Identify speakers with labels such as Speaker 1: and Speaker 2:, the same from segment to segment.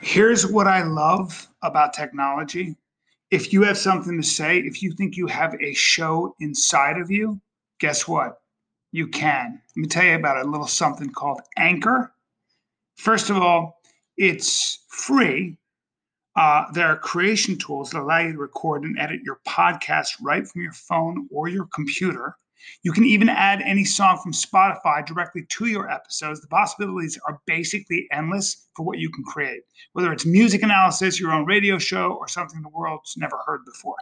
Speaker 1: here's what I love about technology. If you have something to say, if you think you have a show inside of you, guess what? You can. Let me tell you about a little something called Anchor. First of all, it's free. Uh, there are creation tools that allow you to record and edit your podcast right from your phone or your computer. You can even add any song from Spotify directly to your episodes. The possibilities are basically endless for what you can create, whether it's music analysis, your own radio show, or something the world's never heard before.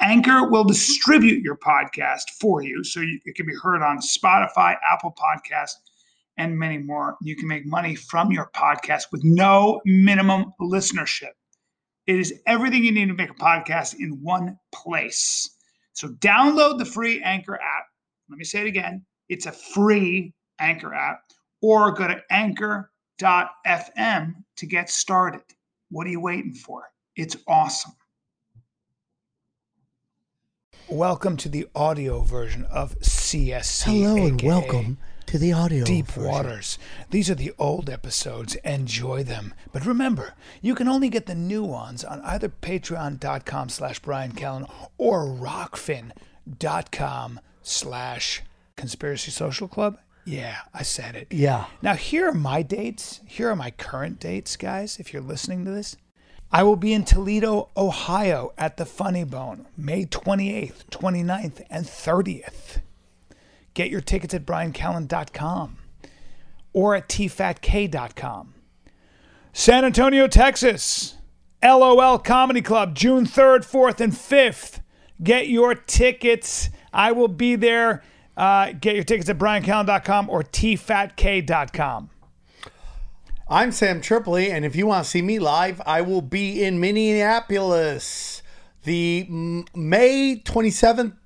Speaker 1: Anchor will distribute your podcast for you so you, it can be heard on Spotify, Apple Podcasts, and many more. You can make money from your podcast with no minimum listenership. It is everything you need to make a podcast in one place. So download the free Anchor app. Let me say it again. It's a free Anchor app or go to anchor.fm to get started. What are you waiting for? It's awesome. Welcome to the audio version of CSC.
Speaker 2: Hello and
Speaker 1: aka
Speaker 2: welcome to the audio.
Speaker 1: Deep
Speaker 2: version.
Speaker 1: Waters. These are the old episodes. Enjoy them. But remember, you can only get the new ones on either patreon.com slash Brian Callen or rockfin.com slash Conspiracy Social Club. Yeah, I said it.
Speaker 2: Yeah.
Speaker 1: Now, here are my dates. Here are my current dates, guys, if you're listening to this. I will be in Toledo, Ohio at the Funny Bone, May 28th, 29th, and 30th. Get your tickets at briancallen.com or at tfatk.com. San Antonio, Texas, LOL Comedy Club, June 3rd, 4th, and 5th. Get your tickets. I will be there. Uh, get your tickets at briancallen.com or tfatk.com.
Speaker 2: I'm Sam Tripoli, and if you want to see me live, I will be in Minneapolis the mm, May 27th,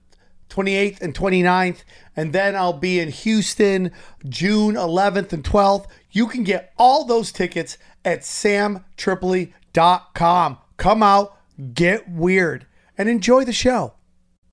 Speaker 2: 28th, and 29th, and then I'll be in Houston June 11th and 12th. You can get all those tickets at samtripoli.com. Come out, get weird, and enjoy the show.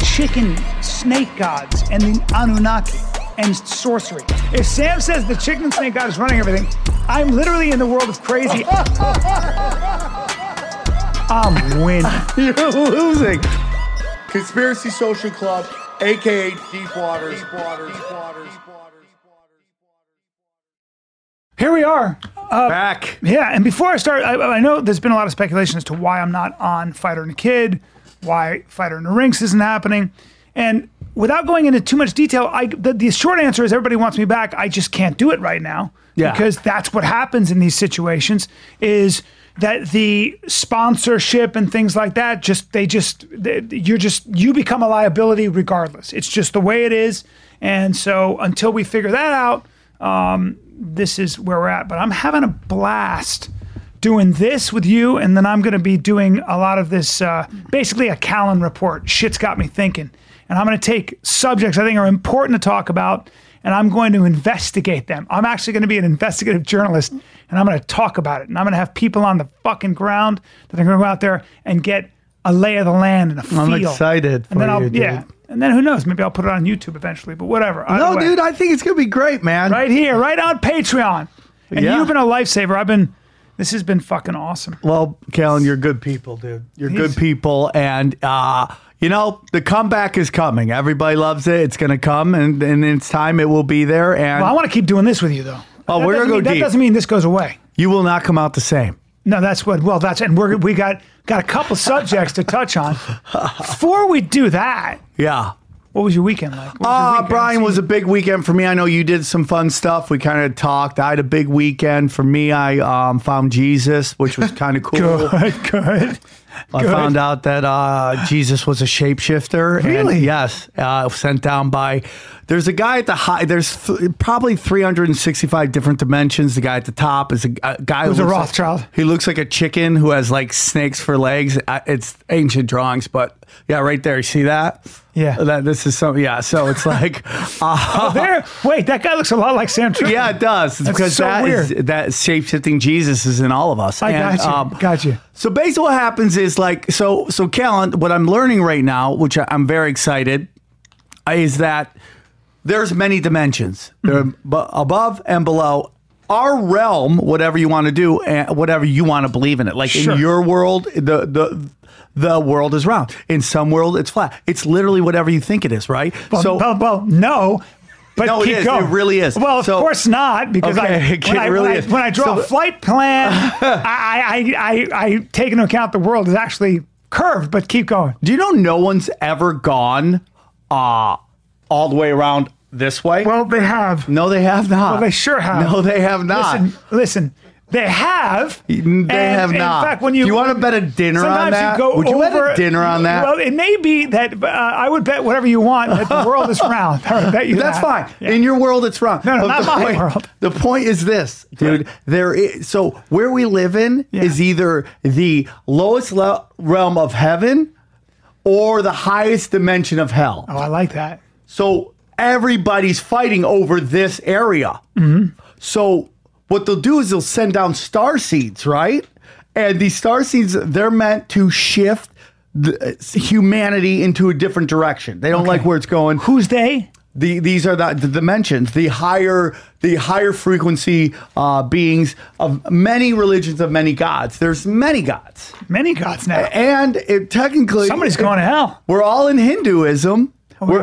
Speaker 1: chicken snake gods and the Anunnaki and sorcery. If Sam says the chicken snake god is running everything, I'm literally in the world of crazy. I'm winning.
Speaker 2: You're losing. Conspiracy Social Club, aka Deep Waters. Deep Waters. Deep Waters.
Speaker 1: Here we are.
Speaker 2: Back.
Speaker 1: Yeah, and before I start, I, I know there's been a lot of speculation as to why I'm not on Fighter and a Kid, why Fighter and the Rinks isn't happening, and without going into too much detail, I the, the short answer is everybody wants me back. I just can't do it right now
Speaker 2: Yeah.
Speaker 1: because that's what happens in these situations is that the sponsorship and things like that just they just they, you're just you become a liability regardless. It's just the way it is, and so until we figure that out this is where we're at. But I'm having a blast doing this with you, and then I'm going to be doing a lot of this, uh, basically a Callan report. Shit's got me thinking, and I'm going to take subjects I think are important to talk about, and I'm going to investigate them. I'm actually going to be an investigative journalist, and I'm going to talk about it, and I'm going to have people on the fucking ground that are going to go out there and get a lay of the land and a feel.
Speaker 2: I'm excited
Speaker 1: and then
Speaker 2: for
Speaker 1: I'll
Speaker 2: you,
Speaker 1: yeah.
Speaker 2: dude.
Speaker 1: And then who knows? Maybe I'll put it on YouTube eventually, but whatever. Either
Speaker 2: No,
Speaker 1: way
Speaker 2: dude, I think it's gonna be great, man.
Speaker 1: right here, right on Patreon. And
Speaker 2: Yeah.
Speaker 1: you've been a lifesaver. I've been. This has been fucking awesome.
Speaker 2: Well, Kalen, you're good people, dude. You're
Speaker 1: He's-
Speaker 2: good people, and uh, you know the comeback is coming. Everybody loves it. It's gonna come, and and it's time. It will be there, and
Speaker 1: Well, I want to keep doing this with you though.
Speaker 2: Oh,
Speaker 1: That
Speaker 2: we're gonna
Speaker 1: doesn't
Speaker 2: go
Speaker 1: mean-
Speaker 2: deep.
Speaker 1: That doesn't mean this goes away.
Speaker 2: you will not come out the same.
Speaker 1: No, that's what. Well, that's and we're we got got a couple subjects to touch on. Before we do that,
Speaker 2: Yeah.
Speaker 1: what was your weekend like? What was your
Speaker 2: Uh,
Speaker 1: weekend?
Speaker 2: Brian was a big weekend for me. I know you did some fun stuff. We kind of talked. I had a big weekend for me. I um, found Jesus, which was kind of cool.
Speaker 1: good. Good.
Speaker 2: I
Speaker 3: Good.
Speaker 2: found out that uh, Jesus was a shapeshifter.
Speaker 3: Really?
Speaker 2: And yes. Uh, sent down by. There's a guy at the high. There's th- probably 365 different dimensions. The guy at the top is a, g- a guy
Speaker 3: Who's a
Speaker 2: looks like-
Speaker 3: Rothschild.
Speaker 2: he looks like a chicken who has like snakes for legs. I, it's ancient drawings, but yeah, right there. You see that?
Speaker 1: Yeah. Oh,
Speaker 2: That this is some. Yeah. So it's like. Uh,
Speaker 1: There. Wait, that guy looks a lot like Sam Tripoli.
Speaker 2: Yeah, it does. It's because
Speaker 1: so
Speaker 2: that is-
Speaker 1: weird.
Speaker 2: that shape shifting Jesus is in all of us.
Speaker 1: I got you.
Speaker 2: um,
Speaker 1: got you.
Speaker 2: So basically, what happens is like so. So Callan, what I'm learning right now, which I, I'm very excited, is that there's many dimensions.
Speaker 1: Mm-hmm.
Speaker 2: There are bu- above and below. Our realm, whatever you want to do, and whatever you want to believe in it. Like
Speaker 1: Sure.
Speaker 2: in your world, the the the world is round. In some world, it's flat. It's literally whatever you think it is, right?
Speaker 1: So, well, well, no. But
Speaker 2: No, it
Speaker 1: keep
Speaker 2: is.
Speaker 1: going.
Speaker 2: It really is.
Speaker 1: Well, of
Speaker 2: So-
Speaker 1: course not, because
Speaker 2: Okay,
Speaker 1: I,
Speaker 2: it
Speaker 1: when, I,
Speaker 2: really
Speaker 1: when, I,
Speaker 2: is.
Speaker 1: when I draw
Speaker 2: So-
Speaker 1: a flight plan, I, I, I, I take into account the world is actually curved. But keep going.
Speaker 2: Do you know no one's ever gone uh, all the way around this way?
Speaker 1: Well, they have.
Speaker 2: no, they have not.
Speaker 1: Well, they sure have.
Speaker 2: No, they have not.
Speaker 1: Listen, listen. They have.
Speaker 2: they
Speaker 1: and-
Speaker 2: have
Speaker 1: and
Speaker 2: not.
Speaker 1: In fact, when you,
Speaker 2: Do you want to bet a dinner on
Speaker 1: Sometimes
Speaker 2: that?
Speaker 1: you go
Speaker 2: Would you
Speaker 1: over,
Speaker 2: bet a dinner on that?
Speaker 1: Well, it may be that uh, I would bet whatever you want that the world is round. I would bet you
Speaker 2: That's
Speaker 1: that.
Speaker 2: fine.
Speaker 1: Yeah.
Speaker 2: In your world, it's wrong.
Speaker 1: no, not
Speaker 2: the
Speaker 1: my
Speaker 2: point,
Speaker 1: world.
Speaker 2: The point is this, dude. There is so where we live in
Speaker 1: Yeah.
Speaker 2: is either the lowest le- realm of heaven or the highest dimension of hell.
Speaker 1: oh, I like that.
Speaker 2: So everybody's fighting over this area.
Speaker 1: Mm-hmm.
Speaker 2: So what they'll do is they'll send down star seeds, right? And these star seeds, they're meant to shift the, uh, humanity into a different direction. They don't like where it's going.
Speaker 1: Who's they?
Speaker 2: The, these are the, the dimensions, the higher, the higher frequency uh, beings of many religions of many gods. There's many gods,
Speaker 1: Many gods now.
Speaker 2: and it technically
Speaker 1: Somebody's going to hell.
Speaker 2: we're all in Hinduism. We're,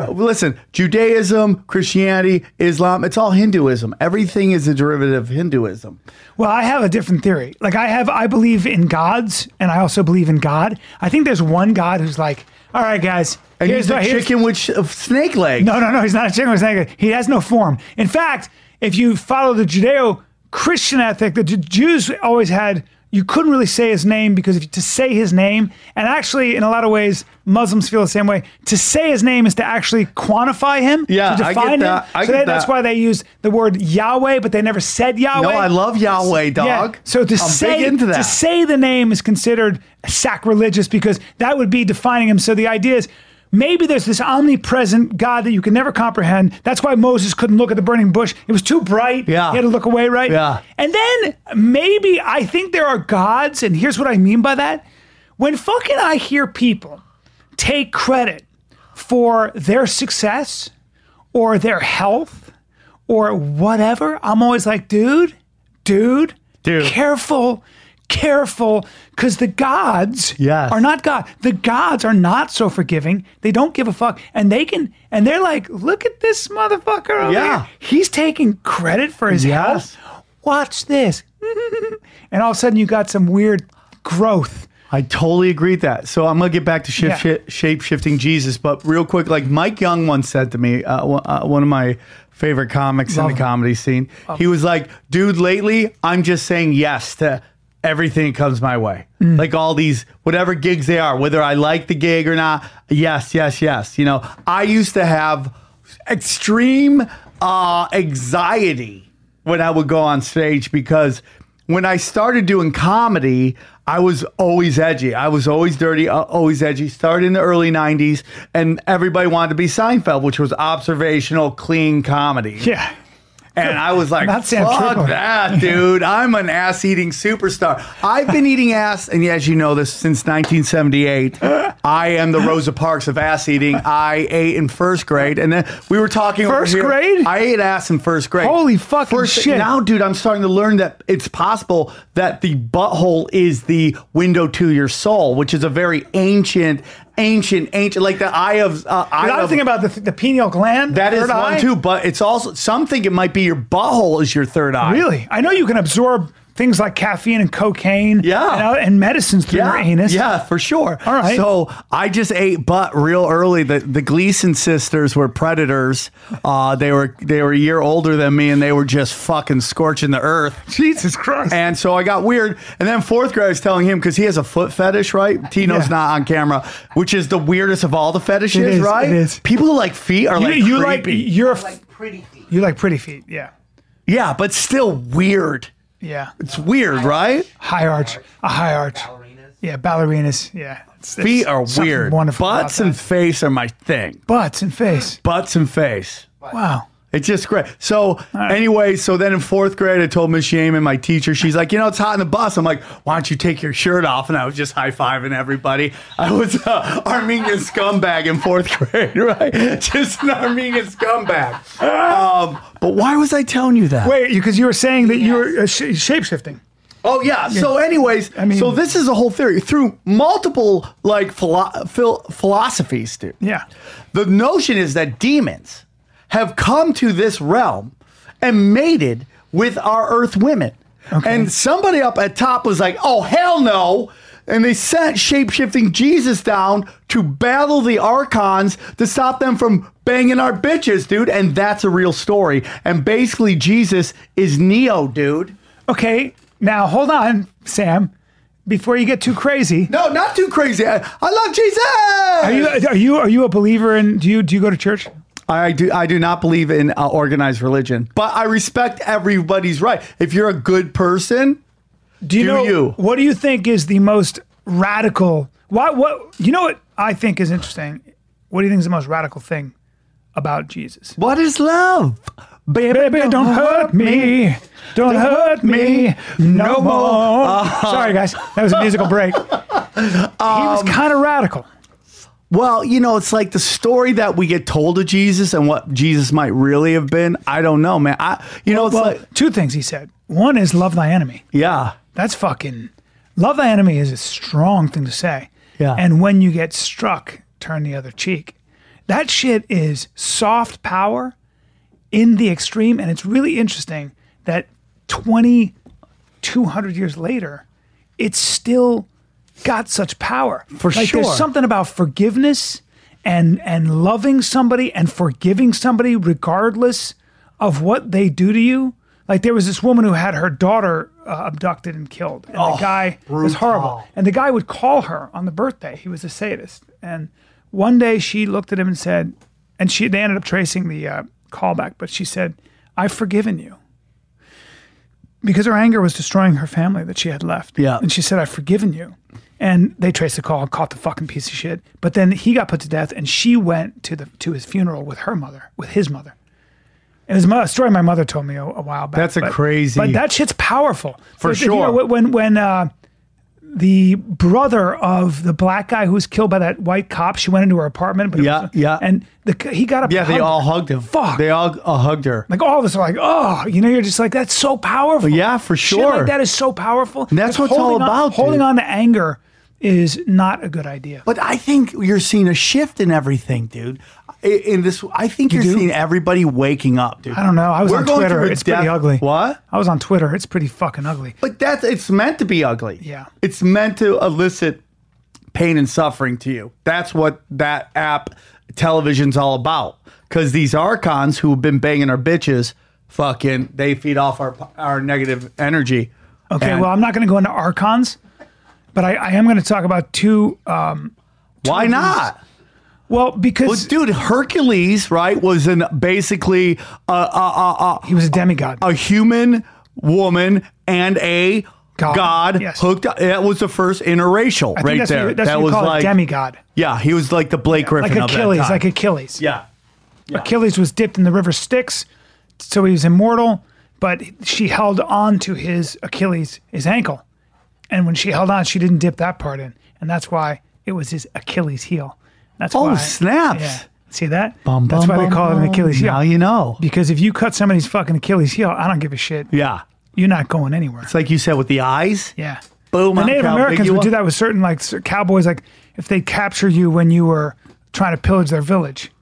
Speaker 1: Oh, yeah.
Speaker 2: Listen, Judaism, Christianity, Islam, it's all Hinduism. Everything is a derivative of Hinduism.
Speaker 1: Well, I have a different theory. Like I have, I believe in gods, and I also believe in God. I think there's one God who's like, all right, guys.
Speaker 2: And
Speaker 1: here's
Speaker 2: he's a
Speaker 1: my- here's-
Speaker 2: chicken with sh- of snake legs.
Speaker 1: No, no, no. He's not a chicken. He's not a- He has no form. In fact, if you follow the Judeo-Christian ethic, the Ju- Jews always had. You couldn't really say his name because if you, to say his name, and actually in a lot of ways, Muslims feel the same way. To say his name is to actually quantify him.
Speaker 2: Yeah,
Speaker 1: to
Speaker 2: I get
Speaker 1: define him.
Speaker 2: that. I
Speaker 1: so
Speaker 2: get
Speaker 1: they- that's
Speaker 2: that.
Speaker 1: why they use the word Yahweh, but they never said Yahweh.
Speaker 2: No, I love Yahweh, dog.
Speaker 1: Yeah. So to
Speaker 2: I'm
Speaker 1: say
Speaker 2: big into that.
Speaker 1: to say the name is considered sacrilegious because that would be defining him. So the idea is maybe there's this omnipresent God that you can never comprehend. That's why Moses couldn't look at the burning bush. It was too bright.
Speaker 2: Yeah.
Speaker 1: He had to look away, right?
Speaker 2: Yeah.
Speaker 1: And then maybe I think there are gods, and here's what I mean by that. When fucking I hear people take credit for their success or their health or whatever, I'm always like, dude, dude,
Speaker 2: Dude.
Speaker 1: careful, careful, because the gods
Speaker 2: Yes.
Speaker 1: are not God. The gods are not so forgiving. They don't give a fuck, and they can, and they're like, look at this motherfucker over
Speaker 2: Yeah.
Speaker 1: here. He's taking credit for his
Speaker 2: Yes.
Speaker 1: health. Watch this, and all of a sudden you got some weird growth.
Speaker 2: I totally agree with that. So I'm gonna get back to shift,
Speaker 1: Yeah.
Speaker 2: shape shifting Jesus, but real quick, like Mike Young once said to me, uh, one- uh, one of my favorite comics in the comedy scene. He was like, "Dude, lately I'm just saying yes to everything that comes my way, like all these whatever gigs they are, whether I like the gig or not. Yes, yes, yes. You know, I used to have extreme uh, anxiety." when I would go on stage because when I started doing comedy, I was always edgy. I was always dirty, uh, always edgy. Started in the early 90s, and everybody wanted to be Seinfeld, which was observational, clean comedy.
Speaker 1: Yeah.
Speaker 2: And I was like,
Speaker 1: Not Sam
Speaker 2: fuck
Speaker 1: Tripoli."
Speaker 2: that, dude. I'm an ass eating superstar. I've been eating ass, and as you know this, since 1978. I am the Rosa Parks of ass eating. I ate in first grade, and then we were talking over
Speaker 1: First
Speaker 2: here-
Speaker 1: grade?
Speaker 2: I ate ass in first grade.
Speaker 1: Holy fucking
Speaker 2: First-
Speaker 1: shit.
Speaker 2: Now, dude, I'm starting to learn that it's possible that the butthole is the window to your soul, which is a very ancient, ancient, ancient, like the eye of. Uh, eye
Speaker 1: But I
Speaker 2: of-
Speaker 1: was thinking about the, the pineal gland.
Speaker 2: that
Speaker 1: the
Speaker 2: is
Speaker 1: third eye.
Speaker 2: one too, but it's also some think it might be your butthole is your third eye.
Speaker 1: Really? I know you can absorb things like caffeine and cocaine
Speaker 2: Yeah.
Speaker 1: and, out- and medicines through
Speaker 2: yeah,
Speaker 1: your anus.
Speaker 2: Yeah, for sure. All
Speaker 1: right.
Speaker 2: So I just ate butt real early. The the Gleason sisters were predators. Uh, they were they were a year older than me, and they were just fucking scorching the earth.
Speaker 1: Jesus Christ.
Speaker 2: And so I got weird. And then fourth grade, I was telling him because he has a foot fetish, right?
Speaker 1: Yeah.
Speaker 2: Tino's not on camera, which is the weirdest of all the fetishes,
Speaker 1: is,
Speaker 2: right?
Speaker 1: it is.
Speaker 2: People who like feet are
Speaker 1: you,
Speaker 2: like
Speaker 1: you like
Speaker 2: creepy.
Speaker 1: you're f-
Speaker 4: like pretty feet.
Speaker 1: you like pretty feet. Yeah.
Speaker 2: yeah, but still weird.
Speaker 1: Yeah.
Speaker 2: It's weird, right?
Speaker 1: High arch. A high arch.
Speaker 4: Ballerinas.
Speaker 1: Yeah, ballerinas. Yeah. It's- it's
Speaker 2: Feet are
Speaker 1: something
Speaker 2: weird.
Speaker 1: Wonderful. about
Speaker 2: Butts and
Speaker 1: that.
Speaker 2: face are my thing.
Speaker 1: butts and face.
Speaker 2: Butts and face.
Speaker 1: Wow.
Speaker 2: It's just great. So anyway, so then in fourth grade, I told Miss Yaman, my teacher, she's like, you know, it's hot in the bus. I'm like, why don't you take your shirt off? And I was just high fiving everybody. I was an Armenian scumbag in fourth grade, right? Just an Armenian scumbag. Um, but why was I telling you that?
Speaker 1: Wait, because you were saying that you were uh, sh- shape shifting.
Speaker 2: Oh yeah. So, anyways, I
Speaker 1: mean-
Speaker 2: mean, so this is a whole theory through multiple like philo- phil- philosophies, dude.
Speaker 1: Yeah.
Speaker 2: The notion is that demons have come to this realm and mated with our earth women. And somebody up at top was like, oh, hell no. And they sent shapeshifting Jesus down to battle the archons to stop them from banging our bitches, dude. And that's a real story. And basically, Jesus is Neo, dude.
Speaker 1: Okay. Now hold on, Sam. Before you get too crazy,
Speaker 2: No, not too crazy. I, I love Jesus.
Speaker 1: are you are you are you a believer in? Do you do you go to church?
Speaker 2: I do. I do not believe in uh, organized religion, but I respect everybody's right. If you're a good person,
Speaker 1: Do you
Speaker 2: Do
Speaker 1: know
Speaker 2: you?
Speaker 1: what do you think is the most radical? Why what you know what I think is interesting? What do you think is the most radical thing about Jesus?
Speaker 2: what is love, baby?
Speaker 1: Baby, don't, hurt me. Don't hurt me no more. Ah. Sorry, guys. That was a musical break. he was kind of radical.
Speaker 2: Well, you know, it's like the story that we get told of Jesus and what Jesus might really have been. I don't know, man. I, you know, it's
Speaker 1: Well,
Speaker 2: like
Speaker 1: two things he said. One is love thy enemy.
Speaker 2: yeah,
Speaker 1: That's fucking love thy enemy is a strong thing to say.
Speaker 2: Yeah.
Speaker 1: And when you get struck, turn the other cheek. That shit is soft power in the extreme. And it's really interesting that 20, 200 years later, it's still got such power. For like,
Speaker 2: sure.
Speaker 1: There's something about forgiveness and and loving somebody and forgiving somebody regardless of what they do to you. Like there was this woman who had her daughter uh, abducted and killed, and the guy was horrible. And the guy would call her on the birthday. He was a sadist. And one day she looked at him and said, and she they ended up tracing the uh, callback, but she said, "I've forgiven you." because her anger was destroying her family that she had left.
Speaker 2: Yeah.
Speaker 1: And she said, I've forgiven you. And they traced the call and caught the fucking piece of shit. But then he got put to death and she went to the to his funeral with her mother, with his mother. It was a story my mother told me a, a while back.
Speaker 2: That's a
Speaker 1: but-
Speaker 2: crazy-
Speaker 1: But that shit's powerful. For
Speaker 2: sure.
Speaker 1: when when uh, the brother of the black guy who was killed by that white cop, she went into her apartment. But it
Speaker 2: Yeah,
Speaker 1: was-
Speaker 2: yeah.
Speaker 1: And the, he got up.
Speaker 2: yeah.
Speaker 1: and
Speaker 2: They
Speaker 1: hugged
Speaker 2: all
Speaker 1: her.
Speaker 2: hugged him.
Speaker 1: Fuck.
Speaker 2: They all uh, hugged her.
Speaker 1: Like all of us are like, oh, you know, you're just like that's so powerful.
Speaker 2: Yeah, for
Speaker 1: Shit
Speaker 2: sure.
Speaker 1: like that is so powerful.
Speaker 2: that's
Speaker 1: Just
Speaker 2: what it's all
Speaker 1: holding on-
Speaker 2: about, dude.
Speaker 1: Holding on to anger is not a good idea.
Speaker 2: But I think you're seeing a shift in everything, dude. I- In this, I think you are
Speaker 1: do?
Speaker 2: seeing everybody waking up, dude.
Speaker 1: I don't know. I was on Twitter.
Speaker 2: through a
Speaker 1: It's pretty
Speaker 2: death-
Speaker 1: ugly.
Speaker 2: What?
Speaker 1: I was on Twitter. It's pretty fucking ugly.
Speaker 2: But that's it's meant to be ugly.
Speaker 1: Yeah.
Speaker 2: It's meant to elicit pain and suffering to you. That's what that app television's all about. Cause these archons who've been banging our bitches, fucking they feed off our our negative energy.
Speaker 1: Okay,
Speaker 2: And
Speaker 1: well, I'm not going to go into archons, but I, I am going to talk about two. Uh,
Speaker 2: why not?
Speaker 1: well, because
Speaker 2: Well, dude, Hercules, right, was an basically a, a, a,
Speaker 1: he was a demigod.
Speaker 2: a, a human woman and a
Speaker 1: God,
Speaker 2: god,
Speaker 1: yes.
Speaker 2: hooked up. That was the first interracial
Speaker 1: I think
Speaker 2: right
Speaker 1: that's
Speaker 2: there.
Speaker 1: What, you- that's
Speaker 2: that
Speaker 1: what you
Speaker 2: was
Speaker 1: call
Speaker 2: like
Speaker 1: a demigod,
Speaker 2: Yeah, he was like the Blake Griffin
Speaker 1: like
Speaker 2: of
Speaker 1: Achilles,
Speaker 2: that time.
Speaker 1: like Achilles.
Speaker 2: yeah,
Speaker 1: Achilles was dipped in the river Styx, so he was immortal, but she held on to his Achilles, his ankle. And when she held on, she didn't dip that part in. And that's why it was his Achilles heel. That's
Speaker 2: Oh,
Speaker 1: why.
Speaker 2: snaps.
Speaker 1: Yeah. See that?
Speaker 2: Bum,
Speaker 1: that's
Speaker 2: bum,
Speaker 1: why they
Speaker 2: bum,
Speaker 1: call it an
Speaker 2: bum.
Speaker 1: Achilles heel.
Speaker 2: Now you know.
Speaker 1: because if you cut somebody's fucking Achilles heel, I don't give a shit.
Speaker 2: Yeah,
Speaker 1: You're not going anywhere.
Speaker 2: it's like you said with the eyes.
Speaker 1: Yeah.
Speaker 2: Boom.
Speaker 1: The
Speaker 2: I'm
Speaker 1: Native
Speaker 2: proud
Speaker 1: Americans
Speaker 2: big you
Speaker 1: would do
Speaker 2: are.
Speaker 1: that with certain like cer- cowboys, like if they capture you when you were trying to pillage their village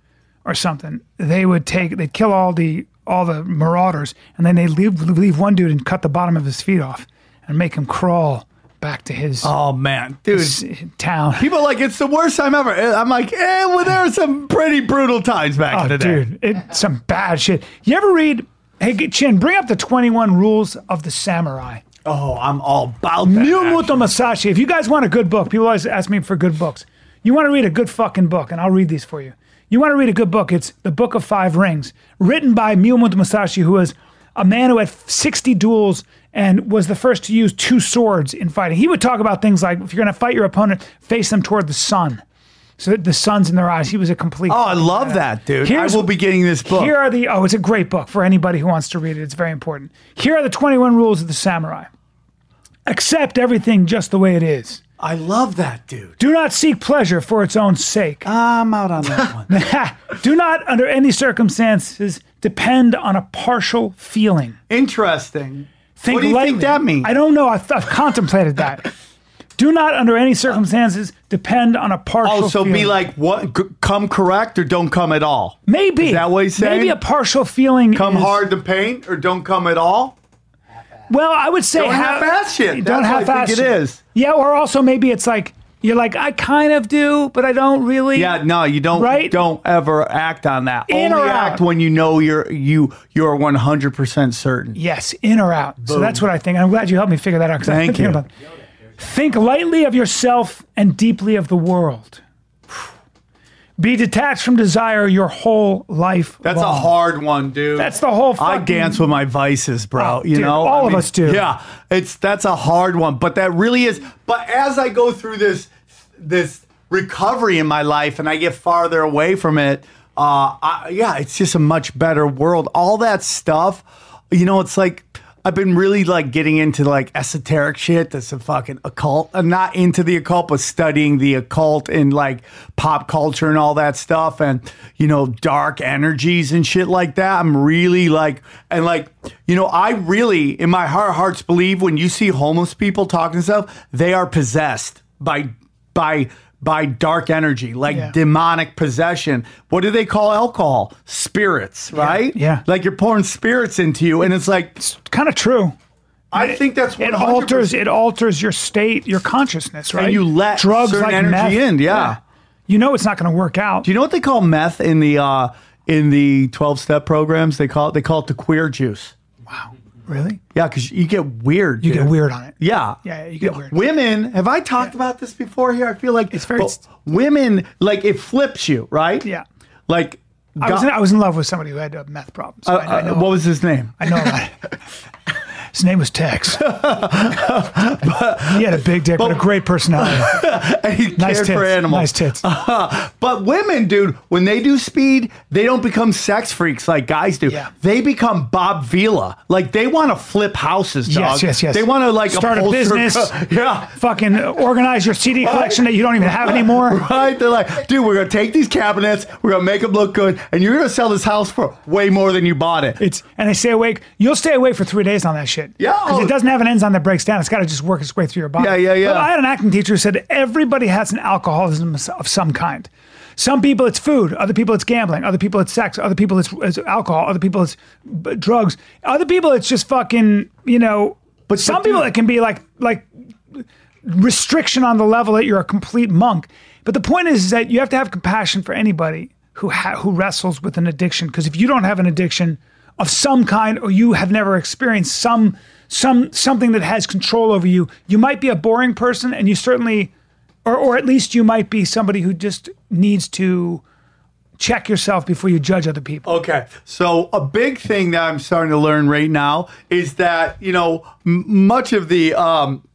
Speaker 1: or something, they would take they'd kill all the all the marauders and then they leave leave one dude and cut the bottom of his feet off. and make him crawl back to his
Speaker 2: Oh man, dude.
Speaker 1: s- town.
Speaker 2: People are like it's the worst time ever. Eh, I'm like, eh, well, there are some pretty brutal times back in
Speaker 1: Oh,
Speaker 2: the day.
Speaker 1: dude, it's some bad shit. You ever read? Hey, get- Chin, bring up the 21 rules of the samurai.
Speaker 2: Oh, I'm all about that. action.
Speaker 1: Miyamoto Masashi. If you guys want a good book, people always ask me for good books. You want to read a good fucking book, and I'll read these for you. You want to read a good book? It's The Book of Five Rings, written by Miyamoto Masashi, who was a man who had 60 duels and was the first to use two swords in fighting. He would talk about things like if you're going to fight your opponent, face them toward the sun. So that the sun's in their eyes. He was a complete.
Speaker 2: Oh, I love that, dude.
Speaker 1: Here's-
Speaker 2: I will be getting this book.
Speaker 1: Here are the oh, it's a great book for anybody who wants to read it. It's very important. Here are the 21 rules of the samurai. Accept everything just the way it is.
Speaker 2: I love that, dude.
Speaker 1: Do not seek pleasure for its own sake.
Speaker 2: I'm out on that one.
Speaker 1: Do not, under any circumstances, depend on a partial feeling.
Speaker 2: Interesting.
Speaker 1: Think
Speaker 2: What do you think
Speaker 1: lightly.
Speaker 2: that means?
Speaker 1: I don't know. I've, I've contemplated that. Do not, under any circumstances, depend on a partial.
Speaker 2: Oh, so
Speaker 1: feeling.
Speaker 2: be like, what? C- come correct or don't come at all.
Speaker 1: maybe
Speaker 2: that what he's
Speaker 1: Maybe
Speaker 2: saying?
Speaker 1: a partial feeling.
Speaker 2: Come
Speaker 1: is-
Speaker 2: hard to paint or don't come at all.
Speaker 1: Well, I would say
Speaker 2: Don't
Speaker 1: ha-
Speaker 2: half-ass shit.
Speaker 1: Don't
Speaker 2: That's what I
Speaker 1: half ass
Speaker 2: think it is.
Speaker 1: Yeah, or also maybe it's like you're like I kind of do, but I don't really.
Speaker 2: Yeah, no, you don't.
Speaker 1: Right?
Speaker 2: Don't ever act on that.
Speaker 1: In
Speaker 2: Only
Speaker 1: or out?
Speaker 2: act when you know you're you you're one hundred percent certain.
Speaker 1: Yes, in or out. So that's what I think. I'm glad you helped me figure that out. 'cause I'm
Speaker 2: Thank
Speaker 1: thinking
Speaker 2: you.
Speaker 1: about- Think lightly of yourself and deeply of the world. Be detached from desire your whole life.
Speaker 2: That's a
Speaker 1: long.
Speaker 2: hard one, dude.
Speaker 1: That's the whole. Fucking,
Speaker 2: I dance with my vices, bro.
Speaker 1: Oh,
Speaker 2: you
Speaker 1: dude,
Speaker 2: know,
Speaker 1: all
Speaker 2: I
Speaker 1: of us do.
Speaker 2: Yeah, it's that's a hard one, but that really is. But as I go through this this recovery in my life and I get farther away from it, uh, I, yeah, it's just a much better world. All that stuff, you know, it's like. I've been really like getting into like esoteric shit. That's a fucking occult. I'm not into the occult, but studying the occult and like pop culture and all that stuff, and you know, dark energies and shit like that. I'm really like, and like, you know, I really in my heart of hearts believe when you see homeless people talking stuff, they are possessed by by by dark energy, like demonic possession. What do they call alcohol? Spirits, right?
Speaker 1: yeah.
Speaker 2: Like you're pouring spirits into you, and it's like
Speaker 1: kind of true.
Speaker 2: I think that's
Speaker 1: It
Speaker 2: 100%.
Speaker 1: alters. It alters your state, your consciousness, right?
Speaker 2: and you let
Speaker 1: drugs
Speaker 2: certain
Speaker 1: like
Speaker 2: energy
Speaker 1: meth,
Speaker 2: in. Yeah.
Speaker 1: You know it's not going to work out.
Speaker 2: Do you know what they call meth in the uh, in the twelve step programs? They call it they call it the queer juice.
Speaker 1: really?
Speaker 2: Yeah, because you get weird.
Speaker 1: You
Speaker 2: dude.
Speaker 1: get weird on it.
Speaker 2: Yeah.
Speaker 1: Yeah, you get weird.
Speaker 2: Women, have I talked about this before here? I feel like it's
Speaker 1: very-
Speaker 2: women like it flips you, right?
Speaker 1: Yeah.
Speaker 2: Like
Speaker 1: I was, in, I was in love with somebody who had uh, meth problems. I, I know.
Speaker 2: what was his name?
Speaker 1: I know about it. His name was Tex. he had a big dick, but, a great personality.
Speaker 2: he
Speaker 1: Nice
Speaker 2: cared
Speaker 1: tits.
Speaker 2: for animals. Uh,
Speaker 1: Nice tits.
Speaker 2: But women, dude, when they do speed, they don't become sex freaks like guys do.
Speaker 1: Yeah.
Speaker 2: They become Bob Vila. Like they want to flip houses,
Speaker 1: Yes,
Speaker 2: dog.
Speaker 1: yes, yes.
Speaker 2: They want to like
Speaker 1: Start a
Speaker 2: upholster
Speaker 1: business.
Speaker 2: co- yeah.
Speaker 1: Fucking organize your CD collection that you don't even have anymore.
Speaker 2: Right? They're like, dude, we're gonna take these cabinets, we're gonna make them look good, and you're gonna sell this house for way more than you bought it.
Speaker 1: It's and they stay awake. You'll stay awake for three days on that shit.
Speaker 2: Yeah.
Speaker 1: because it doesn't have an enzyme that breaks down. It's got to just work its way through your body.
Speaker 2: Yeah, yeah, yeah.
Speaker 1: But I had an acting teacher who said everybody has an alcoholism of some kind. Some people it's food. Other people it's gambling. Other people it's sex. Other people it's, it's alcohol. Other people it's b- drugs. Other people it's just fucking you know. But some
Speaker 2: but
Speaker 1: people
Speaker 2: dude-
Speaker 1: it can be like like restriction on the level that you're a complete monk. But the point is, is that you have to have compassion for anybody who ha- who wrestles with an addiction. Because if you don't have an addiction of some kind, or you have never experienced some some something that has control over you, you might be a boring person, and you certainly, or or at least you might be somebody who just needs to check yourself before you judge other people.
Speaker 2: Okay. So a big thing that I'm starting to learn right now is that, you know, m- much of the um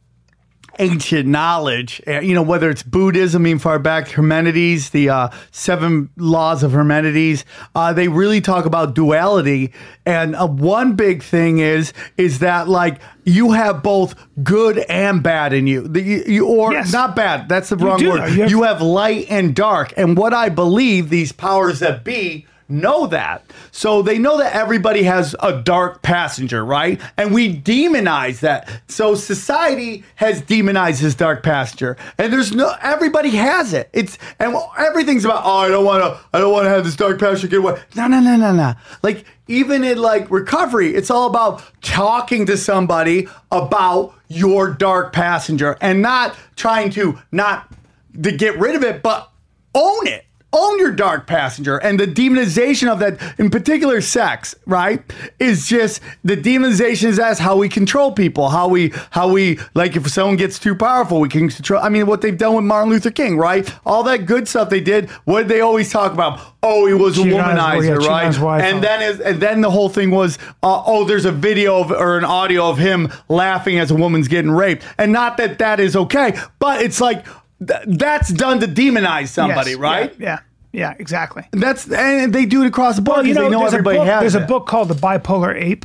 Speaker 2: ancient knowledge, uh, you know, whether it's Buddhism, even far back, Hermenides, the uh, seven laws of Hermenides, uh, they really talk about duality. And uh, one big thing is, is that like you have both good and bad in you, the, you, you or
Speaker 1: Yes.
Speaker 2: not bad. That's the wrong
Speaker 1: do.
Speaker 2: word.
Speaker 1: You have-
Speaker 2: you have light and dark. And what I believe these powers that be know that. So they know that everybody has a dark passenger, right? And we demonize that. So society has demonized this dark passenger. And there's no everybody has it. It's and everything's about oh I don't want to I don't want to have this dark passenger get away. No, no, no, no, no. Like even in like recovery, it's all about talking to somebody about your dark passenger and not trying to not to get rid of it, but own it. Own your dark passenger and the demonization of that, in particular sex, right? Is just the demonization is as how we control people, how we, how we, like if someone gets too powerful, we can control. I mean, what they've done with Martin Luther King, right? All that good stuff they did. What did they always talk about? Oh, he was a
Speaker 1: Cheating on his-
Speaker 2: womanizer,
Speaker 1: yeah, cheating on
Speaker 2: right?
Speaker 1: his wife.
Speaker 2: And then is, and then the whole thing was, uh, oh, there's a video of, or an audio of him laughing as a woman's getting raped, and not that that is okay, but it's like th- that's done to demonize somebody,
Speaker 1: Yes,
Speaker 2: right?
Speaker 1: Yeah, yeah, yeah, exactly.
Speaker 2: That's and they do it across the board
Speaker 1: Well, you
Speaker 2: because
Speaker 1: know,
Speaker 2: they know
Speaker 1: there's, a
Speaker 2: everybody
Speaker 1: book,
Speaker 2: has
Speaker 1: there's a
Speaker 2: it.
Speaker 1: book called The Bipolar Ape.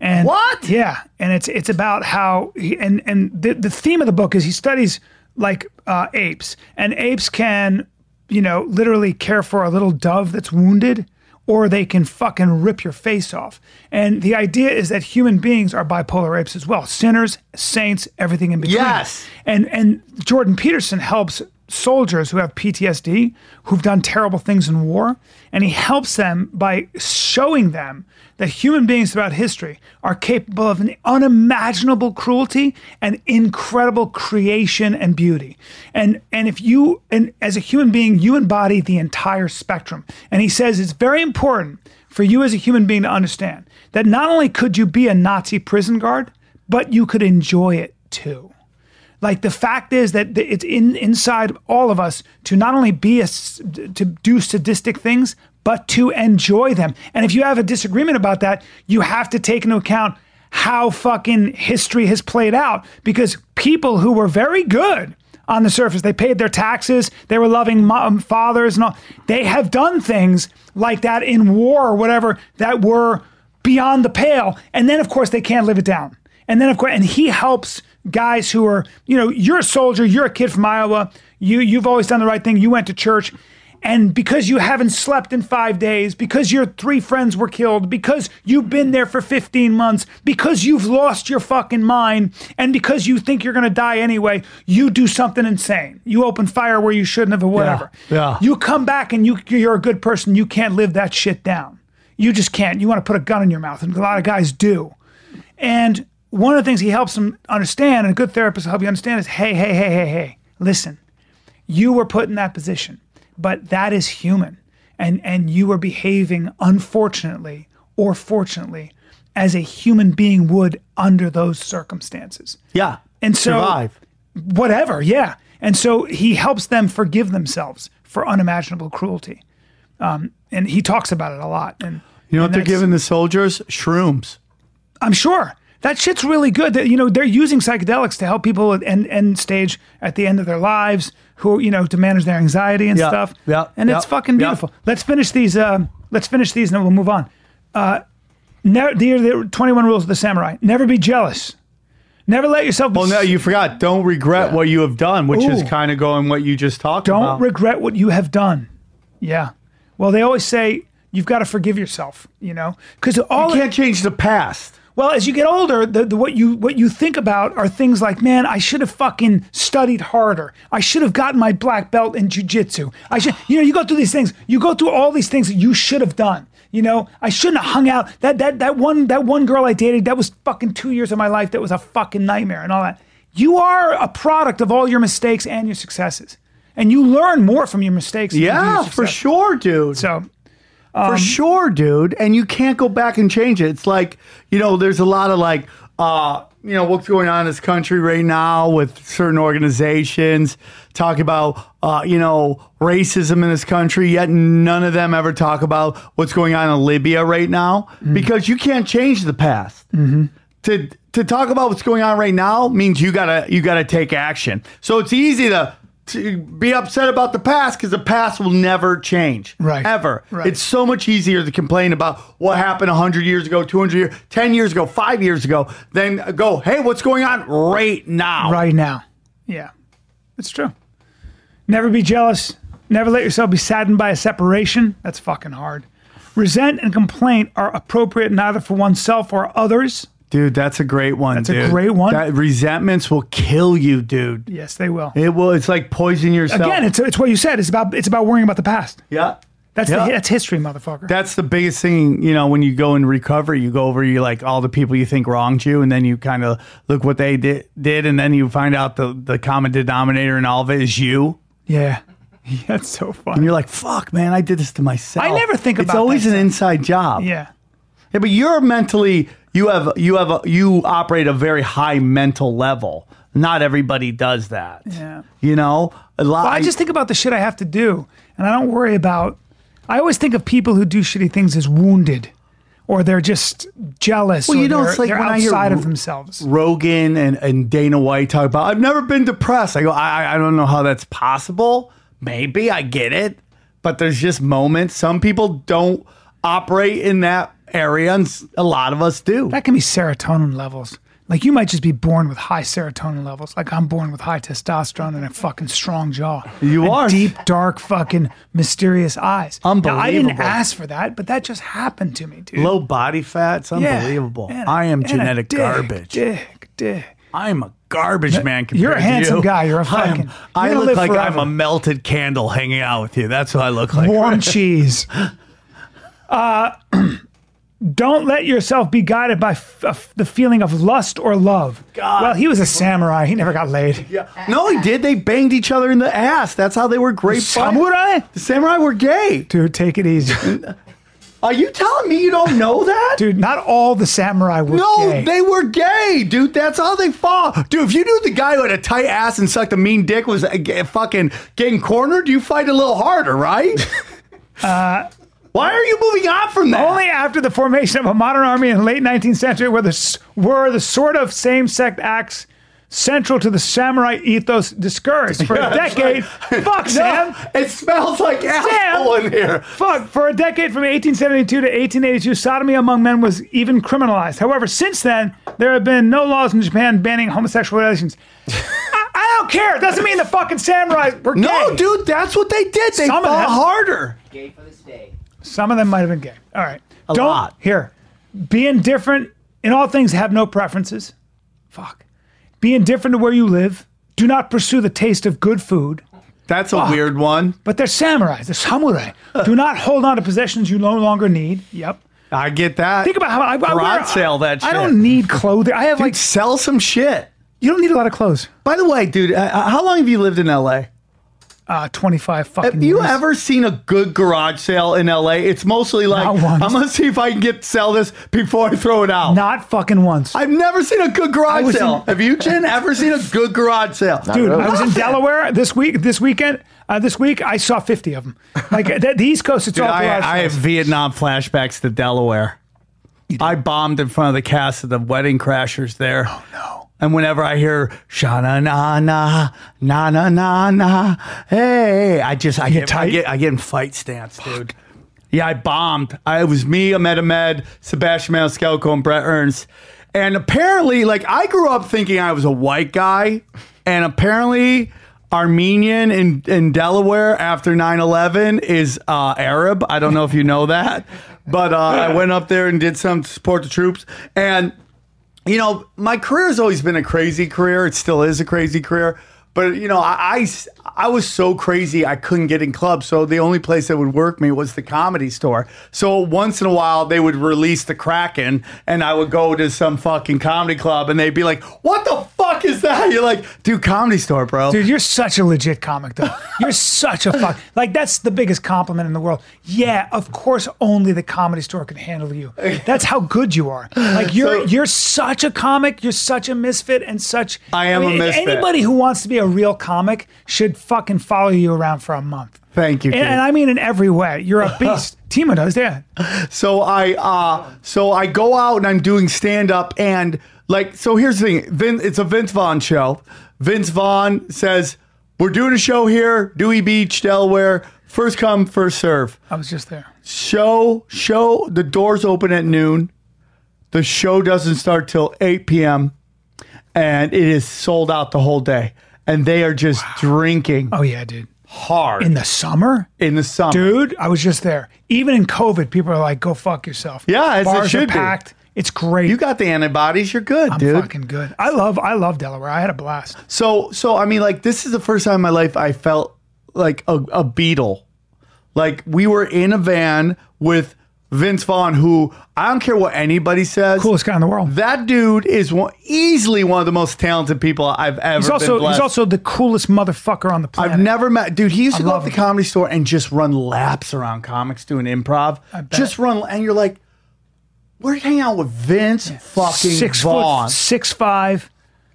Speaker 1: And
Speaker 2: What?
Speaker 1: Yeah, and it's it's about how he, and and the, the theme of the book is he studies like uh, apes, and apes can you know literally care for a little dove that's wounded, or they can fucking rip your face off. And the idea is that human beings are bipolar apes as well, sinners, saints, everything in between.
Speaker 2: Yes.
Speaker 1: And and Jordan Peterson helps soldiers who have PTSD, who've done terrible things in war, and he helps them by showing them that human beings throughout history are capable of an unimaginable cruelty and incredible creation and beauty. And and if you and as a human being, you embody the entire spectrum. And he says it's very important for you as a human being to understand that not only could you be a Nazi prison guard, but you could enjoy it too. Like the fact is that th- it's in inside all of us to not only be a s- to do sadistic things, but to enjoy them. And if you have a disagreement about that, you have to take into account how fucking history has played out because people who were very good on the surface, they paid their taxes, they were loving mom, fathers and all. They have done things like that in war or whatever that were beyond the pale. And then, of course, they can't live it down. And then, of course, and he helps guys who are, you know, you're a soldier, you're a kid from Iowa, you you've always done the right thing, you went to church, and because you haven't slept in five days, because your three friends were killed, because you've been there for 15 months, because you've lost your fucking mind, and because you think you're gonna die anyway, you do something insane. You open fire where you shouldn't have, or whatever.
Speaker 2: yeah.
Speaker 1: You come back and you you're a good person. You can't live that shit down. You just can't. You want to put a gun in your mouth, and a lot of guys do. And one of the things he helps them understand, and a good therapist will help you understand, is hey, hey, hey, hey, hey, listen, you were put in that position, but that is human. And, and you were behaving unfortunately or fortunately as a human being would under those circumstances
Speaker 2: Yeah,
Speaker 1: And so-
Speaker 2: survive.
Speaker 1: whatever, yeah. And so he helps them forgive themselves for unimaginable cruelty. Um, and he talks about it a lot. And
Speaker 2: You know what they're
Speaker 1: that's-
Speaker 2: giving the soldiers? Shrooms.
Speaker 1: I'm sure that shit's really good. That you know they're using psychedelics to help people at end, end stage at the end of their lives who you know to manage their anxiety and
Speaker 2: Yeah,
Speaker 1: stuff.
Speaker 2: yeah,
Speaker 1: and
Speaker 2: yeah,
Speaker 1: it's fucking
Speaker 2: yeah.
Speaker 1: beautiful. Let's finish these. Um, let's finish these, and then we'll move on. Uh, never, the, the 21 rules of the samurai. Never be jealous. Never let yourself. Be
Speaker 2: Well, no, Uh, you forgot. Don't regret what you have done, which is
Speaker 1: Ooh.
Speaker 2: kind of going what you just talked
Speaker 1: Don't
Speaker 2: about.
Speaker 1: regret what you have done. Yeah. Well, they always say you've got to forgive yourself, you know, because all
Speaker 2: you can't change the past.
Speaker 1: well as you get older, the, the what you what you think about are things like, man, I should have fucking studied harder. I should have gotten my black belt in jujitsu. I should, you know, you go through these things. You go through all these things that you should have done. You know, I shouldn't have hung out. That that that one that one girl I dated, that was fucking two years of my life. That was a fucking nightmare and all that. You are a product of all your mistakes and your successes. And you learn more from your mistakes. than you do your
Speaker 2: Yeah, for
Speaker 1: success.
Speaker 2: sure, dude.
Speaker 1: So Um,
Speaker 2: for sure, dude. And you can't go back and change it. It's like, you know, there's a lot of like, uh, you know, what's going on in this country right now with certain organizations talk about, uh, you know, racism in this country, yet none of them ever talk about what's going on in Libya right now
Speaker 1: Mm.
Speaker 2: because you can't change the past
Speaker 1: Mm-hmm.
Speaker 2: to to talk about what's going on right now means you gotta you gotta take action. So it's easy to, to be upset about the past because the past will never change,
Speaker 1: Right.
Speaker 2: Ever.
Speaker 1: Right.
Speaker 2: It's so much easier to complain about what happened hundred years ago, two hundred years, ten years ago, five years ago, than go, hey, what's going on right now?
Speaker 1: right now. Yeah, it's true. Never be jealous. Never let yourself be saddened by a separation. That's fucking hard. Resent and complaint are appropriate neither for oneself or others.
Speaker 2: dude. That's a great one. That's
Speaker 1: a great one.
Speaker 2: That resentments will kill you, dude.
Speaker 1: Yes, they will.
Speaker 2: It will. It's like poison yourself.
Speaker 1: Again, it's, it's what you said. It's about it's about worrying about the past.
Speaker 2: yeah.
Speaker 1: That's
Speaker 2: Yeah.
Speaker 1: the, that's history, motherfucker.
Speaker 2: That's the biggest thing, you know, when you go and recover, you go over you like all the people you think wronged you, and then you kind of look what they did, did, and then you find out the, the common denominator in all of it is you.
Speaker 1: yeah, that's so
Speaker 2: And
Speaker 1: fun.
Speaker 2: you're like, fuck, man, I did this to myself.
Speaker 1: I never think
Speaker 2: It's
Speaker 1: about
Speaker 2: always
Speaker 1: that
Speaker 2: an
Speaker 1: stuff.
Speaker 2: inside job.
Speaker 1: Yeah,
Speaker 2: Yeah, but you're mentally you have you have a, you operate a very high mental level. Not everybody does that.
Speaker 1: yeah.
Speaker 2: You know, a lot.
Speaker 1: I just think about the shit I have to do, and I don't worry about. I always think of people who do shitty things as wounded, or they're just jealous.
Speaker 2: Well,
Speaker 1: or
Speaker 2: you know,
Speaker 1: they're,
Speaker 2: it's like
Speaker 1: they're
Speaker 2: when I hear
Speaker 1: outside
Speaker 2: wo-
Speaker 1: of themselves.
Speaker 2: Rogan and, and Dana White talk about. I've never been depressed. I go. I I- I don't know how that's possible. Maybe I get it, but there's just moments. Some people don't operate in that area, and s- a lot of us do.
Speaker 1: That can be serotonin levels. Like you might just be born with high serotonin levels. Like I'm born with high testosterone and a fucking strong jaw.
Speaker 2: You
Speaker 1: and
Speaker 2: are.
Speaker 1: deep, dark, fucking mysterious eyes. Now, I didn't
Speaker 2: Unbelievable.
Speaker 1: ask for that, but that just happened to me, dude.
Speaker 2: Low body fat's
Speaker 1: Yeah.
Speaker 2: unbelievable.
Speaker 1: And a-
Speaker 2: I am
Speaker 1: and a
Speaker 2: genetic
Speaker 1: dick,
Speaker 2: garbage.
Speaker 1: Dick, dick.
Speaker 2: I'm a garbage man compared
Speaker 1: you're a
Speaker 2: to
Speaker 1: handsome
Speaker 2: you.
Speaker 1: guy. You're a
Speaker 2: I am-
Speaker 1: fucking-
Speaker 2: I
Speaker 1: you're gonna
Speaker 2: look
Speaker 1: live
Speaker 2: like I'm
Speaker 1: forever.
Speaker 2: a melted candle hanging out with you. That's what I look like.
Speaker 1: warm cheese. Uh, don't let yourself be guided by f- f- the feeling of lust or love.
Speaker 2: God.
Speaker 1: Well, he was a samurai. He never got laid.
Speaker 2: No, he did. They banged each other in the ass. That's how they were great fighters.
Speaker 1: Samurai?
Speaker 2: The samurai were gay.
Speaker 1: Dude, take it easy.
Speaker 2: Are you telling me you don't know that?
Speaker 1: Dude, not all the samurai were
Speaker 2: No,
Speaker 1: gay.
Speaker 2: they were gay, dude. That's how they fought. Dude, if you knew the guy who had a tight ass and sucked a mean dick was uh, g- fucking getting cornered, you fight a little harder, right? Why are you moving on from that?
Speaker 1: only after the formation of a modern army in the late 19th century were the, s- were the sort of same-sex acts central to the samurai ethos discouraged for a decade. Fuck, Sam.
Speaker 2: it smells like asshole in here.
Speaker 1: Fuck, for a decade from 1872 to 1882, sodomy among men was even criminalized. However, since then, there have been no laws in Japan banning homosexual relations. I, I don't care. It doesn't mean the fucking samurai were gay.
Speaker 2: No, dude, that's what they did. They
Speaker 1: Some of
Speaker 2: fought
Speaker 1: them.
Speaker 2: harder.
Speaker 4: Gay for this day.
Speaker 1: Some of them might have been gay. All right. A don't,
Speaker 2: lot.
Speaker 1: Here. Be indifferent in all things, have no preferences. Fuck. Be indifferent to where you live. Do not pursue the taste of good food.
Speaker 2: That's a weird one.
Speaker 1: But they're samurai. They're samurai. Do not hold on to possessions you no longer need. Yep.
Speaker 2: I get that.
Speaker 1: Think about how I, I
Speaker 2: Garage
Speaker 1: wear-
Speaker 2: sale that
Speaker 1: I
Speaker 2: shit.
Speaker 1: don't need clothing. I have
Speaker 2: Dude,
Speaker 1: like
Speaker 2: sell some shit.
Speaker 1: you don't need a lot of clothes.
Speaker 2: By the way, dude, uh, uh, how long have you lived in LA?
Speaker 1: Uh, twenty five fucking.
Speaker 2: Have you
Speaker 1: years.
Speaker 2: ever seen a good garage sale in LA? It's mostly like
Speaker 1: Not once.
Speaker 2: I'm gonna see if I can get sell this before I throw it out.
Speaker 1: Not fucking once,
Speaker 2: I've never seen a good garage
Speaker 1: was in-
Speaker 2: sale. Have you, Jen, ever seen a good garage sale?
Speaker 1: dude. I was in
Speaker 2: Nothing.
Speaker 1: Delaware this week. This weekend, uh, this week I saw fifty of them. Like the, the East Coast, it's all garage
Speaker 2: I, I have
Speaker 1: sales.
Speaker 2: Vietnam flashbacks to Delaware. I bombed in front of the cast of the Wedding Crashers there. Oh no! And whenever I hear "Shana na na na na na na," hey, I just I get, I
Speaker 1: tight?
Speaker 2: get I get in fight stance, dude. Yeah, I bombed. I, it was me, Ahmed Ahmed, Sebastian Maniscalco, and Brett Ernst. And apparently, like I grew up thinking I was a white guy, and apparently Armenian in, in Delaware after 9-11 is uh, Arab. I don't know if you know that, but uh, I went up there and did some to support the troops. And you know, my career has always been a crazy career. It still is a crazy career. But you know, I, I s- I was so crazy I couldn't get in clubs. So the only place that would work me was the comedy store. So once in a while they would release the Kraken, and I would go to some fucking comedy club, and they'd be like, "What the fuck is that?" You're like, "Dude, comedy store, bro."
Speaker 1: Dude, you're such a legit comic, though. You're such a fuck. Like that's the biggest compliment in the world. Yeah, of course, only the comedy store can handle you. That's how good you are. Like you're
Speaker 2: So-
Speaker 1: you're such a comic. You're such a misfit and such.
Speaker 2: I am a misfit.
Speaker 1: Anybody who wants to be a real comic should fucking follow you around for a month.
Speaker 2: Thank you.
Speaker 1: And,
Speaker 2: kid.
Speaker 1: and I mean in every way. You're a beast. Timo does, yeah.
Speaker 2: So I uh so I go out and I'm doing stand up and like so here's the thing, Vin, it's a Vince Vaughn show. Vince Vaughn says, We're doing a show here, Dewey Beach, Delaware, first come, first serve.
Speaker 1: I was just there.
Speaker 2: Show show the doors open at noon. The show doesn't start till 8 p.m. and it is sold out the whole day. And they are just drinking
Speaker 1: Oh yeah, dude.
Speaker 2: hard
Speaker 1: In
Speaker 2: in the,
Speaker 1: the summer,
Speaker 2: summer.
Speaker 1: dude. I was just there. Even in COVID, people are like, "Go fuck yourself."
Speaker 2: Yeah, as it
Speaker 1: bars
Speaker 2: should
Speaker 1: are
Speaker 2: be.
Speaker 1: packed. It's great.
Speaker 2: You got the antibodies, you're good,
Speaker 1: I'm
Speaker 2: dude.
Speaker 1: fucking good. I love I love Delaware. I had a blast.
Speaker 2: So so I mean like this is the first time in my life I felt like a, a beetle. Like we were in a van with Vince Vaughn, who I don't care what anybody says.
Speaker 1: Coolest guy in the world.
Speaker 2: That dude is one, easily one of the most talented people I've ever.
Speaker 1: He's
Speaker 2: been
Speaker 1: also he's
Speaker 2: blessed.
Speaker 1: also the coolest motherfucker on the planet.
Speaker 2: I've never met dude. He used to go
Speaker 1: love
Speaker 2: up the
Speaker 1: him.
Speaker 2: comedy store and just run laps around comics doing improv. Just run, and you're like, we're hanging out with Vince fucking
Speaker 1: six
Speaker 2: Vaughn,
Speaker 1: foot, six five,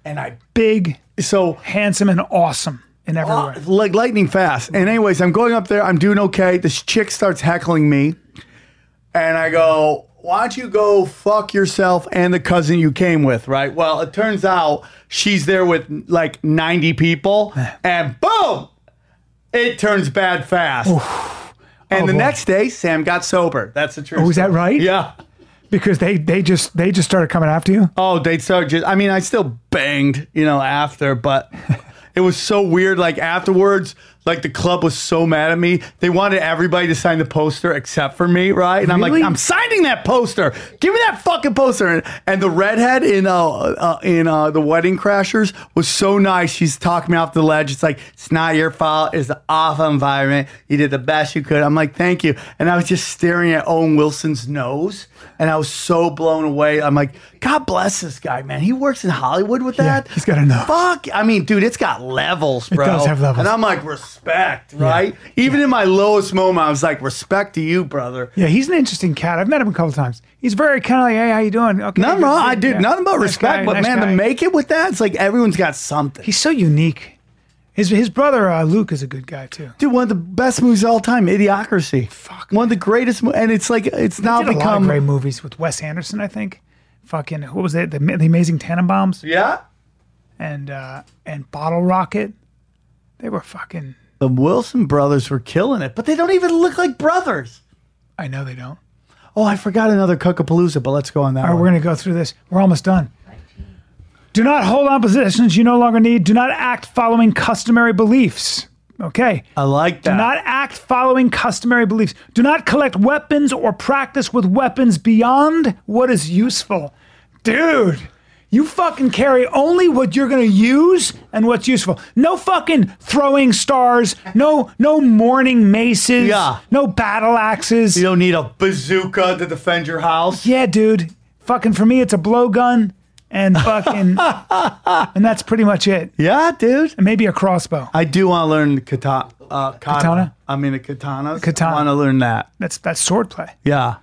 Speaker 2: and I
Speaker 1: big,
Speaker 2: so
Speaker 1: handsome, and awesome in every way.
Speaker 2: like lightning fast. And anyways, I'm going up there. I'm doing okay. This chick starts heckling me, and I go, "Why don't you go fuck yourself and the cousin you came with?" Right. Well, it turns out she's there with like 90 people, and boom, it turns bad fast. And the
Speaker 1: Oh, boy.
Speaker 2: next day, Sam got sober. That's the truth.
Speaker 1: Oh, is that right?
Speaker 2: Yeah.
Speaker 1: Because they they just they just started coming after you.
Speaker 2: Oh, they started just. I mean, I still banged, you know, after, but it was so weird. Like afterwards, like the club was so mad at me. They wanted everybody to sign the poster except for me, right? And I'm
Speaker 1: Really?
Speaker 2: like, I'm signing that poster. Give me that fucking poster. And, and the redhead in uh, uh in uh the Wedding Crashers was so nice. She's talking me off the ledge. It's like it's not your fault. It's the awful environment. You did the best you could. I'm like, thank you. And I was just staring at Owen Wilson's nose, and I was so blown away. I'm like, God bless this guy, man. He works in Hollywood with that.
Speaker 1: he's got a nose.
Speaker 2: Fuck. I mean, dude, it's got levels, bro.
Speaker 1: does have levels.
Speaker 2: And I'm like, respect, right? Even in my lowest moment, I was like, respect to you, brother.
Speaker 1: Yeah, he's an interesting cat. I've met him a couple times. He's very kind of like, hey, how you doing? Okay,
Speaker 2: Nothing
Speaker 1: good
Speaker 2: wrong.
Speaker 1: to see
Speaker 2: I
Speaker 1: you."
Speaker 2: did
Speaker 1: Yeah.
Speaker 2: nothing but
Speaker 1: Nice
Speaker 2: respect,
Speaker 1: guy,
Speaker 2: but
Speaker 1: nice
Speaker 2: man,
Speaker 1: guy.
Speaker 2: to make it with that, it's like everyone's got something.
Speaker 1: he's so unique. His his brother uh, Luke is a good guy too.
Speaker 2: Dude, one of the best movies of all time, Idiocracy. Fuck. One of the greatest, mo- and it's like it's now
Speaker 1: Did a lot of
Speaker 2: become.
Speaker 1: great movies with Wes Anderson, I think. Fucking what was it? The, the Amazing Tannenbaums
Speaker 2: yeah.
Speaker 1: and uh, and Bottle Rocket. They were fucking.
Speaker 2: The Wilson brothers were killing it, but they don't even look like brothers.
Speaker 1: I know they don't.
Speaker 2: Oh, I forgot another Cuckapalooza, but let's go on that.
Speaker 1: All right,
Speaker 2: one.
Speaker 1: we're going to go through this. We're almost done. Do not hold on positions you no longer need. Do not act following customary beliefs. Okay.
Speaker 2: I like that.
Speaker 1: Do not act following customary beliefs. Do not collect weapons or practice with weapons beyond what is useful. Dude, you fucking carry only what you're going to use and what's useful. No fucking throwing stars, no no morning maces,
Speaker 2: Yeah.
Speaker 1: no battle axes.
Speaker 2: you don't need a bazooka to defend your house.
Speaker 1: Yeah, dude. Fucking for me it's a blowgun and fucking and that's pretty much it.
Speaker 2: Yeah, dude.
Speaker 1: And maybe a crossbow.
Speaker 2: I do want to learn the kata- uh, kata-
Speaker 1: Katana?
Speaker 2: I mean, the katanas.
Speaker 1: Katana.
Speaker 2: I want to learn that.
Speaker 1: That's that's swordplay.
Speaker 2: Yeah.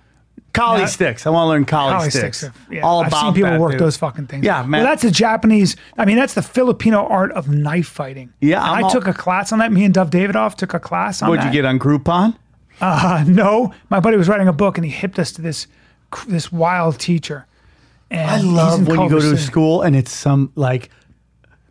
Speaker 2: Collie
Speaker 1: Now-
Speaker 2: sticks. I want to learn collie,
Speaker 1: Probably
Speaker 2: sticks.
Speaker 1: sticks. Yeah.
Speaker 2: All
Speaker 1: I've
Speaker 2: about
Speaker 1: seen people
Speaker 2: that,
Speaker 1: work
Speaker 2: dude.
Speaker 1: those fucking things.
Speaker 2: Yeah, man.
Speaker 1: Well, that's a Japanese. I mean, that's the Filipino art of knife fighting.
Speaker 2: Yeah,
Speaker 1: And
Speaker 2: I'm
Speaker 1: I
Speaker 2: all-
Speaker 1: took a class on that. Me and Dove Davidoff took a class on
Speaker 2: What'd you
Speaker 1: that.
Speaker 2: get on Groupon?
Speaker 1: Uh, no, my buddy was writing a book and he hipped us to this cr- this wild teacher. And
Speaker 2: I
Speaker 1: he's in
Speaker 2: love when you
Speaker 1: Culver
Speaker 2: go to a
Speaker 1: City.
Speaker 2: school and it's some like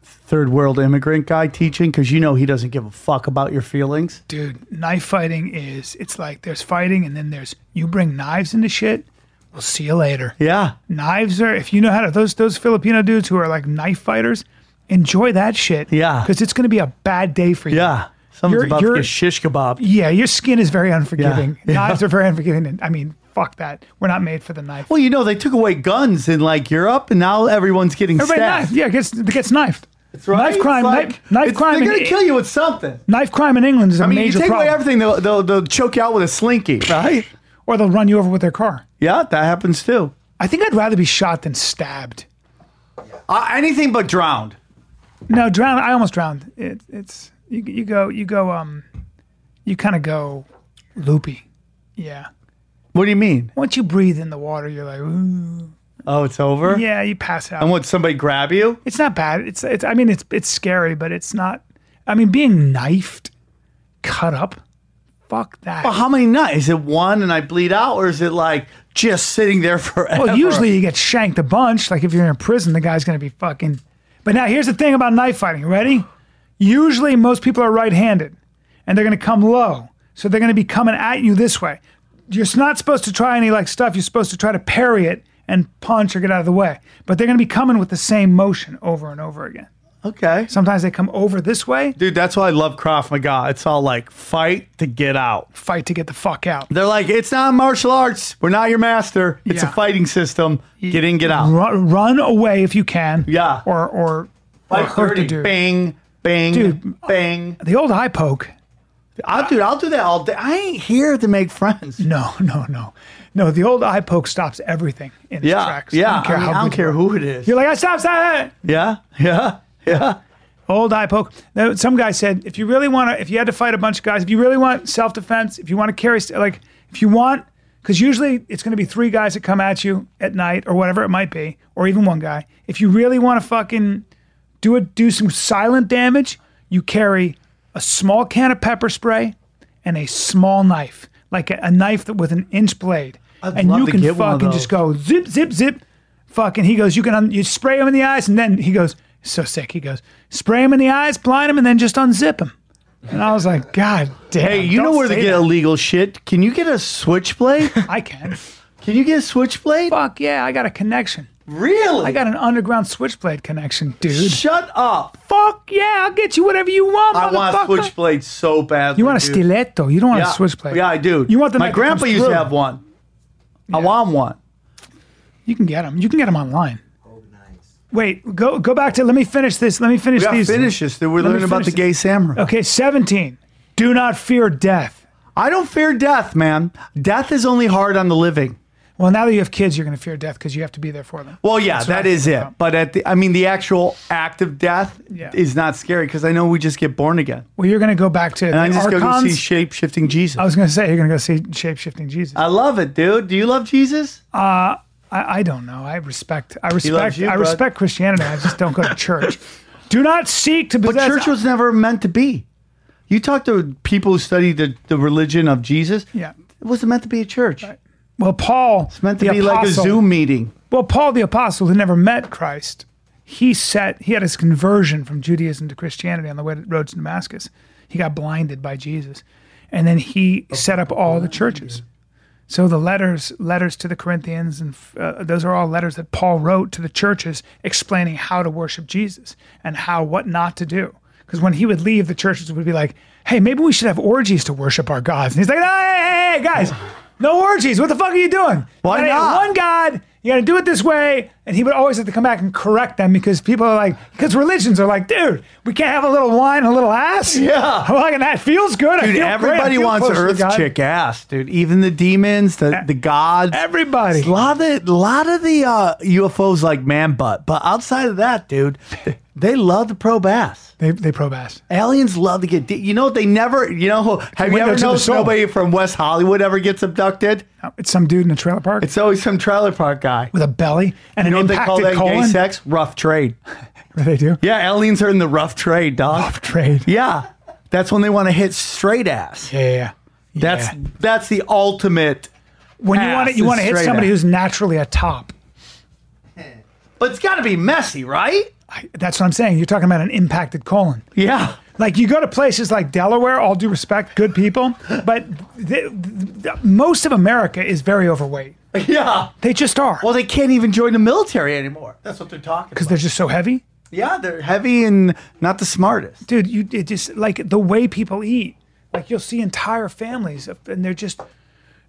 Speaker 2: third world immigrant guy teaching because you know he doesn't give a fuck about your feelings.
Speaker 1: dude. Knife fighting is it's like there's fighting and then there's you bring knives into shit. We'll see you later.
Speaker 2: Yeah.
Speaker 1: knives are if you know how to those those Filipino dudes who are like knife fighters, enjoy that shit.
Speaker 2: Yeah.
Speaker 1: Because it's gonna be a bad day for you.
Speaker 2: Yeah. Someone's
Speaker 1: You're-
Speaker 2: about to
Speaker 1: you're-
Speaker 2: get shish kebab.
Speaker 1: Yeah, your skin is very unforgiving.
Speaker 2: Yeah.
Speaker 1: Knives are very unforgiving. And, I mean, fuck that. We're not made for the knife.
Speaker 2: Well, you know, they took away guns in like Europe and now everyone's getting
Speaker 1: Everybody
Speaker 2: stabbed.
Speaker 1: knifed. Yeah, gets gets knifed. That's
Speaker 2: Right?
Speaker 1: Knife crime.
Speaker 2: It's
Speaker 1: knife, knife
Speaker 2: it's-
Speaker 1: crime.
Speaker 2: They're
Speaker 1: in- E-
Speaker 2: going to kill you with something.
Speaker 1: Knife crime in England is a
Speaker 2: I mean, you
Speaker 1: major
Speaker 2: take
Speaker 1: problem.
Speaker 2: away everything, they'll, they'll, they'll choke you out with a slinky, right?
Speaker 1: or they'll run you over with their car.
Speaker 2: yeah, that happens too.
Speaker 1: I think I'd rather be shot than stabbed.
Speaker 2: Uh, anything but drowned.
Speaker 1: No, drown. I almost drowned. It, it's you. You go. You go. Um, you kind of go loopy. Yeah.
Speaker 2: What do you mean?
Speaker 1: Once you breathe in the water, you're like, ooh.
Speaker 2: Oh, it's over?
Speaker 1: Yeah, you pass out.
Speaker 2: And what, somebody grab you?
Speaker 1: It's not bad. It's it's. I mean, it's it's scary, but it's not. I mean, being knifed, cut up, fuck that.
Speaker 2: Well, how many nuts? Is it one and I bleed out, or is it like just sitting there forever?
Speaker 1: Well, usually you get shanked a bunch. Like if you're in prison, the guy's gonna be fucking. But now here's the thing about knife fighting. Ready? Usually most people are right-handed, and they're gonna come low, so they're gonna be coming at you this way. You're not supposed to try any like stuff. You're supposed to try to parry it and punch or get out of the way. But they're gonna be coming with the same motion over and over again.
Speaker 2: Okay.
Speaker 1: Sometimes they come over this way,
Speaker 2: Dude, that's why I love Krav Maga. It's all like fight to get out.
Speaker 1: fight to get the fuck out.
Speaker 2: They're like, it's not martial arts. We're not your master. It's
Speaker 1: Yeah.
Speaker 2: a fighting system. Get in, get out.
Speaker 1: Run, run away if you can.
Speaker 2: Yeah.
Speaker 1: Or or, or
Speaker 2: Like
Speaker 1: hurt the
Speaker 2: 30,
Speaker 1: dude.
Speaker 2: Bang, bang,
Speaker 1: Dude.
Speaker 2: bang.
Speaker 1: The old eye poke.
Speaker 2: I'll dude, I'll do that all day. I ain't here to make friends.
Speaker 1: No, no, no, no. The old eye poke stops everything in its
Speaker 2: Yeah,
Speaker 1: tracks.
Speaker 2: yeah.
Speaker 1: I don't care
Speaker 2: I mean,
Speaker 1: how
Speaker 2: I don't
Speaker 1: good
Speaker 2: care who it is.
Speaker 1: You're like, I stop, stop.
Speaker 2: Yeah, yeah, yeah.
Speaker 1: Old eye poke. Now, Some guy said, if you really want to, if you had to fight a bunch of guys, if you really want self defense, if you want to carry, st- like, if you want, because usually it's going to be three guys that come at you at night or whatever it might be, or even one guy. If you really want to fucking do it, do some silent damage, you carry a small can of pepper spray and a small knife, like a, a knife that with an inch blade, and
Speaker 2: love
Speaker 1: you
Speaker 2: to
Speaker 1: can
Speaker 2: get one of
Speaker 1: fucking just go zip, zip, zip. Fucking, he goes, you can un- you spray him in the eyes, and then he goes, so sick. He goes, spray him in the eyes, blind him, and then just unzip him. And I was like, God damn.
Speaker 2: Hey, you
Speaker 1: don't
Speaker 2: know where to
Speaker 1: say
Speaker 2: get
Speaker 1: that.
Speaker 2: illegal shit? Can you get a switchblade?
Speaker 1: I can.
Speaker 2: Can you get a switchblade?
Speaker 1: Fuck yeah, I got a connection.
Speaker 2: Really?
Speaker 1: I got an underground switchblade connection, dude.
Speaker 2: Shut up!
Speaker 1: Fuck yeah, I'll get you whatever you want,
Speaker 2: I want a
Speaker 1: motherfucker.
Speaker 2: switchblade so bad.
Speaker 1: You want a stiletto. You don't want a switchblade.
Speaker 2: Yeah, I do.
Speaker 1: You want the
Speaker 2: My
Speaker 1: knife that comes
Speaker 2: grandpa used to
Speaker 1: through.
Speaker 2: have one. I want one.
Speaker 1: You can get them. You can get them online. Wait, go go back to. Let me finish this. Let me finish
Speaker 2: Yeah,
Speaker 1: these.
Speaker 2: finish this. We're
Speaker 1: me
Speaker 2: learning about the
Speaker 1: finish
Speaker 2: gay samurai.
Speaker 1: Okay, seventeen. Do not fear death.
Speaker 2: I don't fear death, man. Death is only hard on the living.
Speaker 1: Well, now that you have kids, you're going to fear death because you have to be there for them.
Speaker 2: Well, yeah,
Speaker 1: what
Speaker 2: that
Speaker 1: I
Speaker 2: is
Speaker 1: think
Speaker 2: it.
Speaker 1: about.
Speaker 2: But at the, I mean, the actual act of death
Speaker 1: Yeah.
Speaker 2: is not scary because I know we just get born again,
Speaker 1: Well, you're going to go back to the
Speaker 2: and I just go to see
Speaker 1: archons. Oh.
Speaker 2: shape shifting Jesus.
Speaker 1: I was going to say you're going to go see shape shifting Jesus. Uh,
Speaker 2: I love it, dude. Do you love Jesus?
Speaker 1: I, I don't know. I respect. I
Speaker 2: loves
Speaker 1: respect.
Speaker 2: you,
Speaker 1: I
Speaker 2: bud.
Speaker 1: respect Christianity. I just don't go to church. Do not seek to
Speaker 2: But
Speaker 1: possess.
Speaker 2: church was never meant to be. You talk to people who study the, the religion of Jesus.
Speaker 1: yeah.
Speaker 2: It wasn't meant to be a church.
Speaker 1: Well, Paul.
Speaker 2: It's meant to
Speaker 1: the
Speaker 2: be like a
Speaker 1: apostle-
Speaker 2: Zoom meeting.
Speaker 1: Well, Paul the apostle, who never met Christ, he set he had his conversion from Judaism to Christianity on the way to, road to Damascus. He got blinded by Jesus, and then he
Speaker 2: Oh,
Speaker 1: set up all the churches. So the letters, letters to the Corinthians, and uh, those are all letters that Paul wrote to the churches, explaining how to worship Jesus and how what not to do. Because when he would leave, the churches would be like, "Hey, maybe we should have orgies to worship our gods." And he's like, "Hey, hey, hey guys, no orgies. What the fuck are you doing?
Speaker 2: Why
Speaker 1: You gotta have
Speaker 2: not?
Speaker 3: God.
Speaker 1: one God. You got to do it this way. And he would always have to come back and correct them because people are like, because religions are like, dude, we can't have a little wine, and a little ass.
Speaker 2: Yeah.
Speaker 1: I'm like, and that feels good. I
Speaker 2: Dude,
Speaker 1: feel great. I
Speaker 2: everybody
Speaker 1: feel
Speaker 2: wants an
Speaker 1: close to
Speaker 2: earth
Speaker 1: God.
Speaker 2: chick ass, dude. Even the demons, the, the gods.
Speaker 1: Everybody.
Speaker 2: A lot of a lot of the uh, UFOs like man butt, but outside of that, dude, they love to probe ass.
Speaker 1: They, they probe ass.
Speaker 2: Aliens love to get. di- You know they never. You know have you
Speaker 1: window
Speaker 2: ever
Speaker 1: to the
Speaker 2: noticed
Speaker 1: soul.
Speaker 2: nobody from West Hollywood ever gets abducted?
Speaker 1: No, It's some dude in a trailer park
Speaker 2: It's always some trailer park guy.
Speaker 1: with a belly and
Speaker 2: You know
Speaker 1: an
Speaker 2: what they call
Speaker 1: impacted
Speaker 2: that in gay
Speaker 1: colon.
Speaker 2: sex? Rough trade.
Speaker 1: What do they do?
Speaker 2: Yeah, aliens are in the rough trade, dog.
Speaker 1: Off trade.
Speaker 2: Yeah, that's when they want to hit straight ass.
Speaker 1: Yeah. yeah.
Speaker 2: That's
Speaker 1: Yeah.
Speaker 2: that's the ultimate.
Speaker 1: when you want
Speaker 2: ass
Speaker 1: to you want
Speaker 2: is
Speaker 1: to hit
Speaker 2: straight
Speaker 1: somebody
Speaker 2: ass.
Speaker 1: who's naturally a top.
Speaker 2: But it's got to be messy, right?
Speaker 1: I- That's what I'm saying. You're talking about an impacted colon.
Speaker 2: Yeah.
Speaker 1: Like you go to places like Delaware, all due respect, good people, but th- th- th- most of America is very overweight.
Speaker 2: Yeah.
Speaker 1: They just are
Speaker 2: Well, they can't even join the military anymore. That's what they're talking
Speaker 1: because they're just so heavy,
Speaker 2: Yeah, they're heavy and not the smartest.
Speaker 1: dude. You it just like the way people eat. Like you'll see entire families, of, and they're just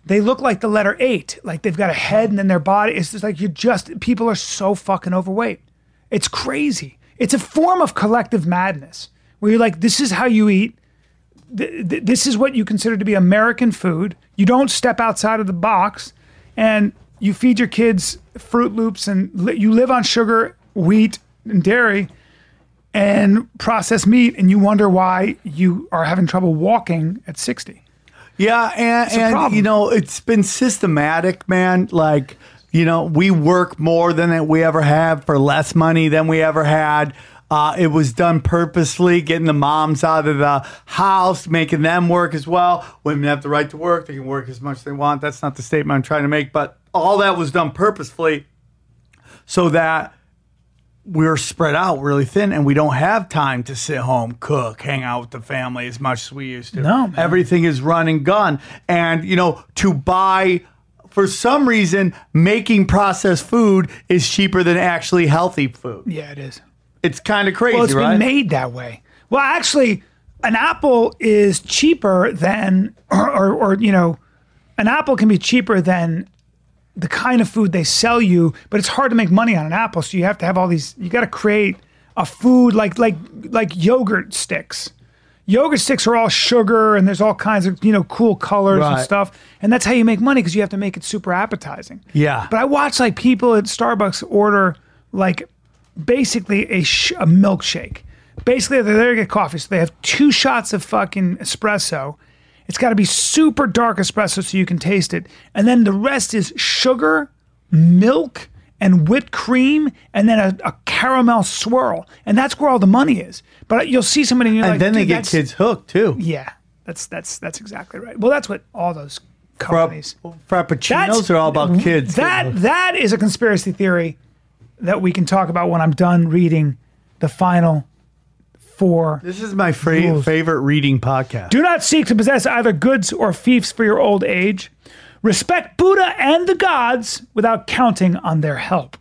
Speaker 1: they look like the letter eight. Like they've got a head and then their body. It's just like you just people are so fucking overweight. It's crazy. It's a form of collective madness where you're like, this is how you eat. Th- th- this is what you consider to be American food. You don't step outside of the box, and you feed your kids Fruit Loops, and li- you live on sugar, wheat, and dairy, and processed meat, and you wonder why you are having trouble walking at sixty.
Speaker 2: Yeah, and,
Speaker 1: a
Speaker 2: and
Speaker 1: problem.
Speaker 2: you know, it's been systematic, man. Like, you know, we work more than we ever have for less money than we ever had. Uh, it was done purposely, getting the moms out of the house, making them work as well. Women have the right to work; they can work as much as they want. That's not the statement I'm trying to make, but all that was done purposefully so that we're spread out really thin and we don't have time to sit home, cook, hang out with the family as much as we used to.
Speaker 1: No, man.
Speaker 2: Everything is run and gun. And, you know, to buy, for some reason, making processed food is cheaper than actually healthy food.
Speaker 1: Yeah, it is.
Speaker 2: It's kind of crazy,
Speaker 1: Well, it's
Speaker 2: right?
Speaker 1: been made that way. Well, actually, an apple is cheaper than, or, or, or you know, an apple can be cheaper than the kind of food they sell you. But it's hard to make money on an apple, so you have to have all these. You got to create a food like like like yogurt sticks. Yoga sticks are all sugar and there's all kinds of, you know, cool colors and
Speaker 2: Right.
Speaker 1: stuff. And that's how you make money because you have to make it super appetizing.
Speaker 2: Yeah.
Speaker 1: But I watch like people at Starbucks order like basically a, sh- a milkshake. Basically, they're there to get coffee. So they have two shots of fucking espresso. It's got to be super dark espresso so you can taste it. And then the rest is sugar, milk, and whipped cream, and then a, a caramel swirl. And that's where all the money is. But you'll see somebody and you're
Speaker 2: and
Speaker 1: like,
Speaker 2: then they
Speaker 1: "Dude,
Speaker 2: get
Speaker 1: that's-
Speaker 2: kids hooked too.
Speaker 1: Yeah, that's that's that's exactly right. Well, that's what all those companies.
Speaker 2: Frappuccinos are all about kids.
Speaker 1: That that is a conspiracy theory that we can talk about when I'm done reading the final four.
Speaker 2: this is my fra- favorite reading podcast.
Speaker 1: Do not seek to possess either goods or fiefs for your old age. Respect Buddha and the gods without counting on their help.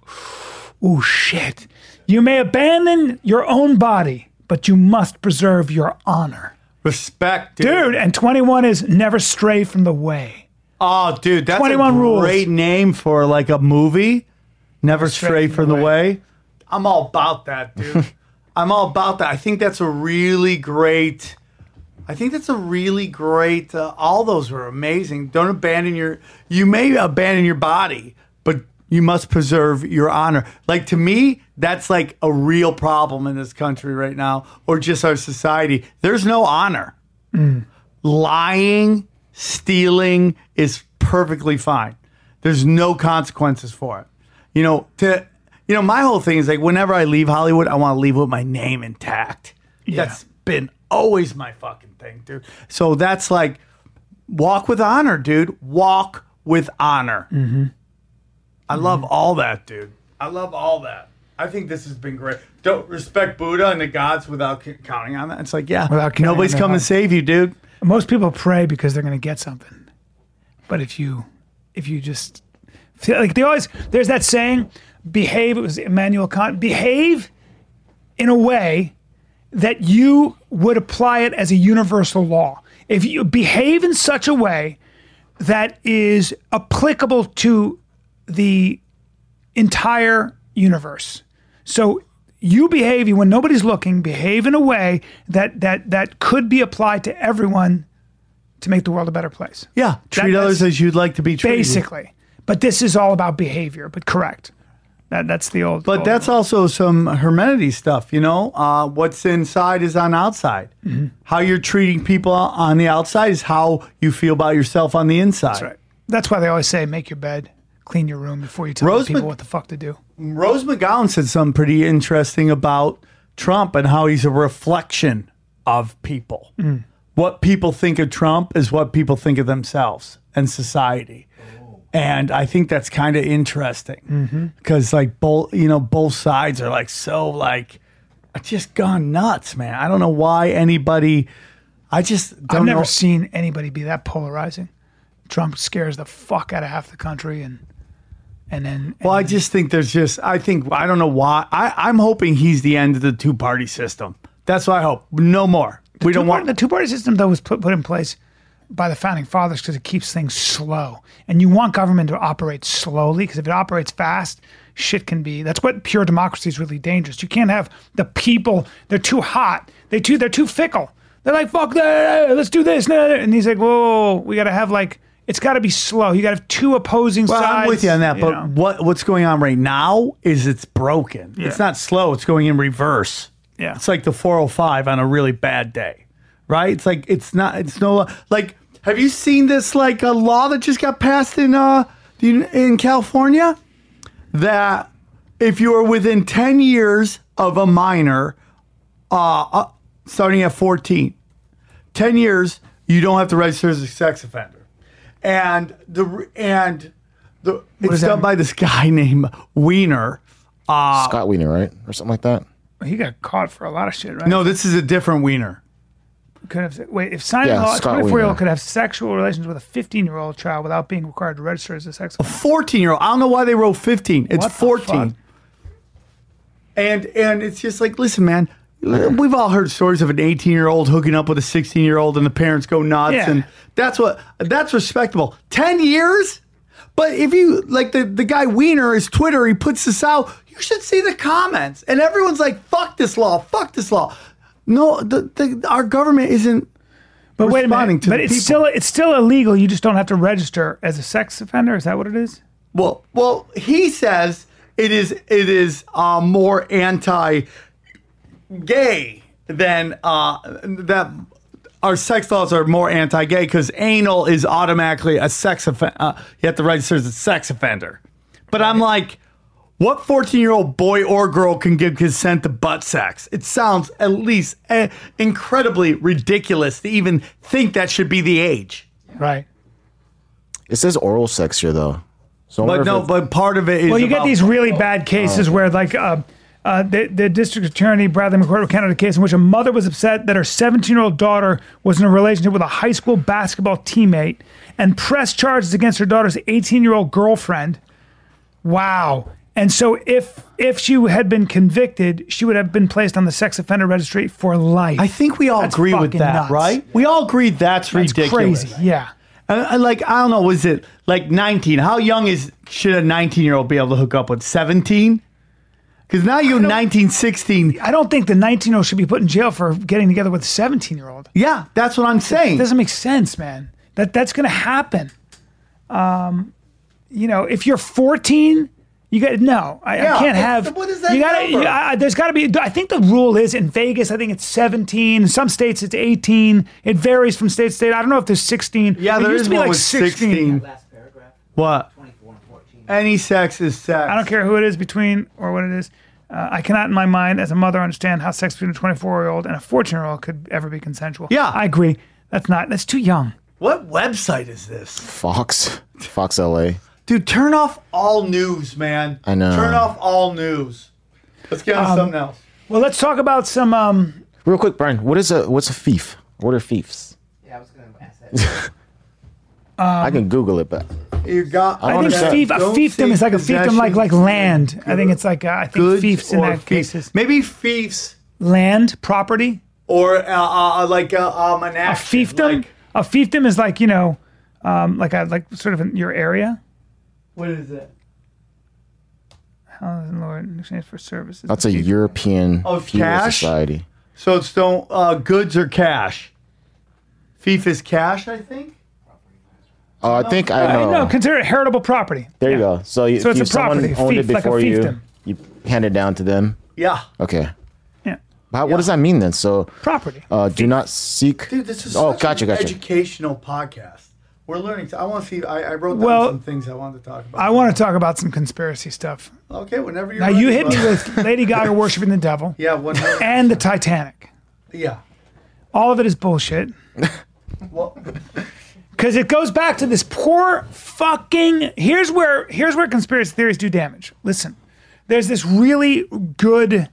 Speaker 1: Oh shit. You may abandon your own body, but you must preserve your honor.
Speaker 2: Respect,
Speaker 1: Dude, and 21 is never stray from the way.
Speaker 2: Oh, dude, that's
Speaker 1: 21
Speaker 2: a
Speaker 1: rules.
Speaker 2: great name for like a movie. Never stray, from the way. I'm all about that, dude. I'm all about that. I think that's a really great. I think that's a really great. Uh, all those were amazing. Don't abandon your. You may abandon your body, but you must preserve your honor. Like to me, that's like a real problem in this country right now, or just our society. There's no honor lying, stealing is perfectly fine. There's no consequences for it. You know, to you know, my whole thing is like whenever I leave Hollywood, I want to leave with my name intact. That's been always my fucking thing, dude. So that's like walk with honor, dude. Walk with honor.
Speaker 1: Mm-hmm.
Speaker 2: I love all that, dude. I love all that. I think this has been great. Don't respect Buddha and the gods without c- counting on that. It's like, yeah,
Speaker 1: Without counting
Speaker 2: nobody's
Speaker 1: on their
Speaker 2: come and
Speaker 1: help.
Speaker 2: save you, dude.
Speaker 1: most people pray because they're going to get something but if you if you just feel like they always there's that saying behave it was Immanuel Kant behave in a way that you would apply it as a universal law if you behave in such a way that is applicable to the entire universe so you behave when nobody's looking behave in a way that that that could be applied to everyone to make the world a better place
Speaker 2: Yeah, treat
Speaker 1: that's
Speaker 2: others as you'd like to be treated.
Speaker 1: basically. But this is all about behavior. But correct. That that's the old.
Speaker 2: But
Speaker 1: old-
Speaker 2: that's also some Hermenity stuff, you know? Uh, what's inside is on outside.
Speaker 1: Mm-hmm.
Speaker 2: How you're treating people on the outside is how you feel about yourself on the inside.
Speaker 1: right. That's why they always say make your bed, clean your room before you tell
Speaker 2: Rose
Speaker 1: people
Speaker 2: Mc-
Speaker 1: what the fuck to do.
Speaker 2: Rose McGowan said something pretty interesting about Trump and how he's a reflection of people. What people think of Trump is what people think of themselves and society. And I think that's kind of
Speaker 1: Mm-hmm.
Speaker 2: interesting because, like, both you know, both sides are like so like I just gone nuts, man. I don't know why anybody. I just don't
Speaker 1: I've never
Speaker 2: know.
Speaker 1: seen anybody be that polarizing. Trump scares the fuck out of half the country, and and then
Speaker 2: Well, I just think there's just I think I don't know why I I'm hoping he's the end of the two party system. That's what I hope. No more. we don't want
Speaker 1: the two party system though was put put in place by the founding fathers because it keeps things slow, and you want government to operate slowly because if it operates fast, shit can be. That's what pure democracy is really dangerous. You can't have the people; they're too hot. They too they're too fickle. They're like fuck that. Let's do this. nah, nah, nah." And he's like, whoa, we got to have like it's got to be slow. You got to have two opposing
Speaker 2: Well,
Speaker 1: sides.
Speaker 2: I'm with you on that, but
Speaker 1: know.
Speaker 2: what what's going on right now is it's broken. It's not slow, it's going in reverse.
Speaker 1: yeah,
Speaker 2: It's like the 405 on a really bad day. Right? It's like it's not it's no like have you seen this like a law that just got passed in uh the, in California that if you are within 10 years of a minor uh, uh starting at 14 10 years you don't have to register as a sex offender. And the re- and the it's
Speaker 1: does that
Speaker 2: done
Speaker 1: mean?
Speaker 2: by this guy named Wiener.
Speaker 4: Scott Wiener, right, or something like that.
Speaker 1: he got caught for a lot of shit, right?
Speaker 2: No, this is a different Wiener.
Speaker 1: could have wait if signing
Speaker 4: Yeah,
Speaker 1: law, a
Speaker 4: Scott Wiener.
Speaker 1: 24 year old could have sexual relations with a 15 year old child without being required to register as a sex offender.
Speaker 2: 14 year old. I don't know why they wrote 15. It's
Speaker 1: What the
Speaker 2: 14.
Speaker 1: fuck?
Speaker 2: And and it's just like, listen, man, we've all heard stories of an 18 year old hooking up with a 16 year old and the parents go nuts
Speaker 1: Yeah.
Speaker 2: and that's what that's respectable. 10 years? But if you like the, the guy Wiener, his Twitter, he puts this out, you should see the comments. And everyone's like, fuck this law, fuck this law. No, the, the our government isn't
Speaker 1: But wait a
Speaker 2: responding
Speaker 1: minute.
Speaker 2: to
Speaker 1: But
Speaker 2: the
Speaker 1: it's
Speaker 2: people.
Speaker 1: still it's still illegal. You just don't have to register as a sex offender. Is that what it is?
Speaker 2: Well, well, he says it is it is uh, more anti-gay than uh, that. Our sex laws are more anti-gay because anal is automatically a sex offender. Uh, you have to register as a sex offender. But I'm like, what 14-year-old boy or girl can give consent to butt sex? It sounds at least eh, incredibly ridiculous to even think that should be the age.
Speaker 1: Right.
Speaker 4: It says oral sex here though. So I wonder
Speaker 2: But
Speaker 4: if
Speaker 2: no,
Speaker 4: it-
Speaker 2: but part of it is
Speaker 1: Well, you get
Speaker 2: about-
Speaker 1: these really bad cases where, like, uh, uh, the, the district attorney Bradley McCord recounted a case in which a mother was upset that her 17 year old daughter was in a relationship with a high school basketball teammate and pressed charges against her daughter's 18 year old girlfriend. Wow. And so, if if she had been convicted, she would have been placed on the sex offender registry for life.
Speaker 2: I think we all
Speaker 1: That's
Speaker 2: agree with
Speaker 1: fucking
Speaker 2: that,
Speaker 1: nuts.
Speaker 2: right? We all agree that's,
Speaker 1: it's
Speaker 2: ridiculous.
Speaker 1: crazy. Yeah.
Speaker 2: I, I like I don't know, was it like 19? How young is should a 19 year old be able to hook up with 17? Because now you have 19, 16.
Speaker 1: I don't think the 19 year old should be put in jail for getting together with a 17 year old.
Speaker 2: Yeah, that's what I'm saying.
Speaker 1: doesn't make sense, man. That that's gonna happen. Um, you know, if you're 14, you got no. I,
Speaker 2: Yeah,
Speaker 1: I can't
Speaker 2: what's
Speaker 1: have.
Speaker 2: the- what is that
Speaker 1: You gotta.
Speaker 2: number?
Speaker 1: you- I, I- there's got to be. I think the rule is in Vegas. I think it's 17. In some states, it's 18. It varies from state to state. I don't know if there's 16.
Speaker 2: Yeah,
Speaker 1: it
Speaker 2: there
Speaker 1: used
Speaker 2: is
Speaker 1: to be
Speaker 2: one
Speaker 1: like
Speaker 2: with 16.
Speaker 5: Last paragraph,
Speaker 2: What?
Speaker 5: 24 and 14.
Speaker 1: Uh,
Speaker 2: Any sex is sex.
Speaker 1: I don't care who it is between or what it is. Uh, I cannot, in my mind, as a mother, understand how sex between a 24 year old and a 14 year old could ever be consensual.
Speaker 2: Yeah.
Speaker 1: I agree. That's not. That's too young.
Speaker 2: What website is this?
Speaker 4: Fox, Fox LA.
Speaker 2: Dude, turn off all news, man.
Speaker 4: I know.
Speaker 2: Turn off all news. Let's get on
Speaker 1: Um,
Speaker 2: to something else.
Speaker 1: Well, let's talk about some. Um,
Speaker 4: Real quick, Brian, what is a what's a thief? What are thieves?
Speaker 5: Yeah, I was going to ask that.
Speaker 4: I can Google it, but
Speaker 2: You got.
Speaker 4: I
Speaker 1: I think
Speaker 4: Understand.
Speaker 1: fief, a
Speaker 2: Don't
Speaker 1: fiefdom
Speaker 2: take
Speaker 1: is like a fiefdom, like like
Speaker 2: possessions and
Speaker 1: land. I think it's like uh, I think
Speaker 2: goods
Speaker 1: fiefs in
Speaker 2: or
Speaker 1: that
Speaker 2: thieves.
Speaker 1: cases.
Speaker 2: Maybe fiefs
Speaker 1: Land property,
Speaker 2: or uh, uh, uh, like uh, um, an
Speaker 1: a
Speaker 2: action,
Speaker 1: fiefdom.
Speaker 2: like-
Speaker 1: a fiefdom is like you know, um, like a like sort of in your area.
Speaker 2: what is it?
Speaker 1: Oh Lord, in exchange for services.
Speaker 4: that's a European
Speaker 2: Of
Speaker 4: feudal
Speaker 2: cash?
Speaker 4: society.
Speaker 2: So it's don't uh, goods or cash. Fief is cash, I think.
Speaker 4: Oh, I think I know.
Speaker 1: no, consider it heritable property.
Speaker 4: there you go. So, you,
Speaker 1: So it's
Speaker 4: if you,
Speaker 1: a
Speaker 4: someone
Speaker 1: property, a
Speaker 4: owned it
Speaker 1: fief, like a
Speaker 4: before you,
Speaker 1: fiefdom.
Speaker 4: you hand it down to them.
Speaker 2: Yeah,
Speaker 4: Okay.
Speaker 1: Yeah,
Speaker 4: How, What does that mean then? So,
Speaker 1: property.
Speaker 4: uh, do not seek.
Speaker 2: dude, this is
Speaker 4: oh,
Speaker 2: such
Speaker 4: gotcha,
Speaker 2: an
Speaker 4: gotcha.
Speaker 2: educational podcast. We're learning. I want to see. I, I wrote down
Speaker 1: Well,
Speaker 2: some things I wanted to talk about.
Speaker 1: I want to talk about some conspiracy stuff.
Speaker 2: Okay, whenever you're
Speaker 1: Now
Speaker 2: ready,
Speaker 1: you hit me
Speaker 2: bud.
Speaker 1: with Lady Gaga worshiping the devil
Speaker 2: Yeah, whenever.
Speaker 1: and the Titanic.
Speaker 2: yeah.
Speaker 1: All of it is bullshit.
Speaker 2: Well,
Speaker 1: because it goes back to this poor fucking here's where here's where conspiracy theories do damage listen there's this really good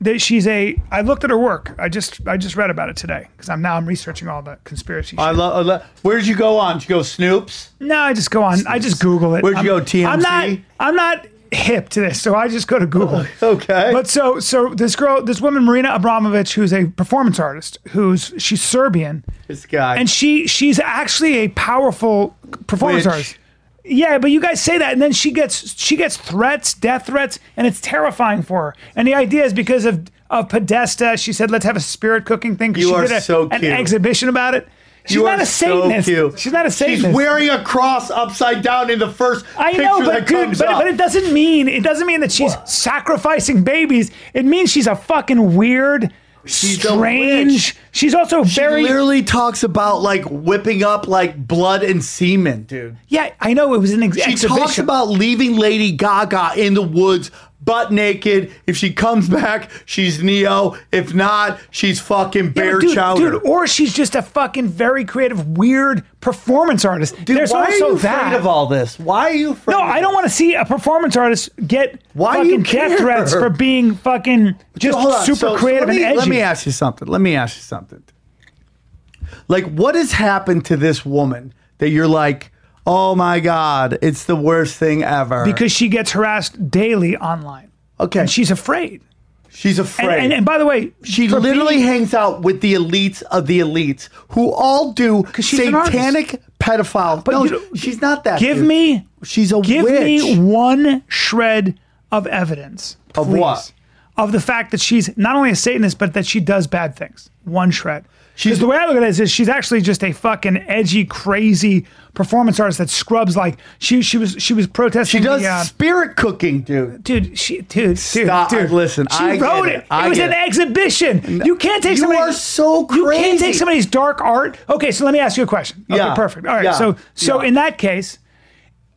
Speaker 1: that she's a i looked at her work i just i just read about it today because i'm now i'm researching all the conspiracy
Speaker 2: I
Speaker 1: shit.
Speaker 2: love. I lo- Where'd you go on? Did you go Snoop's?
Speaker 1: no i just go on i just google it
Speaker 2: Where'd you
Speaker 1: I'm-
Speaker 2: go,
Speaker 1: i'm not
Speaker 2: TMZ?
Speaker 1: i'm not hip to this so i just go to google
Speaker 2: Oh, Okay.
Speaker 1: but so so this girl this woman marina abramovich who's a performance artist who's she's serbian
Speaker 2: this guy.
Speaker 1: and she she's actually a powerful performance
Speaker 2: Witch.
Speaker 1: artist. Yeah, but you guys say that, and then she gets she gets threats, death threats, and it's terrifying for her. And the idea is because of of Podesta, she said, "Let's have a spirit cooking thing." 'cause
Speaker 2: You
Speaker 1: she
Speaker 2: are
Speaker 1: did a,
Speaker 2: so
Speaker 1: an
Speaker 2: cute.
Speaker 1: exhibition about it. She's
Speaker 2: You
Speaker 1: not
Speaker 2: are
Speaker 1: a
Speaker 2: so
Speaker 1: Satanist.
Speaker 2: cute.
Speaker 1: She's not a Satanist.
Speaker 2: She's wearing a cross upside down in the first
Speaker 1: I
Speaker 2: picture
Speaker 1: know, but
Speaker 2: that
Speaker 1: dude,
Speaker 2: comes
Speaker 1: but,
Speaker 2: up.
Speaker 1: but it doesn't mean it doesn't mean that she's sacrificing babies. It means she's a fucking weird,
Speaker 2: She's a
Speaker 1: strange.
Speaker 2: witch.
Speaker 1: She's also very
Speaker 2: She literally talks about like whipping up like blood and semen, dude.
Speaker 1: yeah. I know it was an ex-
Speaker 2: She
Speaker 1: exhibition.
Speaker 2: talks about leaving Lady Gaga in the woods butt naked. If she comes back, she's Neo. If not, she's fucking
Speaker 1: Yeah,
Speaker 2: Bear
Speaker 1: dude,
Speaker 2: Chowder.
Speaker 1: dude, or she's just a fucking very creative, weird performance artist.
Speaker 2: Dude,
Speaker 1: There's
Speaker 2: why
Speaker 1: also
Speaker 2: are you
Speaker 1: that.
Speaker 2: afraid of all this? Why are you afraid?
Speaker 1: no,
Speaker 2: of
Speaker 1: I don't
Speaker 2: all-
Speaker 1: want to see a performance artist get
Speaker 2: Why do you
Speaker 1: fucking death
Speaker 2: care?
Speaker 1: threats for being fucking just
Speaker 2: Hold on.
Speaker 1: super
Speaker 2: So- so
Speaker 1: creative
Speaker 2: let me,
Speaker 1: and edgy.
Speaker 2: Let me ask you something. Let me ask you something. Like, what has happened to this woman that you're like, oh my god, it's the worst thing ever?
Speaker 1: because she gets harassed daily online.
Speaker 2: okay,
Speaker 1: And she's afraid.
Speaker 2: she's
Speaker 1: And,
Speaker 2: afraid.
Speaker 1: and, and by the way,
Speaker 2: She
Speaker 1: for
Speaker 2: literally
Speaker 1: being-
Speaker 2: hangs out with the elites of the elites who all do
Speaker 1: she's an artist.
Speaker 2: satanic pedophile. But no,
Speaker 1: you don't-
Speaker 2: she's not that.
Speaker 1: give
Speaker 2: dude.
Speaker 1: me
Speaker 2: She's a
Speaker 1: give
Speaker 2: witch.
Speaker 1: me one shred of evidence
Speaker 2: Of
Speaker 1: please,
Speaker 2: what?
Speaker 1: of the fact that she's not only a Satanist, but that she does bad things. One shred. She's the way I look at it is, is she's actually just a fucking edgy, crazy performance artist that scrubs like she she was she was protesting.
Speaker 2: She does
Speaker 1: the, uh,
Speaker 2: spirit cooking, dude.
Speaker 1: dude, she dude,
Speaker 2: Stop.
Speaker 1: dude, dude.
Speaker 2: Listen,
Speaker 1: she
Speaker 2: I get
Speaker 1: wrote
Speaker 2: it.
Speaker 1: it. It,
Speaker 2: I
Speaker 1: was
Speaker 2: get
Speaker 1: an
Speaker 2: it.
Speaker 1: exhibition. You can't take
Speaker 2: You
Speaker 1: somebody.
Speaker 2: are so
Speaker 1: You can't
Speaker 2: crazy.
Speaker 1: take somebody's dark art. Okay, so let me ask you a question. Okay,
Speaker 2: Yeah.
Speaker 1: perfect. All right,
Speaker 2: Yeah.
Speaker 1: so so
Speaker 2: Yeah.
Speaker 1: in that case,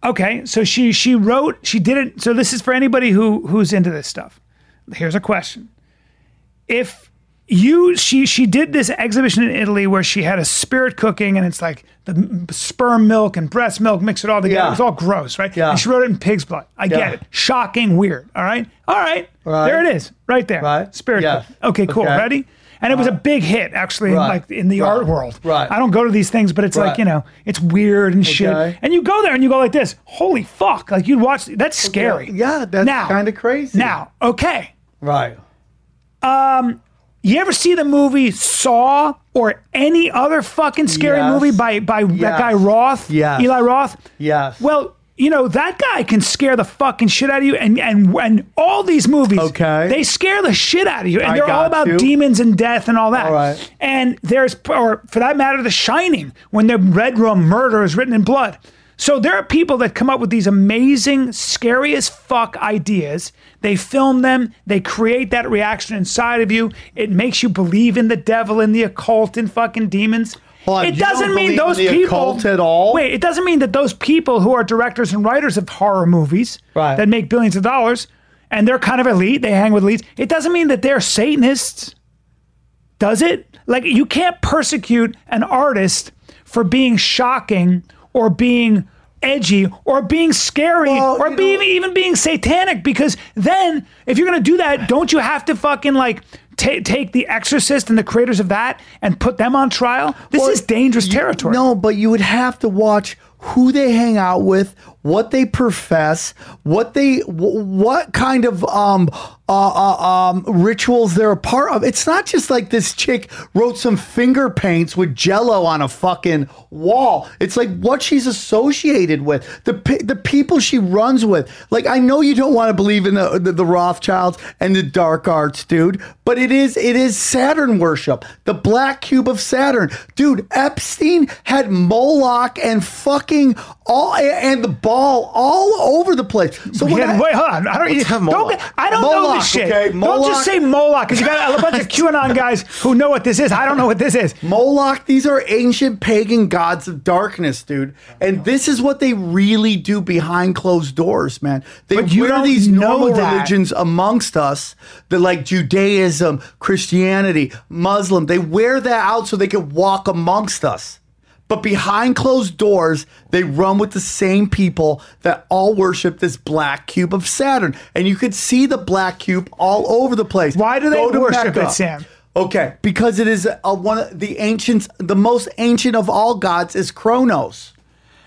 Speaker 1: okay, so she she wrote she didn't. So this is for anybody who who's into this stuff. Here's a question: If you she she did this exhibition in Italy where she had a spirit cooking and it's like the m- sperm milk and breast milk mix it all together.
Speaker 2: Yeah.
Speaker 1: It was all gross, right?
Speaker 2: Yeah.
Speaker 1: And she wrote it in pig's blood. I
Speaker 2: Yeah.
Speaker 1: get it. Shocking, weird. All right. All right.
Speaker 2: Right.
Speaker 1: There it is. Right there.
Speaker 2: Right.
Speaker 1: Spirit
Speaker 2: Yeah.
Speaker 1: cooking. Okay, cool.
Speaker 2: Okay.
Speaker 1: Ready? And it was a big hit actually in,
Speaker 2: Right.
Speaker 1: like in the
Speaker 2: Right.
Speaker 1: art world.
Speaker 2: Right.
Speaker 1: I don't go to these things, but it's like,
Speaker 2: Right.
Speaker 1: you know, it's weird and shit.
Speaker 2: Okay.
Speaker 1: And you go there and you go like this. Holy fuck. Like you'd watch that's scary.
Speaker 2: Yeah, that's
Speaker 1: Now.
Speaker 2: kind of crazy.
Speaker 1: Now, okay.
Speaker 2: right?
Speaker 1: You ever see the movie Saw or any other fucking scary
Speaker 2: Yes.
Speaker 1: movie by by that
Speaker 2: Yes.
Speaker 1: guy Roth?
Speaker 2: Yes.
Speaker 1: Eli Roth?
Speaker 2: Yes.
Speaker 1: Well, you know, that guy can scare the fucking shit out of you and and and all these movies
Speaker 2: Okay.
Speaker 1: they scare the shit out of you. And
Speaker 2: I
Speaker 1: they're all
Speaker 2: got
Speaker 1: about
Speaker 2: you.
Speaker 1: demons and death and all that.
Speaker 2: All right.
Speaker 1: And there's or for that matter, the shining, when the red room murder is written in blood. So there are people that come up with these amazing, scary as fuck ideas. They film them, they create that reaction inside of you. It makes you believe in the devil and the occult and fucking demons.
Speaker 2: Hold on,
Speaker 1: it
Speaker 2: you don't
Speaker 1: doesn't mean
Speaker 2: believe in
Speaker 1: those
Speaker 2: the
Speaker 1: people
Speaker 2: occult at all?
Speaker 1: Wait, it doesn't mean that those people who are directors and writers of horror movies
Speaker 2: Right.
Speaker 1: that make billions of dollars and they're kind of elite, they hang with elites. It doesn't mean that they're Satanists, does it? Like, you can't persecute an artist for being shocking or being edgy or being scary
Speaker 2: Well,
Speaker 1: or
Speaker 2: you
Speaker 1: being
Speaker 2: know-
Speaker 1: even being satanic because then if you're going to do that don't you have to fucking like ta take the exorcist and the creators of that and put them on trial this
Speaker 2: Well,
Speaker 1: is dangerous
Speaker 2: you-
Speaker 1: territory
Speaker 2: No, but you would have to watch who they hang out with, what they profess, what they wh- what kind of um uh, uh, um rituals they're a part of. It's not just like this chick wrote some finger paints with jello on a fucking wall. It's like what she's associated with, the pe- the people she runs with. Like I know you don't want to believe in the, the the Rothschilds and the dark arts, dude, but it is it is Saturn worship, the black cube of Saturn, dude. Epstein had Moloch and fucking all and the ball all over the place. So when
Speaker 1: Yeah,
Speaker 2: I-
Speaker 1: wait, hold on. I don't.
Speaker 4: Let's have
Speaker 1: don't
Speaker 4: Moloch.
Speaker 1: get- I don't know
Speaker 2: Moloch,
Speaker 1: this shit.
Speaker 2: okay?
Speaker 1: Don't just
Speaker 2: Moloch.
Speaker 1: say Moloch because you got a bunch of QAnon guys who know what this is. I don't know what this is.
Speaker 2: Moloch, these are ancient pagan gods of darkness, dude.
Speaker 1: Oh
Speaker 2: And this is what they really do behind closed doors, man. They
Speaker 1: But you
Speaker 2: wear
Speaker 1: don't
Speaker 2: these
Speaker 1: know
Speaker 2: normal
Speaker 1: that.
Speaker 2: religions amongst us, the like Judaism, Christianity, Muslim. They wear that out so they can walk amongst us. But behind closed doors, they run with the same people that all worship this black cube of Saturn. And you could see the black cube all over the place.
Speaker 1: Why do they
Speaker 2: Go to
Speaker 1: worship
Speaker 2: Mecca.
Speaker 1: it, Sam?
Speaker 2: Okay, because it is uh one of the ancients, the most ancient of all gods is Kronos.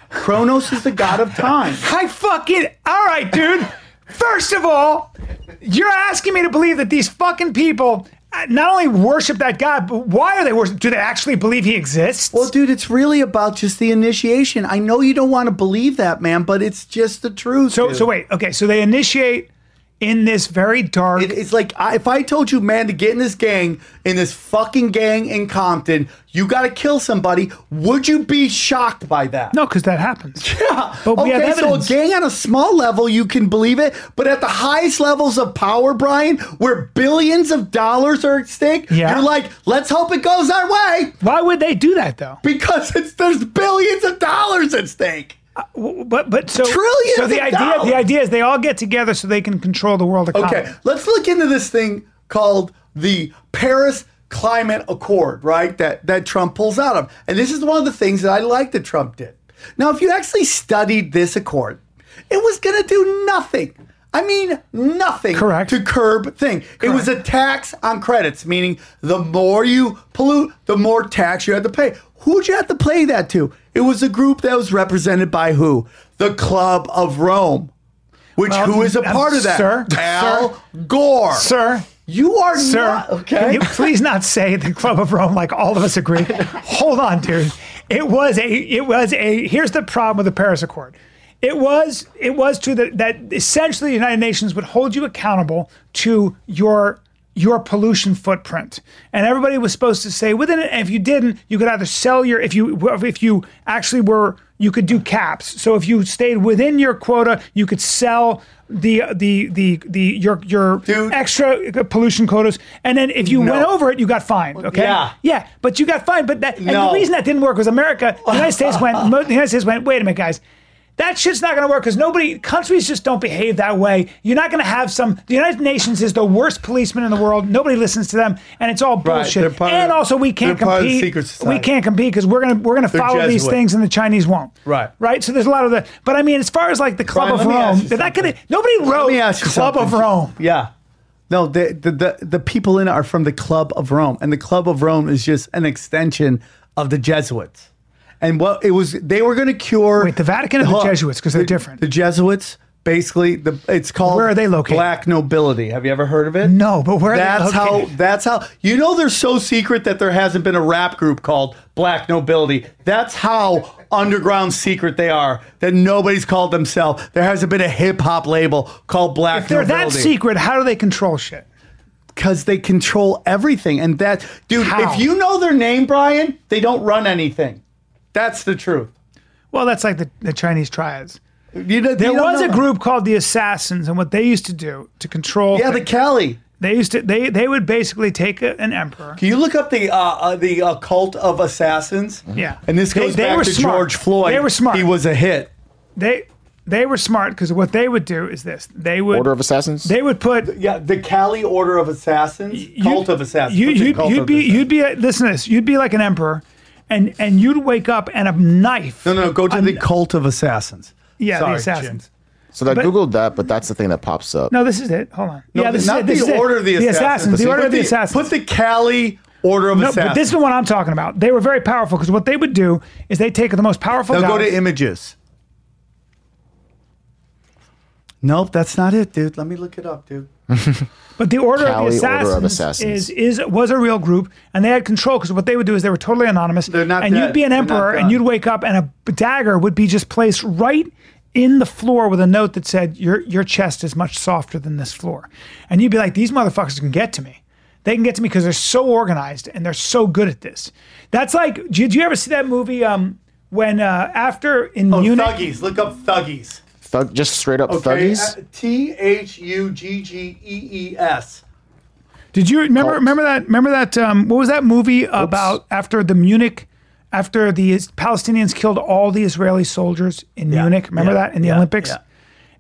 Speaker 2: Kronos is the god of time.
Speaker 1: I fucking all right, dude. First of all, you're asking me to believe that these fucking people uh, not only worship that God, but why are they worship? Do they actually believe he exists?
Speaker 2: Well, dude, it's really about just the initiation. I know you don't want to believe that, man, but it's just the truth.
Speaker 1: so,
Speaker 2: dude.
Speaker 1: so wait. Okay, so they initiate in this very dark.
Speaker 2: It- it's like I, if I told you, man, to get in this gang, in this fucking gang in Compton, you got to kill somebody. Would you be shocked by that?
Speaker 1: no, because that happens. Yeah, but we
Speaker 2: okay,
Speaker 1: have evidence.
Speaker 2: so a gang on a small level, you can believe it, but at the highest levels of power, Brian, where billions of dollars are at stake,
Speaker 1: Yeah.
Speaker 2: you're like, let's hope it goes our way
Speaker 1: why would they do that though?
Speaker 2: because it's there's billions of dollars at stake.
Speaker 1: But but so
Speaker 2: Trillions
Speaker 1: So the
Speaker 2: of
Speaker 1: idea
Speaker 2: dollars.
Speaker 1: the idea is they all get together so they can control the world economy.
Speaker 2: Okay, let's look into this thing called the Paris Climate Accord, right? That that Trump pulls out of, and this is one of the things that I like that Trump did. Now, if you actually studied this accord, it was going to do nothing. I mean, nothing
Speaker 1: Correct.
Speaker 2: to curb thing. It was a tax on credits, meaning the more you pollute, the more tax you had to pay. Who'd you have to pay that to? It was a group that was represented by who? The Club of Rome. Which
Speaker 1: Well,
Speaker 2: who is a
Speaker 1: um,
Speaker 2: part of that?
Speaker 1: sir,
Speaker 2: Al Gore.
Speaker 1: Sir,
Speaker 2: you are
Speaker 1: sir,
Speaker 2: not
Speaker 1: can
Speaker 2: okay.
Speaker 1: you please not say the Club of Rome like all of us agree? Hold on, dude. It was a it was a here's the problem with the Paris Accord. It was it was to the, that essentially the United Nations would hold you accountable to your your pollution footprint, and everybody was supposed to say within it. And if you didn't, you could either sell your if you if you actually were you could do caps. So if you stayed within your quota, you could sell the the the the your your extra pollution quotas, and then if you went over it, you got fined. Okay.
Speaker 3: Yeah.
Speaker 1: Yeah, but you got fined. But that and
Speaker 3: No.
Speaker 1: the reason that didn't work was America, the United States went. mo- The United States went. Wait a minute, guys. That shit's not going to work because nobody, countries just don't behave that way. You're not going to have some. The United Nations is the worst policeman in the world. Nobody listens to them, and it's all bullshit.
Speaker 2: they're part of-
Speaker 1: and also, we can't
Speaker 2: they're part of the
Speaker 1: compete.
Speaker 2: secret
Speaker 1: we
Speaker 2: society.
Speaker 1: can't compete because we're gonna we're gonna follow these
Speaker 2: Jesuit.
Speaker 1: things, and the Chinese won't.
Speaker 2: Right.
Speaker 1: Right. So there's a lot of that. But I mean, as far as like the Club
Speaker 2: Brian,
Speaker 1: of
Speaker 2: let me ask
Speaker 1: Rome,
Speaker 2: you
Speaker 1: they're not going to. Nobody wrote
Speaker 2: me ask you
Speaker 1: Club
Speaker 2: something.
Speaker 1: of Rome.
Speaker 2: Yeah. No, the, the the the people in it are from the Club of Rome, and the Club of Rome is just an extension of the Jesuits. And what it was, they were going to cure.
Speaker 1: Wait, the Vatican or the
Speaker 2: Hold on.
Speaker 1: Jesuits? 'Cause they're
Speaker 2: The-
Speaker 1: different.
Speaker 2: The Jesuits, basically, the it's called.
Speaker 1: Where are they located?
Speaker 2: Black nobility. Have you ever heard of it?
Speaker 1: No, but where are they
Speaker 2: That's how.
Speaker 1: located?
Speaker 2: That's how. You know, they're so secret that there hasn't been a rap group called Black Nobility. That's how underground secret they are. That nobody's called themselves. There hasn't been a hip hop label called Black
Speaker 1: If they're that
Speaker 2: Nobility
Speaker 1: secret, how do they control shit?
Speaker 2: because they control everything. And that, dude,
Speaker 1: How?
Speaker 2: if you know their name, Brian, they don't run anything. That's the truth.
Speaker 1: Well, that's like the, the Chinese triads.
Speaker 2: You know,
Speaker 1: There was a group called the Assassins, and what they used to do to control,
Speaker 2: Yeah, the Cali.
Speaker 1: they used to they they would basically take a, an emperor.
Speaker 2: Can you look up the uh, uh, the uh, cult of assassins?
Speaker 1: Yeah.
Speaker 2: And this
Speaker 1: They-
Speaker 2: goes
Speaker 1: they
Speaker 2: back
Speaker 1: were
Speaker 2: to
Speaker 1: smart.
Speaker 2: George Floyd.
Speaker 1: They were smart.
Speaker 2: He was a hit.
Speaker 1: They they were smart because what they would do is this: they would
Speaker 4: Order of Assassins.
Speaker 1: they would put
Speaker 2: Yeah, the Cali Order of Assassins, cult of assassins.
Speaker 1: You,
Speaker 2: What's it
Speaker 1: you'd,
Speaker 2: called
Speaker 1: you'd
Speaker 2: of
Speaker 1: be
Speaker 2: assassins?
Speaker 1: you'd be a, listen to this. You'd be like an emperor, and and you'd wake up and a knife.
Speaker 2: no, no, go to the cult of assassins.
Speaker 1: yeah,
Speaker 2: Sorry,
Speaker 1: the assassins.
Speaker 2: Jim.
Speaker 4: so I
Speaker 1: but-
Speaker 4: googled that, but that's the thing that pops up.
Speaker 1: No, this is it. Hold on. yeah, this
Speaker 2: not
Speaker 1: is it. This
Speaker 2: the
Speaker 1: is it.
Speaker 2: Order of the Assassins.
Speaker 1: assassins. The
Speaker 4: Put
Speaker 1: order of the
Speaker 2: Put the-
Speaker 1: assassins.
Speaker 2: Put the Cali Order of
Speaker 1: No,
Speaker 2: Assassins.
Speaker 1: but this is the one I'm talking about. They were very powerful because what they would do is they take the most powerful
Speaker 2: Now
Speaker 1: guys.
Speaker 2: go to images. Nope, that's not it, dude. Let me look it up, dude.
Speaker 1: but the order of the
Speaker 4: Cali Order
Speaker 1: assassins,
Speaker 4: of
Speaker 1: is
Speaker 4: Assassins.
Speaker 1: is was a real group, and they had control because what they would do is they were totally anonymous. They're
Speaker 2: not
Speaker 1: And
Speaker 2: dead.
Speaker 1: you'd be an
Speaker 2: They're not
Speaker 1: emperor, and
Speaker 2: done.
Speaker 1: you'd wake up, and a dagger would be just placed right in the floor with a note that said, "Your your chest is much softer than this floor," and you'd be like, "These motherfuckers can get to me." They can get to me because they're so organized and they're so good at this. That's like, did you ever see that movie? Um, when uh, after in
Speaker 2: Oh,
Speaker 1: Munich,
Speaker 2: thuggies. Look up thuggies. uh,
Speaker 4: Thug, just straight up
Speaker 1: uh,
Speaker 4: thuggies.
Speaker 2: T H U G G E E S.
Speaker 1: Did you remember
Speaker 4: Cult.
Speaker 1: remember that remember that um, what was that movie about after the Munich after the Is- Palestinians killed all the Israeli soldiers in Munich? Remember
Speaker 2: yeah,
Speaker 1: that in the
Speaker 2: yeah,
Speaker 1: Olympics?
Speaker 2: yeah.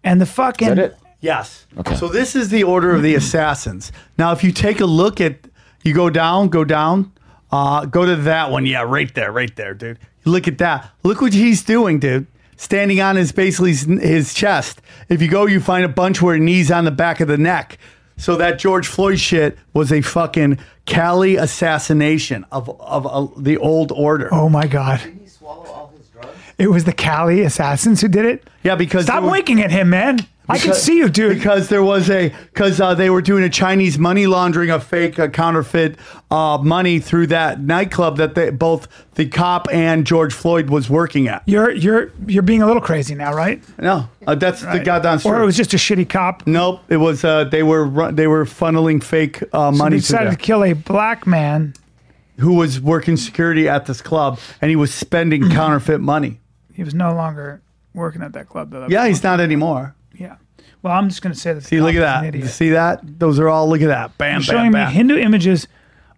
Speaker 1: And the fucking
Speaker 4: Is that it?
Speaker 2: Yes. Okay. So this is the Order of the Assassins. Now, if you take a look at, you go down, go down, uh, go to that one. Yeah, right there, right there, dude. Look at that. Look what he's doing, dude. Standing on his basically his, his chest. If you go, you find a bunch where knees on the back of the neck. So that George Floyd shit was a fucking Cali assassination of of uh, the old order.
Speaker 1: Oh my god.
Speaker 5: Did he swallow all his drugs?
Speaker 1: It was the Cali assassins who did it?
Speaker 2: Yeah, because
Speaker 1: Stop
Speaker 2: it was-
Speaker 1: winking at him, man. I can
Speaker 2: Because-
Speaker 1: see you, dude.
Speaker 2: Because there was a because uh, they were doing a Chinese money laundering of fake uh, counterfeit uh, money through that nightclub that they, both the cop and George Floyd was working at.
Speaker 1: you're you're you're being a little crazy now, right?
Speaker 2: No, uh, that's the goddamn
Speaker 1: Or
Speaker 2: story.
Speaker 1: it was just a shitty cop.
Speaker 2: nope, it was uh, they were run, they were funneling fake uh,
Speaker 1: They
Speaker 2: money to
Speaker 1: decided
Speaker 2: them,
Speaker 1: to kill a black man.
Speaker 2: who was working security at this club and he was spending counterfeit money.
Speaker 1: He was no longer working at that club though.
Speaker 2: Yeah, he's not anymore.
Speaker 1: Yeah. Well, I'm just gonna say that.
Speaker 2: See, look at that. You see that? Those are all look at that. Bam,
Speaker 1: showing
Speaker 2: bam, bam.
Speaker 1: me Hindu images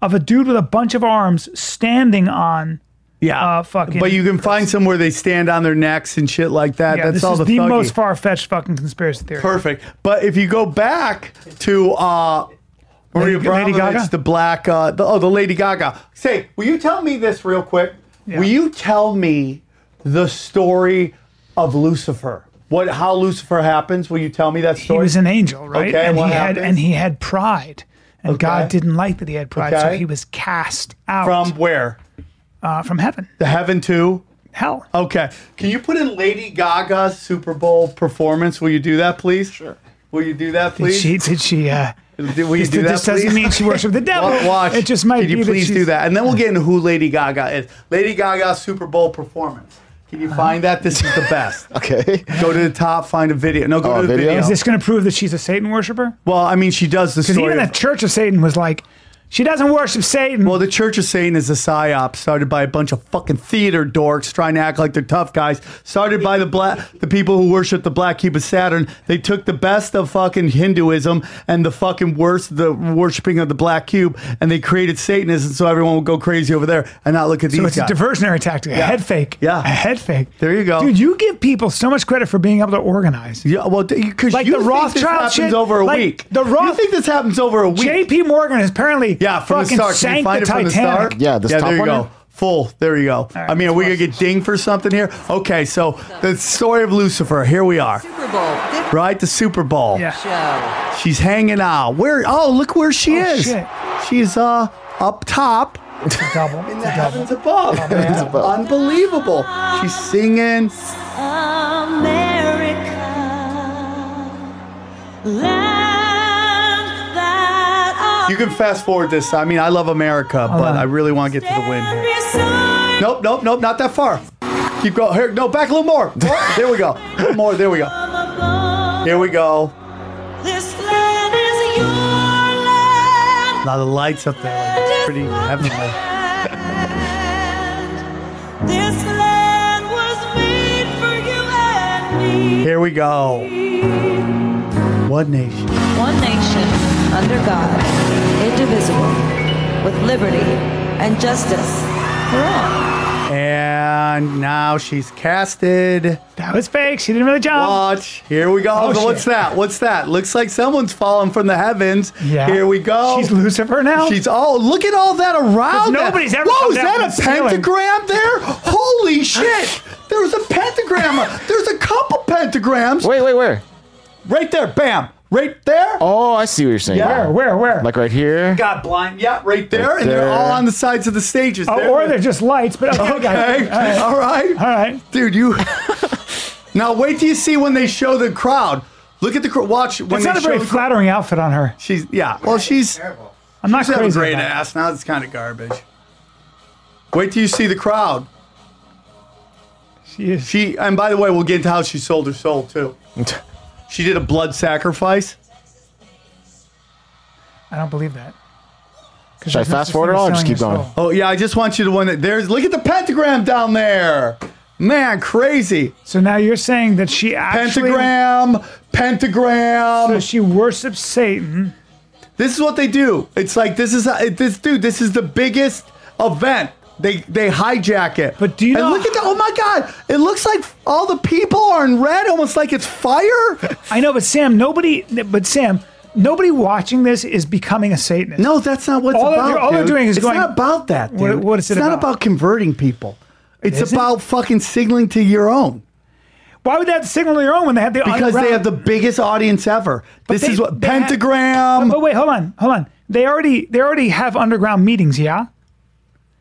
Speaker 1: of a dude with a bunch of arms standing on.
Speaker 2: Yeah,
Speaker 1: uh, fucking-
Speaker 2: But you can find some where they stand on their necks and shit like that.
Speaker 1: Yeah,
Speaker 2: That's
Speaker 1: this
Speaker 2: all
Speaker 1: is
Speaker 2: the,
Speaker 1: the,
Speaker 2: thuggy.
Speaker 1: most far fetched fucking conspiracy theory.
Speaker 2: perfect. But if you go back to uh, Maria
Speaker 1: Lady- Lady
Speaker 2: Lady,
Speaker 1: Gaga?
Speaker 2: the black, uh, the, oh, the Lady Gaga. Say, will you tell me this real quick?
Speaker 1: Yeah.
Speaker 2: Will you tell me the story of Lucifer? What, how Lucifer happens? Will you tell me that
Speaker 1: He
Speaker 2: story?
Speaker 1: was an angel, right?
Speaker 2: Okay,
Speaker 1: and
Speaker 2: what
Speaker 1: he had
Speaker 2: happens?
Speaker 1: and he had pride. And God
Speaker 2: Okay.
Speaker 1: didn't like that he had pride, so
Speaker 2: Okay.
Speaker 1: he was cast out
Speaker 2: From where?
Speaker 1: uh, from heaven,
Speaker 2: The heaven to
Speaker 1: hell.
Speaker 2: Okay. Can you put in Lady Gaga's Super Bowl performance? Will you do that, please? Sure. Will you do that,
Speaker 1: Did
Speaker 2: please?
Speaker 1: she? Did she? Uh,
Speaker 2: Do- Will you
Speaker 1: this
Speaker 2: do that,
Speaker 1: this doesn't
Speaker 2: please?
Speaker 1: mean she worshipped the devil.
Speaker 2: Wa- Watch.
Speaker 1: It just might
Speaker 2: Can
Speaker 1: be
Speaker 2: you please
Speaker 1: that
Speaker 2: do
Speaker 1: she's-
Speaker 2: that? And then we'll get into who Lady Gaga is. Lady Gaga's Super Bowl performance. Can
Speaker 1: Uh-huh.
Speaker 2: you find that? This is the best.
Speaker 4: Okay.
Speaker 2: Go to the top, find a video. No, go
Speaker 4: Oh,
Speaker 2: to the
Speaker 4: video?
Speaker 2: video.
Speaker 1: Is this going to prove that she's a Satan worshiper?
Speaker 2: well, I mean, she does the
Speaker 1: Because
Speaker 2: story.
Speaker 1: even the
Speaker 2: of-
Speaker 1: Church of Satan was like, she doesn't worship Satan.
Speaker 2: well, the Church of Satan is a psyop started by a bunch of fucking theater dorks trying to act like they're tough guys. Started by the black, the people who worship the black cube of Saturn. They took the best of fucking Hinduism and the fucking worst, the worshiping of the black cube, and they created Satanism so everyone will go crazy over there and not look at these
Speaker 1: so it's
Speaker 2: guys.
Speaker 1: a diversionary tactic, a head fake.
Speaker 2: Yeah.
Speaker 1: A head fake.
Speaker 2: There you go.
Speaker 1: Dude, you give people so much credit for being able to organize.
Speaker 2: yeah, well, because
Speaker 1: Like
Speaker 2: you
Speaker 1: the
Speaker 2: think
Speaker 1: Rothschild
Speaker 2: this happens
Speaker 1: shit?
Speaker 2: over a
Speaker 1: Like
Speaker 2: week.
Speaker 1: the
Speaker 2: you
Speaker 1: Roth-
Speaker 2: think this happens over a week?
Speaker 1: JP Morgan has apparently
Speaker 2: Yeah, from
Speaker 1: fucking
Speaker 2: the start. Can you
Speaker 1: sank
Speaker 2: find
Speaker 1: the
Speaker 2: it from the
Speaker 1: Titanic.
Speaker 2: start?
Speaker 4: Yeah, this
Speaker 2: yeah.
Speaker 4: top
Speaker 2: There you
Speaker 4: one
Speaker 2: go.
Speaker 4: here?
Speaker 2: Full. There you go. I mean, are we gonna get dinged for something here? Okay, so the story of Lucifer. Here we are,
Speaker 6: Super Bowl 50
Speaker 2: right? The Super Bowl.
Speaker 1: Yeah.
Speaker 6: show.
Speaker 2: She's hanging out. Where? Oh, look where she
Speaker 1: Oh,
Speaker 2: is.
Speaker 1: shit.
Speaker 2: She's uh up top.
Speaker 1: It's a double. It's a double.
Speaker 2: above. man. Unbelievable. She's singing.
Speaker 7: America, land that
Speaker 2: You can fast forward this. I mean, I love America, but
Speaker 1: on.
Speaker 2: I really want to get to the win here.
Speaker 7: is so
Speaker 2: Nope, nope, nope, not that far. Keep going. Here, no, back a little more. Oh, there we go. A little more. There we go.
Speaker 7: above.
Speaker 2: Here we go.
Speaker 7: This land is your land.
Speaker 2: A lot of lights up there. Like, it's pretty heavenly.
Speaker 7: And This land was made for you and me.
Speaker 2: Here we go. One nation.
Speaker 6: One nation under God, indivisible, with liberty and justice for all.
Speaker 2: And now she's casted.
Speaker 1: That was fake. She didn't really jump.
Speaker 2: Watch. Here we go.
Speaker 1: Oh,
Speaker 2: What's
Speaker 1: shit.
Speaker 2: that? What's that? Looks like someone's falling from the heavens. Here we go.
Speaker 1: She's Lucifer now.
Speaker 2: She's oh, look at all that around. that-
Speaker 1: nobody's ever
Speaker 2: Whoa,
Speaker 1: come
Speaker 2: is
Speaker 1: down
Speaker 2: that
Speaker 1: from
Speaker 2: a
Speaker 1: the ceiling.
Speaker 2: pentagram there? Holy shit! There's a pentagram. There's a couple pentagrams.
Speaker 4: Wait, wait, where?
Speaker 2: Right there. Bam. Right there.
Speaker 4: Oh, I see what you're saying.
Speaker 2: Yeah.
Speaker 1: where, where, where?
Speaker 4: Like right here.
Speaker 2: Got blind. Yeah, right there.
Speaker 4: Right
Speaker 2: and they're
Speaker 4: there.
Speaker 2: all on the sides of the stages.
Speaker 1: oh,
Speaker 2: There-
Speaker 1: or they're just lights, but okay. guys.
Speaker 2: Okay. All right.
Speaker 1: All right.
Speaker 2: Dude, you. now wait till you see when they show the crowd. Look at the crowd. Watch when
Speaker 1: It's
Speaker 2: they
Speaker 1: not a
Speaker 2: show.
Speaker 1: very
Speaker 2: the cr-
Speaker 1: flattering outfit on her.
Speaker 2: she's yeah. Well, she's
Speaker 5: Terrible.
Speaker 1: I'm not
Speaker 2: she's have a
Speaker 1: crazy.
Speaker 2: great
Speaker 1: about it.
Speaker 2: ass. Now it's kind of garbage. Wait till you see the crowd.
Speaker 1: She is.
Speaker 2: She and by the way, we'll get into how she sold her soul too. She did a blood sacrifice.
Speaker 1: I don't believe that. Should
Speaker 4: I fast forward it all or just keep going?
Speaker 2: Oh yeah, I just want you to one that there's. Look at the pentagram down there. Man, crazy
Speaker 1: So now you're saying that she actually
Speaker 2: pentagram, pentagram.
Speaker 1: so Oh, she worships Satan.
Speaker 2: This is what they do. It's like this is this dude. This is the biggest event. They they hijack it.
Speaker 1: But do you
Speaker 2: and
Speaker 1: know-
Speaker 2: look at the oh my god! It looks like all the people are in red, almost like it's fire.
Speaker 1: I know, but Sam, nobody, but Sam, nobody watching this is becoming a Satanist.
Speaker 2: No, that's not what's
Speaker 1: All they're-
Speaker 2: about.
Speaker 1: all they're
Speaker 2: dude.
Speaker 1: doing is
Speaker 2: it's
Speaker 1: going-
Speaker 2: not about that. Dude.
Speaker 1: What- what is it
Speaker 2: It's not
Speaker 1: about?
Speaker 2: about converting people. It's
Speaker 1: Isn't?
Speaker 2: about fucking signaling to your own
Speaker 1: Why would that signal their own when they have the
Speaker 2: because they
Speaker 1: underground-
Speaker 2: have the biggest audience ever. this
Speaker 1: they-
Speaker 2: is what
Speaker 1: they have-
Speaker 2: pentagram.
Speaker 1: But Oh, wait, hold on, hold on. They already they already have underground meetings, yeah.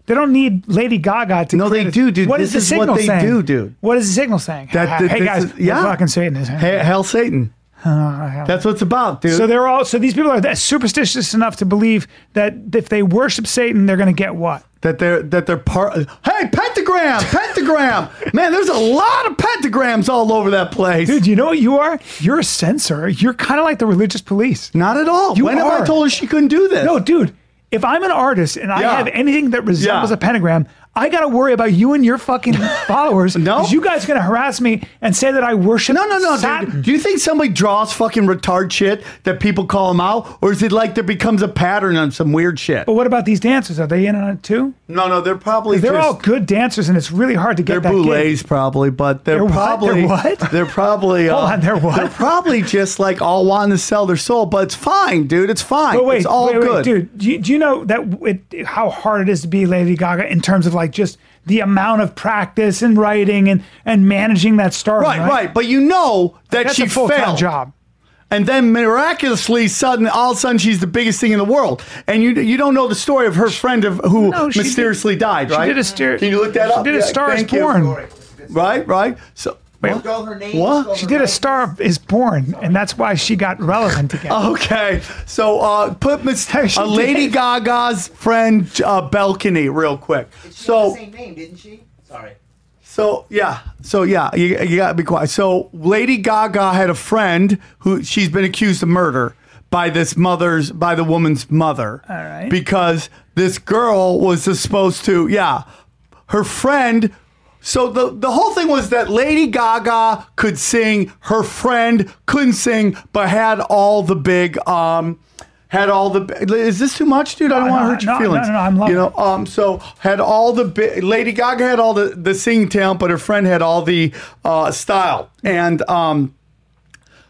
Speaker 1: They don't need Lady Gaga to.
Speaker 2: No, they
Speaker 1: create a-
Speaker 2: do, dude.
Speaker 1: What is
Speaker 2: This
Speaker 1: the
Speaker 2: is what
Speaker 1: signal
Speaker 2: they
Speaker 1: saying?
Speaker 2: do, dude.
Speaker 1: What is the signal saying?
Speaker 2: That- that-
Speaker 1: hey
Speaker 2: this
Speaker 1: guys,
Speaker 2: is- yeah.
Speaker 1: we're fucking Satanists.
Speaker 2: Hey, Hell, Satan. That's what it's about, dude.
Speaker 1: Oh, So they're all so these people are that superstitious enough to believe that if they worship Satan, they're going to get what?
Speaker 2: that they're that they're part. Hey, pentagram, pentagram. Man, there's a lot of pentagrams all over that place.
Speaker 1: Dude, you know what you are? You're a censor. You're kind of like the religious police.
Speaker 2: not at all.
Speaker 1: You
Speaker 2: when have I
Speaker 1: are.
Speaker 2: told her she couldn't do this?
Speaker 1: No, dude. If I'm an artist and I
Speaker 2: Yeah.
Speaker 1: have anything that resembles
Speaker 2: Yeah.
Speaker 1: a pentagram, I gotta worry about you and your fucking followers.
Speaker 2: No.
Speaker 1: 'cause you guys are gonna harass me and say that I worship.
Speaker 2: No, no, no.
Speaker 1: Satan.
Speaker 2: Dude. Do you think somebody draws fucking retard shit that people call them out, or is it like there becomes a pattern on some weird shit?
Speaker 1: But what about these dancers? Are they in on it too?
Speaker 2: No, no, they're probably
Speaker 1: They're
Speaker 2: just,
Speaker 1: all good dancers, and it's really hard to
Speaker 2: They're
Speaker 1: get that gig.
Speaker 2: boulets probably, but they're,
Speaker 1: They're what?
Speaker 2: probably
Speaker 1: They're what?
Speaker 2: They're probably uh,
Speaker 1: Hold on, they're what?
Speaker 2: probably just like all wanting to sell their soul, but it's fine, dude. It's fine.
Speaker 1: But Oh, wait,
Speaker 2: it's all
Speaker 1: wait, wait,
Speaker 2: good,
Speaker 1: dude. Do you, do you know that it, how hard it is to be Lady Gaga in terms of like just the amount of practice and writing and and managing that star?
Speaker 2: Right, right. But you know that
Speaker 1: That's
Speaker 2: she
Speaker 1: a full time
Speaker 2: failed.
Speaker 1: job.
Speaker 2: and then miraculously, sudden, all of a sudden, she's the biggest thing in the world. And you you don't know the story of her friend of who
Speaker 1: No, she
Speaker 2: mysteriously died, right?
Speaker 1: did a steer-
Speaker 2: Can you look that
Speaker 1: she
Speaker 2: up?
Speaker 1: did a Star is
Speaker 2: thank you.
Speaker 1: Born.
Speaker 5: Sorry.
Speaker 2: Right, right. So
Speaker 5: Spell her name.
Speaker 2: What?
Speaker 5: spell
Speaker 2: She
Speaker 1: She
Speaker 5: her
Speaker 1: did a
Speaker 5: name.
Speaker 1: Star Is Born, and that's why she got relevant again.
Speaker 2: Oh, okay, so uh, put Miss
Speaker 1: She
Speaker 2: uh, Lady
Speaker 1: did.
Speaker 2: Gaga's friend uh, balcony real quick.
Speaker 5: She had the
Speaker 2: So
Speaker 5: same name, didn't she? Sorry.
Speaker 2: So yeah, so yeah, you, you gotta be quiet. So Lady Gaga had a friend who she's been accused of murder by this mother's by the woman's mother. All
Speaker 1: right.
Speaker 2: Because this girl was supposed to yeah, her friend. So the the whole thing was that Lady Gaga could sing, her friend couldn't sing, but had all the big um. Had all the is this too much, dude? I don't
Speaker 1: No,
Speaker 2: want to
Speaker 1: no,
Speaker 2: hurt your
Speaker 1: no, no,
Speaker 2: feelings.
Speaker 1: no, no, I'm loving
Speaker 2: you know, um, so had all the bi- Lady Gaga had all the the singing talent, but her friend had all the uh, style. And um,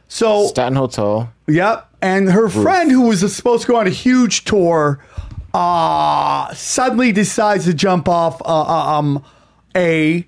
Speaker 2: so
Speaker 4: Staten Hotel.
Speaker 2: yep, and her friend who was supposed to go on a huge tour, uh suddenly decides to jump off uh, um a,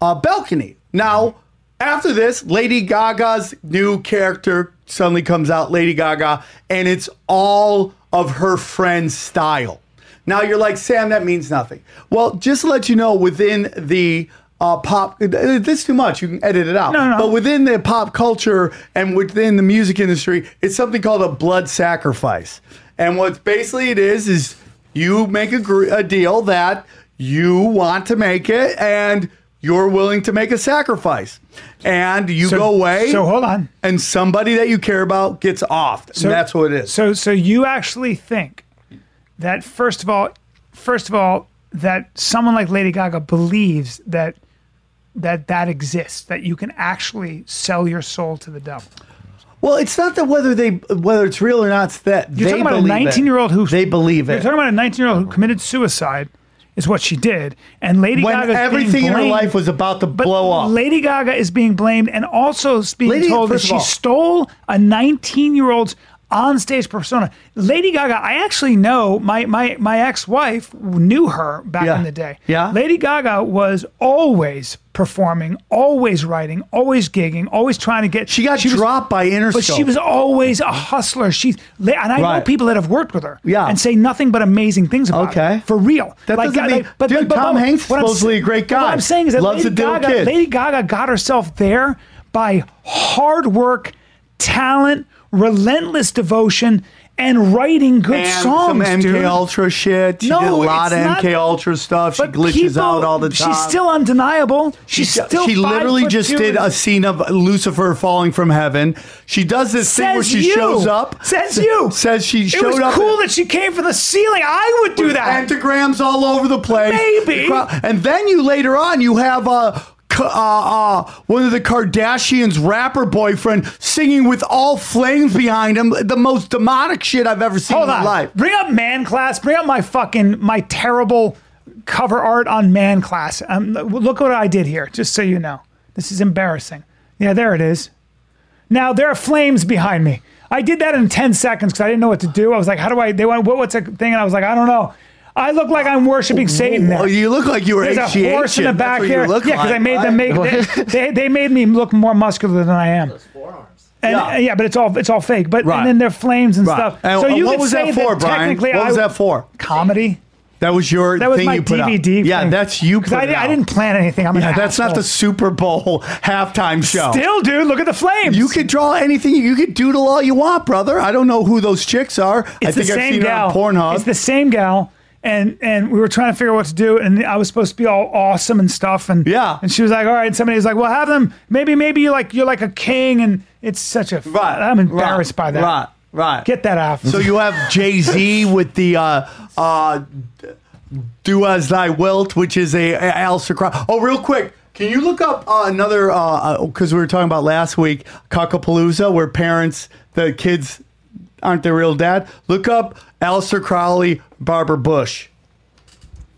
Speaker 2: a balcony. Now after this, Lady Gaga's new character suddenly comes out, Lady Gaga, and it's all of her friend's style. Now you're like, Sam, that means nothing. Well, just to let you know, within the uh, pop, this is too much. You can edit it out.
Speaker 1: no.
Speaker 2: But within the pop culture and within the music industry, it's something called a blood sacrifice. And what basically it is is you make a, gr- a deal that you want to make it, and you're willing to make a sacrifice, and you go away.
Speaker 1: So hold on.
Speaker 2: and somebody that you care about gets off. and that's what it is.
Speaker 1: So so you actually think that first of all, first of all, that someone like Lady Gaga believes that that that exists, that you can actually sell your soul to the devil.
Speaker 2: Well, it's not that whether they whether it's real or not. It's that
Speaker 1: You're
Speaker 2: they
Speaker 1: talking about a
Speaker 2: believe it.
Speaker 1: 19-year-old who-
Speaker 2: they believe
Speaker 1: You're
Speaker 2: it.
Speaker 1: talking about a 19 year old who committed suicide, is what she did, and Lady
Speaker 2: When
Speaker 1: Gaga
Speaker 2: everything in her life was about to
Speaker 1: but
Speaker 2: blow up.
Speaker 1: Lady Gaga is being blamed and also is being
Speaker 2: Lady-
Speaker 1: told that
Speaker 2: first of
Speaker 1: she
Speaker 2: all-
Speaker 1: stole a 19 year old's onstage persona. Lady Gaga, I actually know my my my ex wife knew her back
Speaker 2: Yeah.
Speaker 1: in the day.
Speaker 2: Yeah.
Speaker 1: Lady Gaga was always performing, always writing, always gigging, always trying to get.
Speaker 2: she got
Speaker 1: was-
Speaker 2: dropped by Interscope.
Speaker 1: but she was always a hustler. She and I know
Speaker 2: Right.
Speaker 1: people that have worked with her,
Speaker 2: Yeah.
Speaker 1: and say nothing but amazing things about her,
Speaker 2: Okay.
Speaker 1: for real.
Speaker 2: That doesn't mean- dude, Tom Hanks is
Speaker 1: what I'm
Speaker 2: supposedly
Speaker 1: s-
Speaker 2: a great
Speaker 1: What
Speaker 2: guy.
Speaker 1: I'm saying is that
Speaker 2: Loves
Speaker 1: Lady
Speaker 2: to deal with
Speaker 1: Gaga,
Speaker 2: kids.
Speaker 1: Lady Gaga got herself there by hard work, talent, relentless devotion, and writing good
Speaker 2: and
Speaker 1: songs.
Speaker 2: some MK
Speaker 1: dude.
Speaker 2: Ultra shit. She
Speaker 1: No,
Speaker 2: did a lot of
Speaker 1: it's
Speaker 2: MK
Speaker 1: not-
Speaker 2: Ultra stuff. She
Speaker 1: But
Speaker 2: glitches
Speaker 1: people-
Speaker 2: out all the time.
Speaker 1: She's still undeniable. She's
Speaker 2: She-
Speaker 1: still.
Speaker 2: She
Speaker 1: five
Speaker 2: literally
Speaker 1: foot
Speaker 2: just
Speaker 1: two
Speaker 2: did
Speaker 1: and-
Speaker 2: a scene of Lucifer falling from heaven. She does this thing where
Speaker 1: Says
Speaker 2: she
Speaker 1: you.
Speaker 2: shows up.
Speaker 1: Says you.
Speaker 2: Says she
Speaker 1: It
Speaker 2: showed
Speaker 1: was
Speaker 2: up.
Speaker 1: cool that she came from the ceiling. I would do that.
Speaker 2: Pentagrams all over the place.
Speaker 1: Maybe.
Speaker 2: The crowd- And then you later on you have uh, K- uh, uh, one of the Kardashians' rapper boyfriend singing with all flames behind him, the most demonic shit I've ever seen
Speaker 1: Hold
Speaker 2: in my
Speaker 1: on.
Speaker 2: life.
Speaker 1: Bring up man class. Bring up my fucking my terrible cover art on man class. Um, look what I did here, just so you know. This is embarrassing. Yeah, there it is. Now there are flames behind me. I did that in ten seconds because I didn't know what to do. I was like, how do I? They went, what, what's a thing? And I was like, I don't know. I look like I'm worshiping Satan.
Speaker 2: Oh,
Speaker 1: There.
Speaker 2: you look like you were
Speaker 1: There's a
Speaker 2: HGH.
Speaker 1: horse in the
Speaker 2: That's
Speaker 1: back
Speaker 2: what you
Speaker 1: here.
Speaker 2: look
Speaker 1: yeah, because
Speaker 2: like.
Speaker 1: I made them make they, they, they made me look more muscular than I am.
Speaker 5: Forearms.
Speaker 1: And uh,
Speaker 2: Yeah.
Speaker 1: yeah, but it's all it's all fake. But
Speaker 2: Right.
Speaker 1: and then there are flames and
Speaker 2: Right.
Speaker 1: stuff.
Speaker 2: And
Speaker 1: so you
Speaker 2: what
Speaker 1: could
Speaker 2: was
Speaker 1: say
Speaker 2: that for, Brian?
Speaker 1: technically
Speaker 2: What
Speaker 1: I-
Speaker 2: was that for?
Speaker 1: Comedy.
Speaker 2: That was your
Speaker 1: That was
Speaker 2: thing
Speaker 1: my
Speaker 2: you put out.
Speaker 1: DVD
Speaker 2: Yeah,
Speaker 1: thing.
Speaker 2: that's you. Put
Speaker 1: Because I,
Speaker 2: it
Speaker 1: di- I
Speaker 2: out.
Speaker 1: didn't plan anything. I'm an
Speaker 2: Yeah, that's not the
Speaker 1: asshole.
Speaker 2: Super Bowl halftime show.
Speaker 1: Still, dude, look at the flames.
Speaker 2: You could draw anything. You could doodle all you want, brother. I don't know who those chicks are. I
Speaker 1: It's
Speaker 2: think
Speaker 1: the
Speaker 2: I've
Speaker 1: same
Speaker 2: seen
Speaker 1: gal.
Speaker 2: her on Pornhub.
Speaker 1: It's the same gal. And and we were trying to figure out what to do, and I was supposed to be all awesome and stuff, and
Speaker 2: Yeah.
Speaker 1: and she was like, all right. And somebody was like, well, have them. Maybe maybe you like you're like a king, and it's such a.
Speaker 2: right.
Speaker 1: I'm embarrassed
Speaker 2: right,
Speaker 1: by that.
Speaker 2: Right. Right.
Speaker 1: Get that off.
Speaker 2: so you have Jay Z with the uh, uh, "Do as Thy Wilt," which is a, a Alistair Crowley. Oh, real quick, can you look up uh, another because we were talking about last week Cockapalooza, where parents the kids aren't their real dad. Look up Alistair Crowley, Barbara Bush.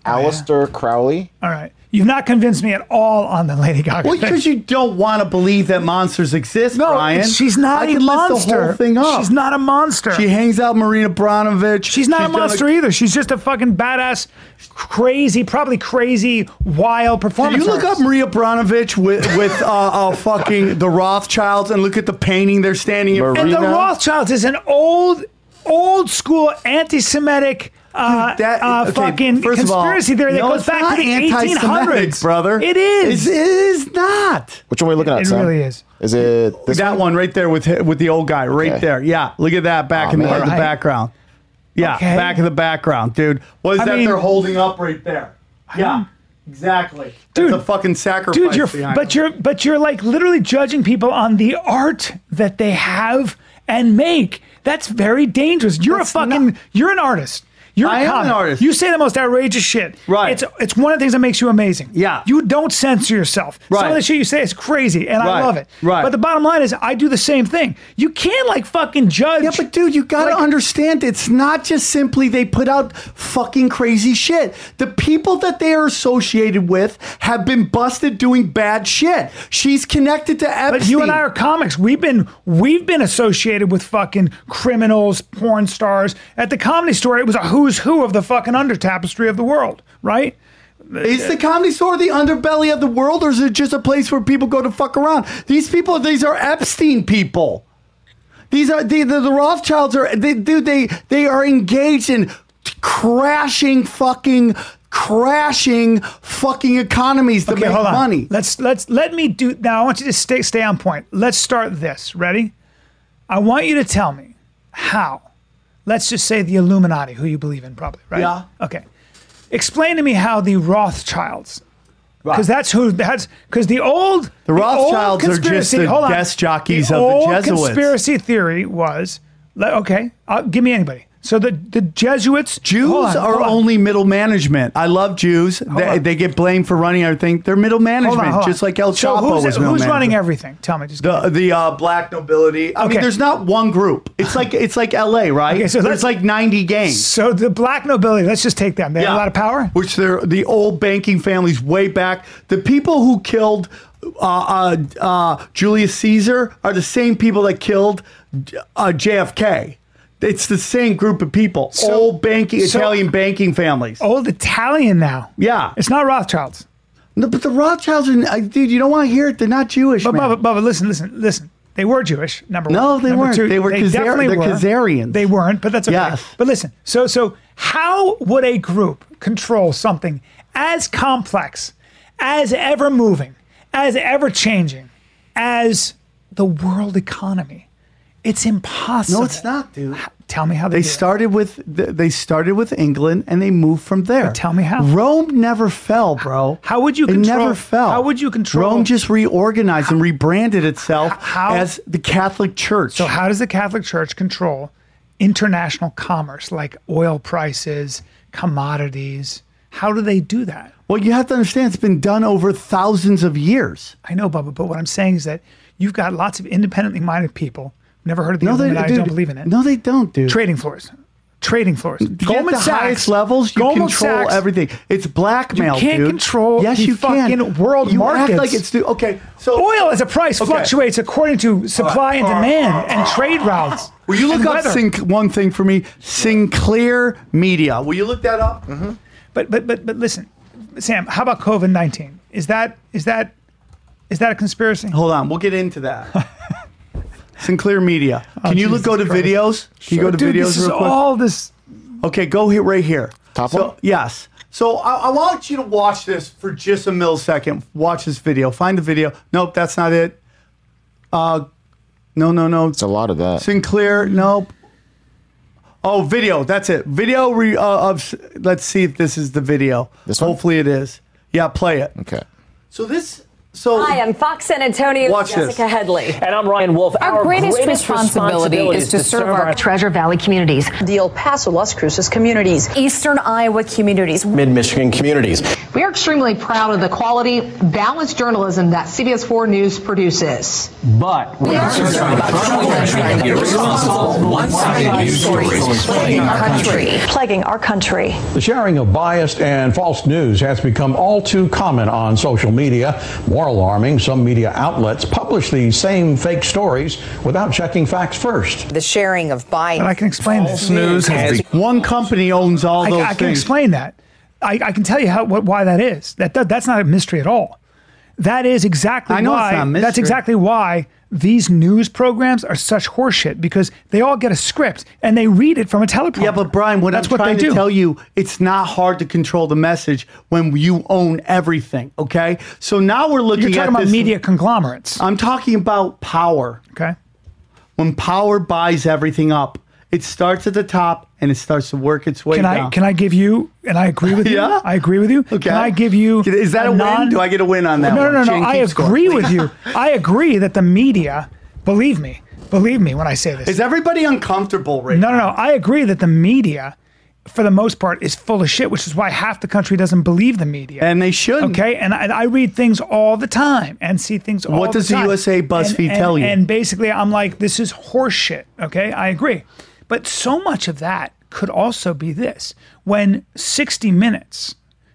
Speaker 4: Alistair Crowley.
Speaker 1: all right, you've not convinced me at all on the Lady Gaga.
Speaker 2: Well,
Speaker 1: thing.
Speaker 2: because you don't want to believe that monsters exist,
Speaker 1: No,
Speaker 2: Brian.
Speaker 1: she's not
Speaker 2: I
Speaker 1: a
Speaker 2: can
Speaker 1: monster.
Speaker 2: List the whole thing up.
Speaker 1: She's not a monster.
Speaker 2: She hangs out Marina Bronovich.
Speaker 1: She's not a
Speaker 2: done
Speaker 1: monster either. She's just a fucking badass, crazy, probably crazy, wild
Speaker 2: Did
Speaker 1: performance.
Speaker 2: you look up
Speaker 1: artist.
Speaker 2: Maria Bronovich with with uh, uh, fucking the Rothschilds and look at the painting they're standing in.
Speaker 4: Maria-
Speaker 1: And the
Speaker 4: Reno?
Speaker 1: Rothschilds is an old, old school anti-Semitic. Uh,
Speaker 2: That-
Speaker 1: uh,
Speaker 2: okay,
Speaker 1: fucking
Speaker 2: first of all,
Speaker 1: conspiracy theory that
Speaker 2: no,
Speaker 1: goes
Speaker 2: it's
Speaker 1: back
Speaker 2: not
Speaker 1: to the
Speaker 2: anti-Semitic,
Speaker 1: 1800s,
Speaker 2: brother.
Speaker 1: It is.
Speaker 2: It's- it is not.
Speaker 4: Which one are we looking at?
Speaker 1: It
Speaker 4: Sam?
Speaker 1: really is.
Speaker 4: Is it this
Speaker 2: That one right there with hi- with the old guy right
Speaker 4: Okay.
Speaker 2: there. Yeah, look at that back in the,
Speaker 4: man.
Speaker 2: the
Speaker 4: Alright.
Speaker 2: background. Yeah,
Speaker 1: Okay.
Speaker 2: back in the background, dude. What is
Speaker 1: I
Speaker 2: that
Speaker 1: mean-
Speaker 2: they're holding up right there? Yeah. Exactly.
Speaker 1: Dude.
Speaker 2: Dude, That's a fucking sacrifice.
Speaker 1: dude you're
Speaker 2: behind
Speaker 1: but
Speaker 2: it.
Speaker 1: you're but you're like literally judging people on the art that they have and make that's very dangerous you're a fucking you're an artist you're a
Speaker 2: I am an
Speaker 1: comic.
Speaker 2: artist.
Speaker 1: You say the most outrageous shit.
Speaker 2: Right.
Speaker 1: It's it's one of the things that makes you amazing.
Speaker 2: Yeah.
Speaker 1: You don't censor yourself. Some
Speaker 2: Right.
Speaker 1: of the shit you say is crazy, and I
Speaker 2: Right.
Speaker 1: love it.
Speaker 2: Right.
Speaker 1: But the bottom line is, I do the same thing. You can't like fucking judge.
Speaker 2: Yeah, but dude, you gotta
Speaker 1: Like-
Speaker 2: understand it's not just simply they put out fucking crazy shit. The people that they are associated with have been busted doing bad shit. She's connected to Epstein.
Speaker 1: But you and I are comics. We've been we've been associated with fucking criminals, porn stars. At the comedy store, it was a who's who of the fucking under tapestry of the world, right?
Speaker 2: Is the comedy store the underbelly of the world, or is it just a place where people go to fuck around? These people, these are Epstein people. These are the the, the Rothschilds are they dude they they are engaged in crashing fucking crashing fucking economies to make money.
Speaker 1: Let's let's let me do now. I want you to stay stay on point. Let's start this. Ready? I want you to tell me how. Let's just say the Illuminati, who you believe in, probably, right?
Speaker 2: Yeah.
Speaker 1: Okay. Explain to me how the Rothschilds, because that's who that's because the old the, old
Speaker 2: Rothschilds are just
Speaker 1: conspiracy-
Speaker 2: the
Speaker 1: hold on.
Speaker 2: desk jockeys
Speaker 1: The
Speaker 2: of the
Speaker 1: old
Speaker 2: Jesuits.
Speaker 1: Conspiracy theory was le- okay. Uh, give me anybody. So the the Jesuits,
Speaker 2: Jews
Speaker 1: hold on,
Speaker 2: are
Speaker 1: hold on.
Speaker 2: only middle management. I love Jews. They,
Speaker 1: on.
Speaker 2: they get blamed for running everything. They're middle management,
Speaker 1: Hold on, hold on.
Speaker 2: just like El Chapo
Speaker 1: So who's,
Speaker 2: was.
Speaker 1: who's
Speaker 2: middle
Speaker 1: running
Speaker 2: management.
Speaker 1: everything? Tell me. Just
Speaker 2: The the uh, black nobility. I
Speaker 1: Okay.
Speaker 2: mean, there's not one group. It's like it's like L.A. Right?
Speaker 1: Okay, so let's-
Speaker 2: there's like 90 gangs.
Speaker 1: So the black nobility, let's just take them. They have a lot of power.
Speaker 2: Which they're the old banking families way back. The people who killed uh, uh, uh, Julius Caesar are the same people that killed uh, JFK. It's the same group of people. old banking
Speaker 1: so- Oh.
Speaker 2: Italian banking families.
Speaker 1: Old Italian now.
Speaker 2: Yeah.
Speaker 1: It's not Rothschilds.
Speaker 2: No, but the Rothschilds are, uh, dude. You don't want to hear it. They're not Jewish.
Speaker 1: But
Speaker 2: man.
Speaker 1: Bubba, Bubba, listen, listen, listen. They were Jewish, number
Speaker 2: No,
Speaker 1: one.
Speaker 2: they
Speaker 1: Number
Speaker 2: weren't. They were Khazar-
Speaker 1: definitely
Speaker 2: they're
Speaker 1: were.
Speaker 2: Khazarians.
Speaker 1: They weren't, but that's okay.
Speaker 2: Yes.
Speaker 1: But listen, so so how would a group control something as complex, as ever moving, as ever changing, as the world economy? It's impossible.
Speaker 2: no, it's not, dude.
Speaker 1: Tell me how they,
Speaker 2: They
Speaker 1: do it.
Speaker 2: started with th- they started with England and they moved from there.
Speaker 1: tell me how.
Speaker 2: Rome never fell, bro.
Speaker 1: How would you
Speaker 2: It
Speaker 1: control-
Speaker 2: never fell.
Speaker 1: how would you control-
Speaker 2: Rome just reorganized and rebranded itself
Speaker 1: how-
Speaker 2: as the Catholic Church.
Speaker 1: So, how does the Catholic Church control international commerce, like oil prices, commodities? How do they do that?
Speaker 2: well, you have to understand it's been done over thousands of years.
Speaker 1: I know, Bubba, but what I'm saying is that you've got lots of independently minded people. Never heard of the
Speaker 2: No, they
Speaker 1: Illuminati.
Speaker 2: dude,
Speaker 1: don't believe in it.
Speaker 2: No, they don't, dude.
Speaker 1: Trading floors, trading floors.
Speaker 2: You get the highest levels, you
Speaker 1: Goldman
Speaker 2: control
Speaker 1: Sachs-
Speaker 2: everything. It's blackmail.
Speaker 1: can't
Speaker 2: dude.
Speaker 1: control
Speaker 2: Yes,
Speaker 1: the
Speaker 2: you can.
Speaker 1: fucking world
Speaker 2: you
Speaker 1: markets.
Speaker 2: Act like it's dude. Okay, so
Speaker 1: Oil as a price
Speaker 2: Okay.
Speaker 1: fluctuates according to supply and demand and trade routes.
Speaker 2: Will you look
Speaker 1: and
Speaker 2: up
Speaker 1: weather.
Speaker 2: Sinc- one thing for me? Sinclair Media. Will you look that up?
Speaker 1: Mm-hmm. But but but but listen, Sam, how about COVID nineteen? Is that is that is that a conspiracy?
Speaker 2: Hold on, we'll get into that. Sinclair Media. Can you look,
Speaker 1: Oh, Jesus
Speaker 2: go to
Speaker 1: Christ.
Speaker 2: videos? Can you go to
Speaker 1: Dude,
Speaker 2: videos
Speaker 1: this is
Speaker 2: real quick?
Speaker 1: all this.
Speaker 2: okay, go here, right here.
Speaker 4: Top
Speaker 2: so,
Speaker 4: one?
Speaker 2: Yes. So I, I want you to watch this for just a millisecond. Watch this video. Find the video. Nope, that's not it. Uh, no, no, no.
Speaker 4: It's a lot of that.
Speaker 2: Sinclair. Nope. Oh, video. That's it. Video re, uh, of. s- Let's see if this is the video.
Speaker 4: This one?
Speaker 2: Hopefully it is. Yeah, play it.
Speaker 4: okay.
Speaker 2: So this. So
Speaker 8: Hi, I'm Fox San Antonio's
Speaker 2: Watch
Speaker 8: Jessica
Speaker 2: this.
Speaker 8: Headley.
Speaker 9: And I'm Ryan Wolf.
Speaker 8: Our, greatest, responsibility, is to serve our Treasure Valley communities,
Speaker 10: the El Paso, Las Cruces communities.
Speaker 8: Eastern Iowa communities.
Speaker 9: mid Michigan communities.
Speaker 10: We are extremely proud of the quality, balanced journalism that CBS 4 News produces.
Speaker 9: But we are
Speaker 8: Plaguing our country. Plaguing our country.
Speaker 9: The sharing of biased and false news has become all too common on social media. More alarming, some media outlets publish these same fake stories without checking facts first.
Speaker 10: The sharing of
Speaker 1: But I
Speaker 10: bias.
Speaker 1: can explain this.
Speaker 2: one company owns all
Speaker 1: I,
Speaker 2: those
Speaker 1: I can
Speaker 2: things.
Speaker 1: explain that. I, I can tell you how what, why that is. That, that that's not a mystery at all. That is exactly
Speaker 2: I know it's
Speaker 1: why.
Speaker 2: not a
Speaker 1: that's
Speaker 2: mystery.
Speaker 1: exactly why these news programs are such horseshit because they all get a script and they read it from a teleprompter.
Speaker 2: Yeah, but Brian, what
Speaker 1: that's
Speaker 2: I'm
Speaker 1: what
Speaker 2: trying
Speaker 1: they
Speaker 2: to
Speaker 1: do.
Speaker 2: tell you, it's not hard to control the message when you own everything. Okay, so now we're looking
Speaker 1: You're
Speaker 2: at
Speaker 1: talking about
Speaker 2: this-
Speaker 1: media conglomerates.
Speaker 2: I'm talking about power.
Speaker 1: Okay.
Speaker 2: When power buys everything up, It starts at the top and it starts to work its way
Speaker 1: Can
Speaker 2: down.
Speaker 1: I can I give you? And I agree with you.
Speaker 2: Yeah?
Speaker 1: I agree with you. Okay. Can I give you?
Speaker 2: Is that a, win? Do I get a win on that?
Speaker 1: No,
Speaker 2: one?
Speaker 1: no, no,
Speaker 2: Shane,
Speaker 1: no. I
Speaker 2: keep score,
Speaker 1: agree
Speaker 2: please.
Speaker 1: with you. I agree that the media, believe me, believe me when I say this.
Speaker 2: Is everybody uncomfortable right
Speaker 1: No, no, no. I agree that the media, for the most part, is full of shit, which is why half the country doesn't believe the media.
Speaker 2: And they should.
Speaker 1: Okay, and I, I read things all the time and see things. all
Speaker 2: What does the
Speaker 1: time.
Speaker 2: USA BuzzFeed
Speaker 1: And-
Speaker 2: tell
Speaker 1: and-
Speaker 2: you?
Speaker 1: And basically, I'm like, this is horseshit. Okay, I agree, but so much of that could also be this: when 60 Minutes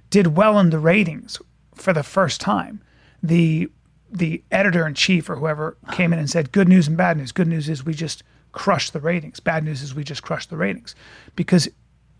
Speaker 1: did well in the ratings for the first time, the the editor in chief or whoever came in and said, "Good news and bad news. Good news is we just crush the ratings. Bad news is we just crush the ratings," because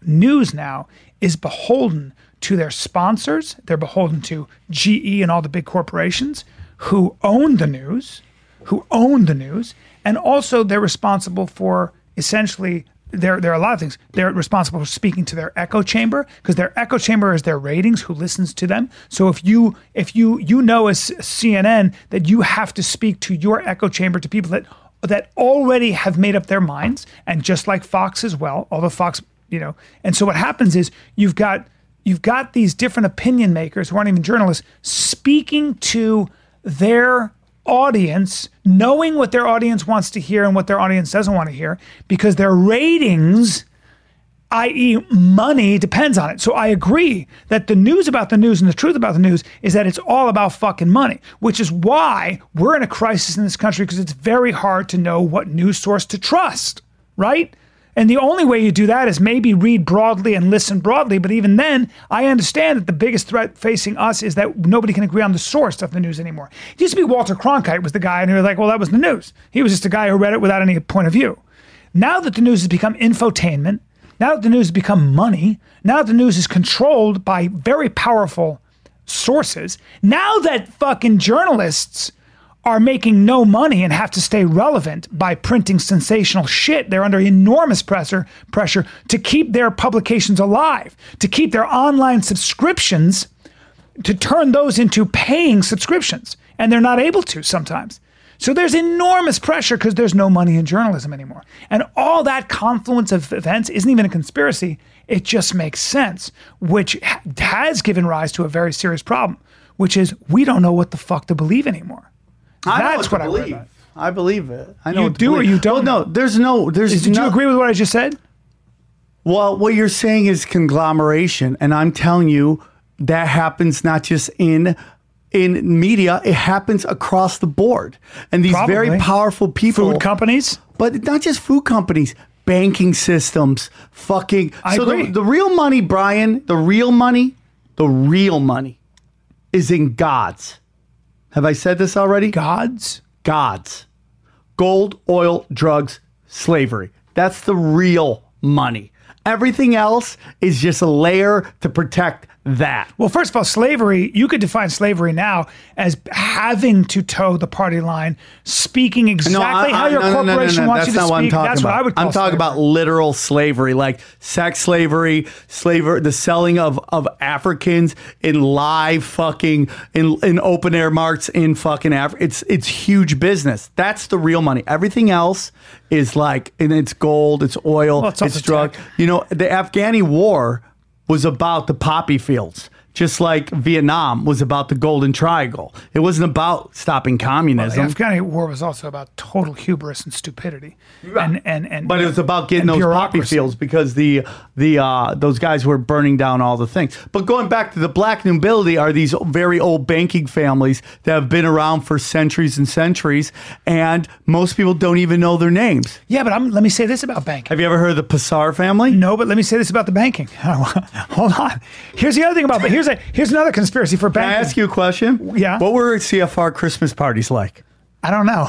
Speaker 1: news now is beholden to their sponsors. They're beholden to GE and all the big corporations who own the news, who own the news, and also they're responsible for essentially. There, there are a lot of things. They're responsible for speaking to their echo chamber because their echo chamber is their ratings, who listens to them. So if you, if you, you know as CNN that you have to speak to your echo chamber to people that that already have made up their minds, and just like Fox as well, although Fox, you know, and so what happens is you've got you've got these different opinion makers who aren't even journalists speaking to their audience, knowing what their audience wants to hear and what their audience doesn't want to hear, because their ratings i.e., e money depends on it. So I agree that the news about the news and the truth about the news is that it's all about fucking money, which is why we're in a crisis in this country because it's very hard to know what news source to trust, right? And the only way you do that is maybe read broadly and listen broadly. But even then, I understand that the biggest threat facing us is that nobody can agree on the source of the news anymore. It used to be Walter Cronkite was the guy, and he was like, well, that was the news. He was just a guy who read it without any point of view. Now that the news has become infotainment, now that the news has become money, now that the news is controlled by very powerful sources, now that fucking journalists are making no money and have to stay relevant by printing sensational shit, they're under enormous pressure pressure to keep their publications alive, to keep their online subscriptions to turn those into paying subscriptions, and they're not able to sometimes. So there's enormous pressure because there's no money in journalism anymore. And all that confluence of events isn't even a conspiracy. It just makes sense, which ha- has given rise to a very serious problem, which is we don't know what the fuck to believe anymore.
Speaker 2: I know
Speaker 1: That's
Speaker 2: what
Speaker 1: what,
Speaker 2: to
Speaker 1: I read.
Speaker 2: believe.
Speaker 1: about.
Speaker 2: I believe it. I know
Speaker 1: You
Speaker 2: what to
Speaker 1: do or
Speaker 2: believe.
Speaker 1: you don't?
Speaker 2: Well, no, there's no. There's.
Speaker 1: Is- Did
Speaker 2: no-
Speaker 1: you agree with what I just said?
Speaker 2: Well, what you're saying is conglomeration, and I'm telling you that happens not just in in media; it happens across the board. And these very
Speaker 1: Probably.
Speaker 2: powerful people,
Speaker 1: Food companies?
Speaker 2: but not just food companies, banking systems, fucking.
Speaker 1: I
Speaker 2: so
Speaker 1: agree.
Speaker 2: The, the real money, Brian, the real money, the real money, is in gods. Have I said this already?
Speaker 1: Gods?
Speaker 2: gods. Gold, oil, drugs, slavery. That's the real money. Everything else is just a layer to protect that.
Speaker 1: Well, first of all, slavery, you could define slavery now as having to toe the party line, speaking exactly how your corporation wants
Speaker 2: that's
Speaker 1: you to
Speaker 2: not
Speaker 1: speak.
Speaker 2: what I'm talking
Speaker 1: that's
Speaker 2: about.
Speaker 1: what I would call
Speaker 2: I'm talking
Speaker 1: slavery.
Speaker 2: about literal slavery, like sex slavery, slavery, the selling of, of Africans in live fucking in in open air markets in fucking Africa. It's it's huge business. That's the real money. Everything else is like, and it's gold, it's oil,
Speaker 1: Well, it's
Speaker 2: it's,
Speaker 1: also
Speaker 2: drug.
Speaker 1: tech.
Speaker 2: You know, the Afghani war was about the poppy fields. Just like Vietnam was about the Golden Triangle, it wasn't about stopping communism.
Speaker 1: The Afghani war was also about total hubris and stupidity, and and and.
Speaker 2: But it was about getting
Speaker 1: and
Speaker 2: those poppy
Speaker 1: bureaucracy.
Speaker 2: fields because the the uh, those guys were burning down all the things. But going back to the black nobility are these very old banking families that have been around for centuries and centuries, and most people don't even know their names.
Speaker 1: Yeah, but I'm, let me say this about banking.
Speaker 2: Have you ever heard of the Passar family?
Speaker 1: No, but let me say this about the banking. Hold on. Here's the other thing about. But here's a here's another conspiracy for
Speaker 2: Can I
Speaker 1: banking.
Speaker 2: ask you a question?
Speaker 1: Yeah.
Speaker 2: What were CFR Christmas parties like?
Speaker 1: I don't know.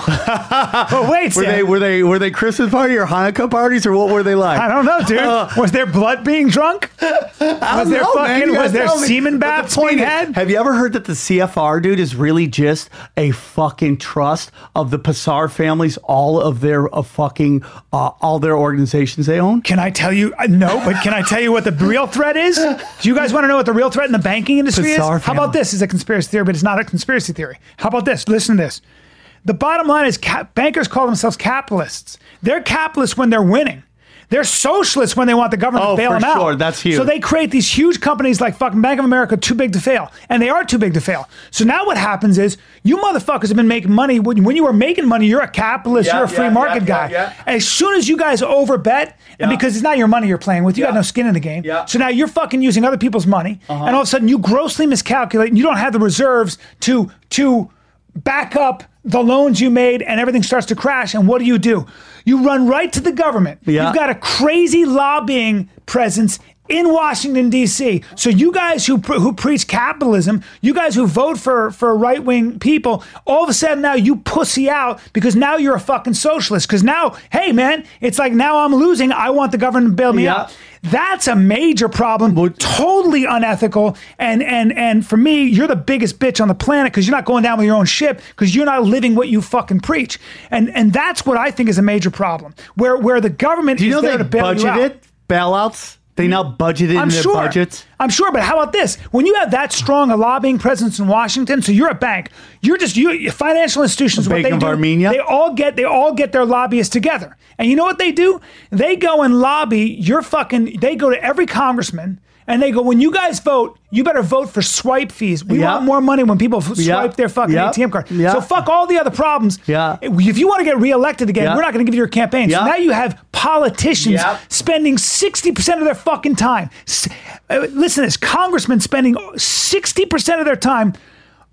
Speaker 1: but wait,
Speaker 2: Were
Speaker 1: Sam.
Speaker 2: they were they were they Christmas party or Hanukkah parties or what were they like? Uh,
Speaker 1: I don't know, dude. was there blood being drunk? Was there fucking was there semen baths
Speaker 2: bath
Speaker 1: being had?
Speaker 2: Have you ever heard that the CFR dude is really just a fucking trust of the Passar families, all of their uh, fucking uh, all their organizations they own?
Speaker 1: Can I tell you? uh, No, but can I tell you what the real threat is? Do you guys want to know what the real threat in the banking industry
Speaker 2: Bizarre
Speaker 1: is? How about
Speaker 2: family.
Speaker 1: this? Is a conspiracy theory, but it's not a conspiracy theory. How about this? Listen to this. The bottom line is cap- bankers call themselves capitalists. They're capitalists when they're winning. They're socialists when they want the government
Speaker 2: Oh,
Speaker 1: to bail
Speaker 2: for
Speaker 1: them out.
Speaker 2: sure. That's huge.
Speaker 1: So they create these huge companies like fucking Bank of America, too big to fail, and they are too big to fail. So now what happens is you motherfuckers have been making money. When, when you were making money, you're a capitalist,
Speaker 2: Yeah,
Speaker 1: you're a
Speaker 2: yeah,
Speaker 1: free
Speaker 2: yeah,
Speaker 1: market
Speaker 2: yeah,
Speaker 1: guy.
Speaker 2: yeah.
Speaker 1: And as soon as you guys overbet, and because it's not your money you're playing with, you got no skin in the game.
Speaker 2: Yeah. Uh-huh.
Speaker 1: So now you're fucking using other people's money, and all of a sudden you grossly miscalculate, and you don't have the reserves to to back up the loans you made, and everything starts to crash. And what do you do? You run right to the government.
Speaker 2: Yeah.
Speaker 1: You've got a crazy lobbying presence. In Washington D.C., so you guys who pre- who preach capitalism, you guys who vote for for right wing people, all of a sudden now you pussy out because now you're a fucking socialist. Because now, hey man, it's like now I'm losing. I want the government to bail me
Speaker 2: Yeah.
Speaker 1: out. That's a major problem. totally unethical. And and and for me, you're the biggest bitch on the planet because you're not going down with your own ship because you're not living what you fucking preach. And and that's what I think is a major problem. Where where the government
Speaker 2: Do you
Speaker 1: is
Speaker 2: know
Speaker 1: there
Speaker 2: they
Speaker 1: to bail you out.
Speaker 2: budgeted bailouts? They now budgeted
Speaker 1: I'm
Speaker 2: in their
Speaker 1: sure.
Speaker 2: budgets.
Speaker 1: I'm sure, but how about this? When you have that strong a lobbying presence in Washington, so you're a bank, you're just you financial institutions. what
Speaker 2: Bank
Speaker 1: they
Speaker 2: of
Speaker 1: do,
Speaker 2: Armenia?
Speaker 1: they all get they all get their lobbyists together, and you know what they do? They go and lobby your fucking. They go to every congressman and they go, when you guys vote, you better vote for swipe fees. We
Speaker 2: Yeah.
Speaker 1: want more money when people f- swipe
Speaker 2: Yeah.
Speaker 1: their fucking
Speaker 2: Yeah.
Speaker 1: ATM card.
Speaker 2: Yeah.
Speaker 1: So fuck all the other problems.
Speaker 2: Yeah.
Speaker 1: If you want to get reelected again,
Speaker 2: Yeah.
Speaker 1: we're not going to give you your campaign. So
Speaker 2: Yeah.
Speaker 1: now you have politicians
Speaker 2: Yeah.
Speaker 1: spending 60% of their fucking time. S- uh, Listen to this congressmen spending 60% of their time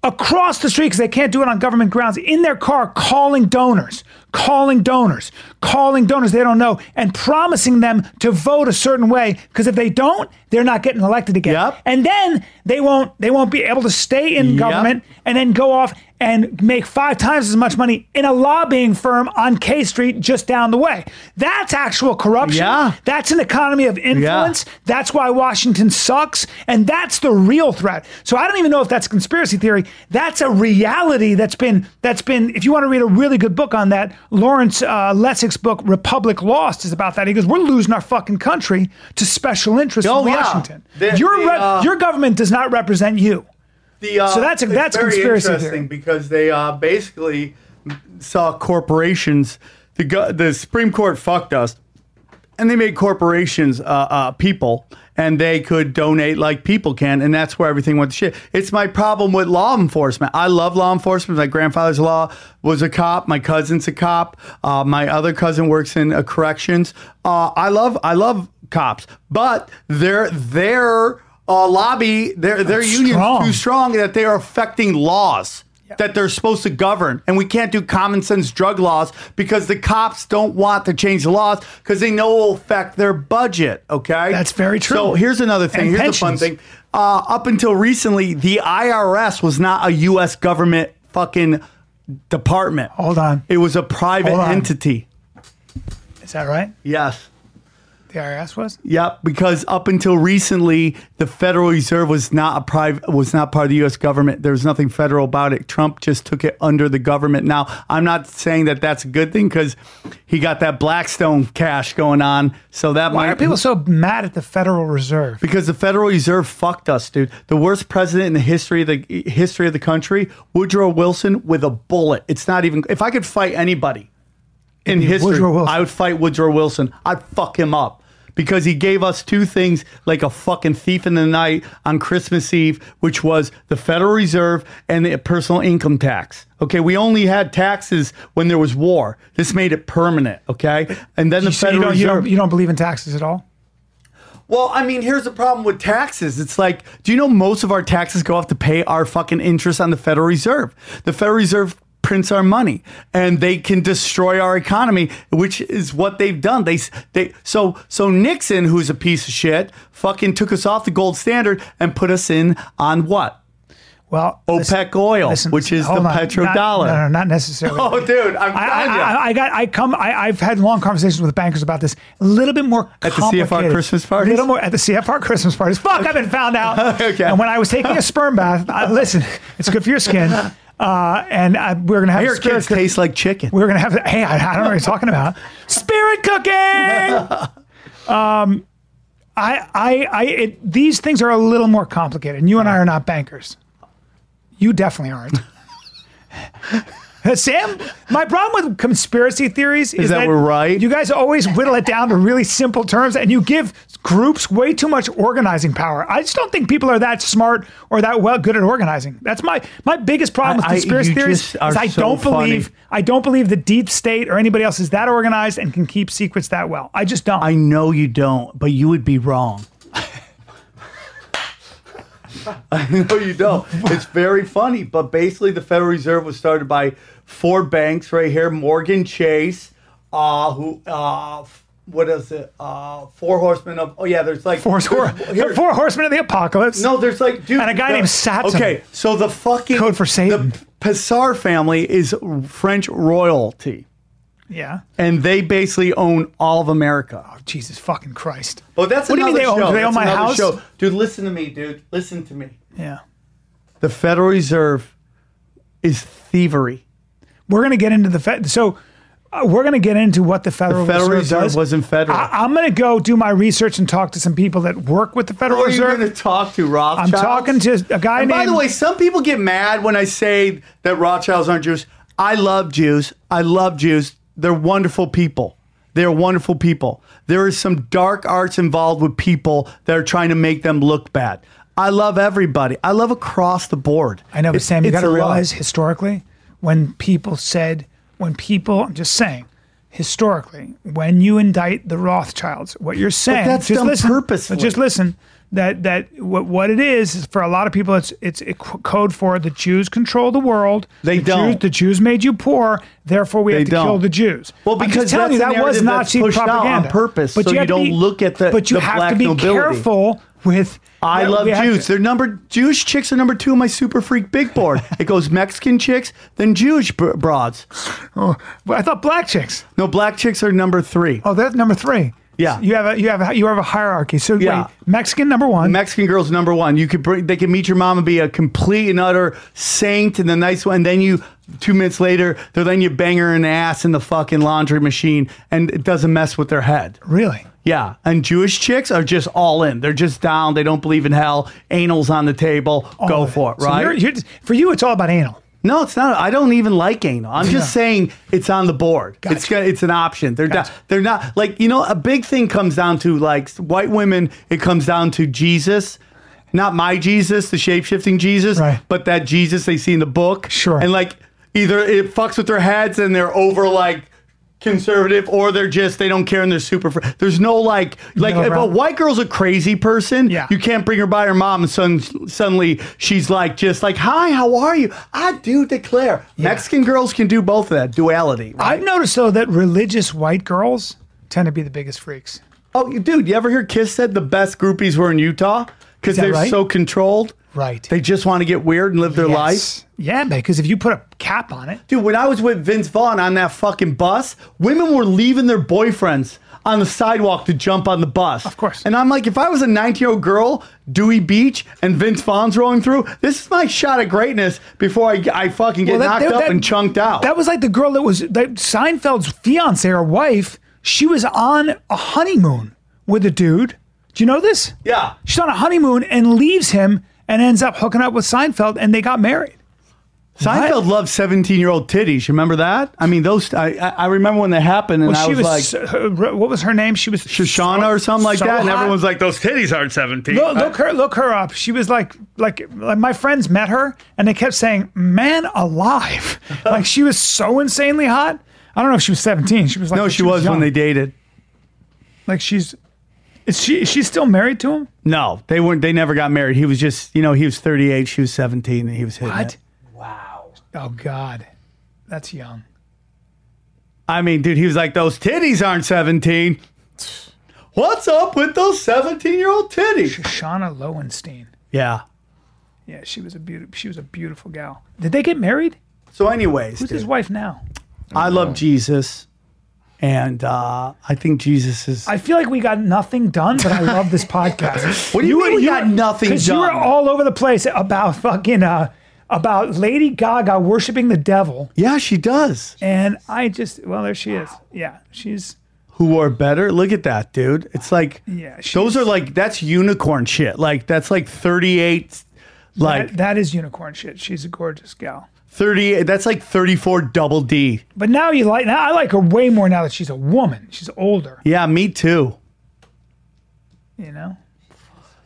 Speaker 1: across the street because they can't do it on government grounds in their car calling donors, calling donors, calling donors they don't know, and promising them to vote a certain way because if they don't, they're not getting elected again.
Speaker 2: Yep.
Speaker 1: And then they won't they won't be able to stay in government and then go off and make five times as much money in a lobbying firm on K Street just down the way. That's actual corruption.
Speaker 2: Yeah.
Speaker 1: That's an economy of influence. That's why Washington sucks. And that's the real threat. So I don't even know if that's a conspiracy theory. That's a reality that's been, that's been, if you want to read a really good book on that, Lawrence uh, Lessig's book, Republic Lost, is about that. He goes, We're losing our fucking country to special interests
Speaker 2: Oh,
Speaker 1: in
Speaker 2: yeah.
Speaker 1: Washington.
Speaker 2: The-
Speaker 1: your,
Speaker 2: the,
Speaker 1: rep-
Speaker 2: uh,
Speaker 1: your government does not represent you.
Speaker 2: The, uh,
Speaker 1: So that's a-
Speaker 2: it's
Speaker 1: that's
Speaker 2: very
Speaker 1: conspiracy
Speaker 2: interesting
Speaker 1: theory.
Speaker 2: because they uh, basically saw corporations. The go- the Supreme Court fucked us, and they made corporations uh, uh, people, and they could donate like people can, and that's where everything went to shit. It's my problem with law enforcement. I love law enforcement. My grandfather's law was a cop. My cousin's a cop. Uh, my other cousin works in uh, corrections. Uh, I love I love cops, but they're they're. Uh, lobby their their union
Speaker 1: Strong.
Speaker 2: too strong that they are affecting laws that they're supposed to govern. And we can't do common sense drug laws because the cops don't want to change the laws because they know it will affect their budget. Okay.
Speaker 1: That's very true.
Speaker 2: So here's another thing.
Speaker 1: And
Speaker 2: here's a fun
Speaker 1: pensions.
Speaker 2: thing. Uh, up until recently, the IRS was not a U.S. government fucking department,
Speaker 1: Hold on.
Speaker 2: it was a private
Speaker 1: Hold on.
Speaker 2: entity.
Speaker 1: Is that right?
Speaker 2: Yes.
Speaker 1: The IRS was?
Speaker 2: Yep, because up until recently, the Federal Reserve was not a private was not part of the U.S. government. There was nothing federal about it. Trump just took it under the government. Now, I'm not saying that that's a good thing because he got that Blackstone cash going on, so that
Speaker 1: Why
Speaker 2: might
Speaker 1: are people so mad at the Federal Reserve?
Speaker 2: because the Federal Reserve fucked us, dude. The worst president in the history of the history of the country, Woodrow Wilson, with a bullet. It's not even. If I could fight anybody in history,
Speaker 1: Woodrow Wilson.
Speaker 2: I would fight Woodrow Wilson. I'd fuck him up because he gave us two things like a fucking thief in the night on Christmas Eve, which was the Federal Reserve and the personal income tax. Okay, we only had taxes when there was war. This made it permanent. Okay, and then the
Speaker 1: So
Speaker 2: Federal
Speaker 1: you, don't, you,
Speaker 2: Reserve.
Speaker 1: don't, you don't believe in taxes at all?
Speaker 2: Well, I mean, here's the problem with taxes. It's like, do you know most of our taxes go off to pay our fucking interest on the Federal Reserve? The Federal Reserve prints our money and they can destroy our economy, which is what they've done. They they so so Nixon, who's a piece of shit, fucking took us off the gold standard and put us in on what?
Speaker 1: Well,
Speaker 2: OPEC
Speaker 1: listen-
Speaker 2: oil,
Speaker 1: listen,
Speaker 2: which is the
Speaker 1: hold on. Not,
Speaker 2: petrodollar.
Speaker 1: no, no, not necessarily.
Speaker 2: Oh, dude, I'm
Speaker 1: I,
Speaker 2: telling you.
Speaker 1: I, I, I got. I come. I, I've had long conversations with bankers about this. A little bit more
Speaker 2: At the CFR
Speaker 1: complicated.
Speaker 2: Christmas parties?
Speaker 1: A little more at the CFR Christmas parties. Fuck, I've been found out.
Speaker 2: Okay.
Speaker 1: And when I was taking a sperm bath, I, listen, it's good for your skin. Uh, and I, we're gonna have
Speaker 2: Your
Speaker 1: spirit
Speaker 2: kids
Speaker 1: cooking.
Speaker 2: taste like chicken.
Speaker 1: We're gonna have. Hey, I, I don't know what you're talking about. Spirit cooking. um, I, I, I. It, these things are a little more complicated, and you and I are not bankers. You definitely aren't. Sam, my problem with conspiracy theories is,
Speaker 2: Is that we're right?
Speaker 1: You guys always whittle it down to really simple terms, and you give groups way too much organizing power. I just don't think people are that smart or that well good at organizing. That's my my biggest problem with
Speaker 2: I- I-
Speaker 1: conspiracy
Speaker 2: you
Speaker 1: theories
Speaker 2: just
Speaker 1: is
Speaker 2: are
Speaker 1: I
Speaker 2: so
Speaker 1: don't believe
Speaker 2: funny.
Speaker 1: I don't believe the deep state or anybody else is that organized and can keep secrets that well. I just don't.
Speaker 2: I know you don't, but you would be wrong. I know you don't. It's very funny, but basically, the Federal Reserve was started by four banks right here: Morgan Chase, uh, who, uh, f- what is it? Uh, four Horsemen of. Oh yeah, there's like
Speaker 1: Four, four,
Speaker 2: here-
Speaker 1: the four horsemen of the apocalypse.
Speaker 2: No, there's like dude,
Speaker 1: And a guy
Speaker 2: the-
Speaker 1: named Satan.
Speaker 2: Okay, so the fucking
Speaker 1: Code for Satan.
Speaker 2: The Pissar family is French royalty,
Speaker 1: yeah.
Speaker 2: and they basically own all of America.
Speaker 1: Jesus fucking Christ.
Speaker 2: Oh, that's
Speaker 1: What do you
Speaker 2: another
Speaker 1: mean they own-
Speaker 2: show.
Speaker 1: do they own
Speaker 2: That's
Speaker 1: my
Speaker 2: another
Speaker 1: house?
Speaker 2: show. Dude, listen to me, dude. Listen to me.
Speaker 1: Yeah.
Speaker 2: The Federal Reserve is thievery.
Speaker 1: We're going to get into the Fed. So uh, we're going to get into what the Federal,
Speaker 2: Federal Reserve
Speaker 1: does.
Speaker 2: wasn't federal.
Speaker 1: I, am going to go do my research and talk to some people that work with the Federal
Speaker 2: Who are you
Speaker 1: Reserve.
Speaker 2: going to talk to,
Speaker 1: I'm
Speaker 2: Rothschild?
Speaker 1: talking to a guy
Speaker 2: And
Speaker 1: named.
Speaker 2: by the way, some people get mad when I say that Rothschilds aren't Jews. I love Jews. I love Jews. They're wonderful people. They're wonderful people. There is some dark arts involved with people that are trying to make them look bad. I love everybody. I love across the board.
Speaker 1: I know, but
Speaker 2: It's-
Speaker 1: Sam, you
Speaker 2: it's
Speaker 1: got to
Speaker 2: a love.
Speaker 1: realize historically when people said, when people, I'm just saying, historically, when you indict the Rothschilds, what you're saying,
Speaker 2: that's
Speaker 1: just
Speaker 2: done
Speaker 1: listen,
Speaker 2: purposefully.
Speaker 1: Just listen. That that what what it is is for a lot of people, it's it's a co- code for the Jews control the world.
Speaker 2: They
Speaker 1: the Jews-
Speaker 2: don't.
Speaker 1: the Jews made you poor, therefore we
Speaker 2: They
Speaker 1: have to kill
Speaker 2: don't.
Speaker 1: the Jews.
Speaker 2: Well,
Speaker 1: I'm just
Speaker 2: because
Speaker 1: telling
Speaker 2: that's
Speaker 1: you
Speaker 2: the
Speaker 1: that was
Speaker 2: narrative that's
Speaker 1: Nazi
Speaker 2: pushed out on
Speaker 1: propaganda
Speaker 2: purpose, so you
Speaker 1: have to
Speaker 2: don't
Speaker 1: be-
Speaker 2: look at the-
Speaker 1: But you
Speaker 2: the
Speaker 1: have
Speaker 2: black
Speaker 1: to be
Speaker 2: nobility.
Speaker 1: careful with.
Speaker 2: I
Speaker 1: we-
Speaker 2: love
Speaker 1: we have to-
Speaker 2: Jews. They're number Jewish chicks are number two on my super freak big board. it goes Mexican chicks, then Jewish br- broads.
Speaker 1: Oh, I thought black chicks.
Speaker 2: No, black chicks are number three.
Speaker 1: Oh, that's number three.
Speaker 2: Yeah.
Speaker 1: you have a you have a, you have a hierarchy. So
Speaker 2: Yeah.
Speaker 1: wait, Mexican number one.
Speaker 2: Mexican girls number one. You could bring, they can meet your mom and be a complete and utter saint and the nice one. And then you two minutes later, they're letting you bang her in the ass in the fucking laundry machine, and it doesn't mess with their head.
Speaker 1: really?
Speaker 2: Yeah, and Jewish chicks are just all in. They're just down. They don't believe in hell. Anal's on the table.
Speaker 1: All
Speaker 2: Go
Speaker 1: of
Speaker 2: for it,
Speaker 1: So
Speaker 2: right?
Speaker 1: you're- you're just- for you, it's all about anal.
Speaker 2: No, it's not. I don't even like anal. I'm just saying it's on the board. It's gonna, it's an option. They're not, they're not like you know a big thing comes down to like white women. It comes down to Jesus, not my Jesus, the shape shifting Jesus,
Speaker 1: Right.
Speaker 2: but that Jesus they see in the book.
Speaker 1: Sure.
Speaker 2: And like either it fucks with their heads and they're over like conservative or they're just they don't care and they're super fr- there's no like like
Speaker 1: Middle
Speaker 2: if a
Speaker 1: ground.
Speaker 2: white girl's a crazy person
Speaker 1: Yeah.
Speaker 2: you can't bring her by her mom and son, suddenly she's like just like hi how are you i do declare mexican girls can do both of that duality right
Speaker 1: I've noticed though that religious white girls tend to be the biggest freaks.
Speaker 2: oh you- dude you ever hear kiss said the best groupies were in utah because
Speaker 1: that
Speaker 2: they're
Speaker 1: right?
Speaker 2: so controlled
Speaker 1: Right.
Speaker 2: they just want to get weird and live their life
Speaker 1: Yes. Yeah, because if you put a cap on it,
Speaker 2: Dude, when I was with Vince Vaughn on that fucking bus, women were leaving their boyfriends on the sidewalk to jump on the bus. Of
Speaker 1: course.
Speaker 2: And I'm like, if I was a 19 year old girl, Dewey Beach, and Vince Vaughn's rolling through, this is my shot at greatness before I, I fucking get
Speaker 1: Well, that-
Speaker 2: knocked
Speaker 1: that-
Speaker 2: up
Speaker 1: that-
Speaker 2: and chunked out.
Speaker 1: That was like the girl that was that Seinfeld's fiance or wife. She was on a honeymoon with a dude. Do you know this?
Speaker 2: Yeah.
Speaker 1: She's on a honeymoon and leaves him and ends up hooking up with Seinfeld and they got married.
Speaker 2: Seinfeld
Speaker 1: What?
Speaker 2: loved 17 year old titties. You remember that? I mean, those, I, I I remember when that happened and
Speaker 1: Well,
Speaker 2: I
Speaker 1: she
Speaker 2: was,
Speaker 1: was,
Speaker 2: like,
Speaker 1: so- her- what was her name? She was
Speaker 2: Shoshana or something like
Speaker 1: so
Speaker 2: that. And
Speaker 1: hot.
Speaker 2: everyone's like, those titties aren't 17.
Speaker 1: Look, look her, look her up. She was like, like, like my friends met her and they kept saying, "Man alive!" like she was so insanely hot. I don't know if she was seventeen. She was like,
Speaker 2: no, she, was when
Speaker 1: young.
Speaker 2: they dated.
Speaker 1: like she's, is she is she still married to him?
Speaker 2: No, they weren't. They never got married. He was just, you know, he was 38, she was 17, and he was hitting it.
Speaker 1: What? Wow. Oh God, that's young.
Speaker 2: I mean, dude, he was like, those titties aren't 17. What's up with those 17 year old titties?
Speaker 1: Shoshana Lowenstein.
Speaker 2: Yeah.
Speaker 1: Yeah, she was a beautiful. She was a beautiful gal. Did they get married?
Speaker 2: So, anyways,
Speaker 1: Who's
Speaker 2: dude,
Speaker 1: his wife now?
Speaker 2: I love Jesus. And uh, I think Jesus is.
Speaker 1: I feel like we got nothing done, but I love this podcast.
Speaker 2: What do you mean
Speaker 1: were-
Speaker 2: we got nothing
Speaker 1: Because you
Speaker 2: done?
Speaker 1: were all over the place about fucking uh, about Lady Gaga worshiping the devil,
Speaker 2: yeah, she does.
Speaker 1: and I just well, there she is. Yeah, she's
Speaker 2: Who are better? Look at that, dude. It's like,
Speaker 1: yeah. She's,
Speaker 2: those are like, that's unicorn shit. Like, that's like 38, like
Speaker 1: that, that is unicorn shit. She's a gorgeous gal.
Speaker 2: thirty. That's like thirty-four double D.
Speaker 1: But now you like now I like her way more now that she's a woman. She's older,
Speaker 2: Yeah, me too.
Speaker 1: you know.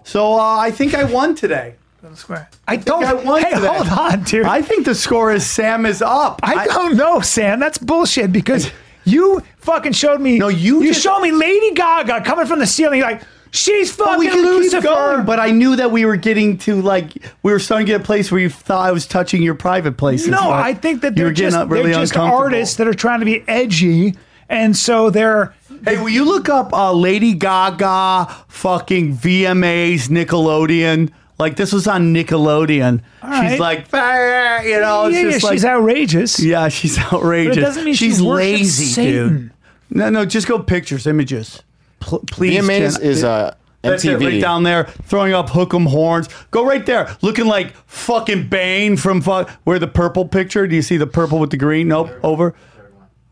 Speaker 2: So uh, I think I won today.
Speaker 1: Square. I don't.
Speaker 2: I won
Speaker 1: hey,
Speaker 2: today.
Speaker 1: hold on, dude.
Speaker 2: I think the score is Sam is up.
Speaker 1: I, don't know, Sam. That's bullshit because you fucking showed me. No,
Speaker 2: you
Speaker 1: You
Speaker 2: just-
Speaker 1: showed me Lady Gaga coming from the ceiling. You're like she's
Speaker 2: But
Speaker 1: fucking
Speaker 2: we can
Speaker 1: Lucifer.
Speaker 2: keep going. But I knew that we were getting to like we were starting to get a place where you thought I was touching your private place. It's
Speaker 1: No,
Speaker 2: like
Speaker 1: I think that
Speaker 2: you
Speaker 1: they're
Speaker 2: were getting
Speaker 1: just,
Speaker 2: up really
Speaker 1: they're just
Speaker 2: uncomfortable.
Speaker 1: artists that are trying to be edgy, and so they're
Speaker 2: Hey, will you look up uh, Lady Gaga fucking VMAs Nickelodeon? Like this was on Nickelodeon.
Speaker 1: right.
Speaker 2: She's like, "Fire," you know, it's
Speaker 1: yeah, yeah,
Speaker 2: just like,
Speaker 1: she's outrageous.
Speaker 2: yeah, she's outrageous.
Speaker 1: But it doesn't mean she
Speaker 2: she's
Speaker 1: worships
Speaker 2: lazy,
Speaker 1: Satan.
Speaker 2: dude. No, no, just go pictures, images, Pl- please.
Speaker 4: VMAs
Speaker 2: Jen.
Speaker 4: is uh,
Speaker 2: That's it, right
Speaker 4: MTV.
Speaker 2: down there, throwing up hook'em horns. Go right there, looking like fucking Bane from fu- where the purple picture. Do you see the purple with the green? Nope, over,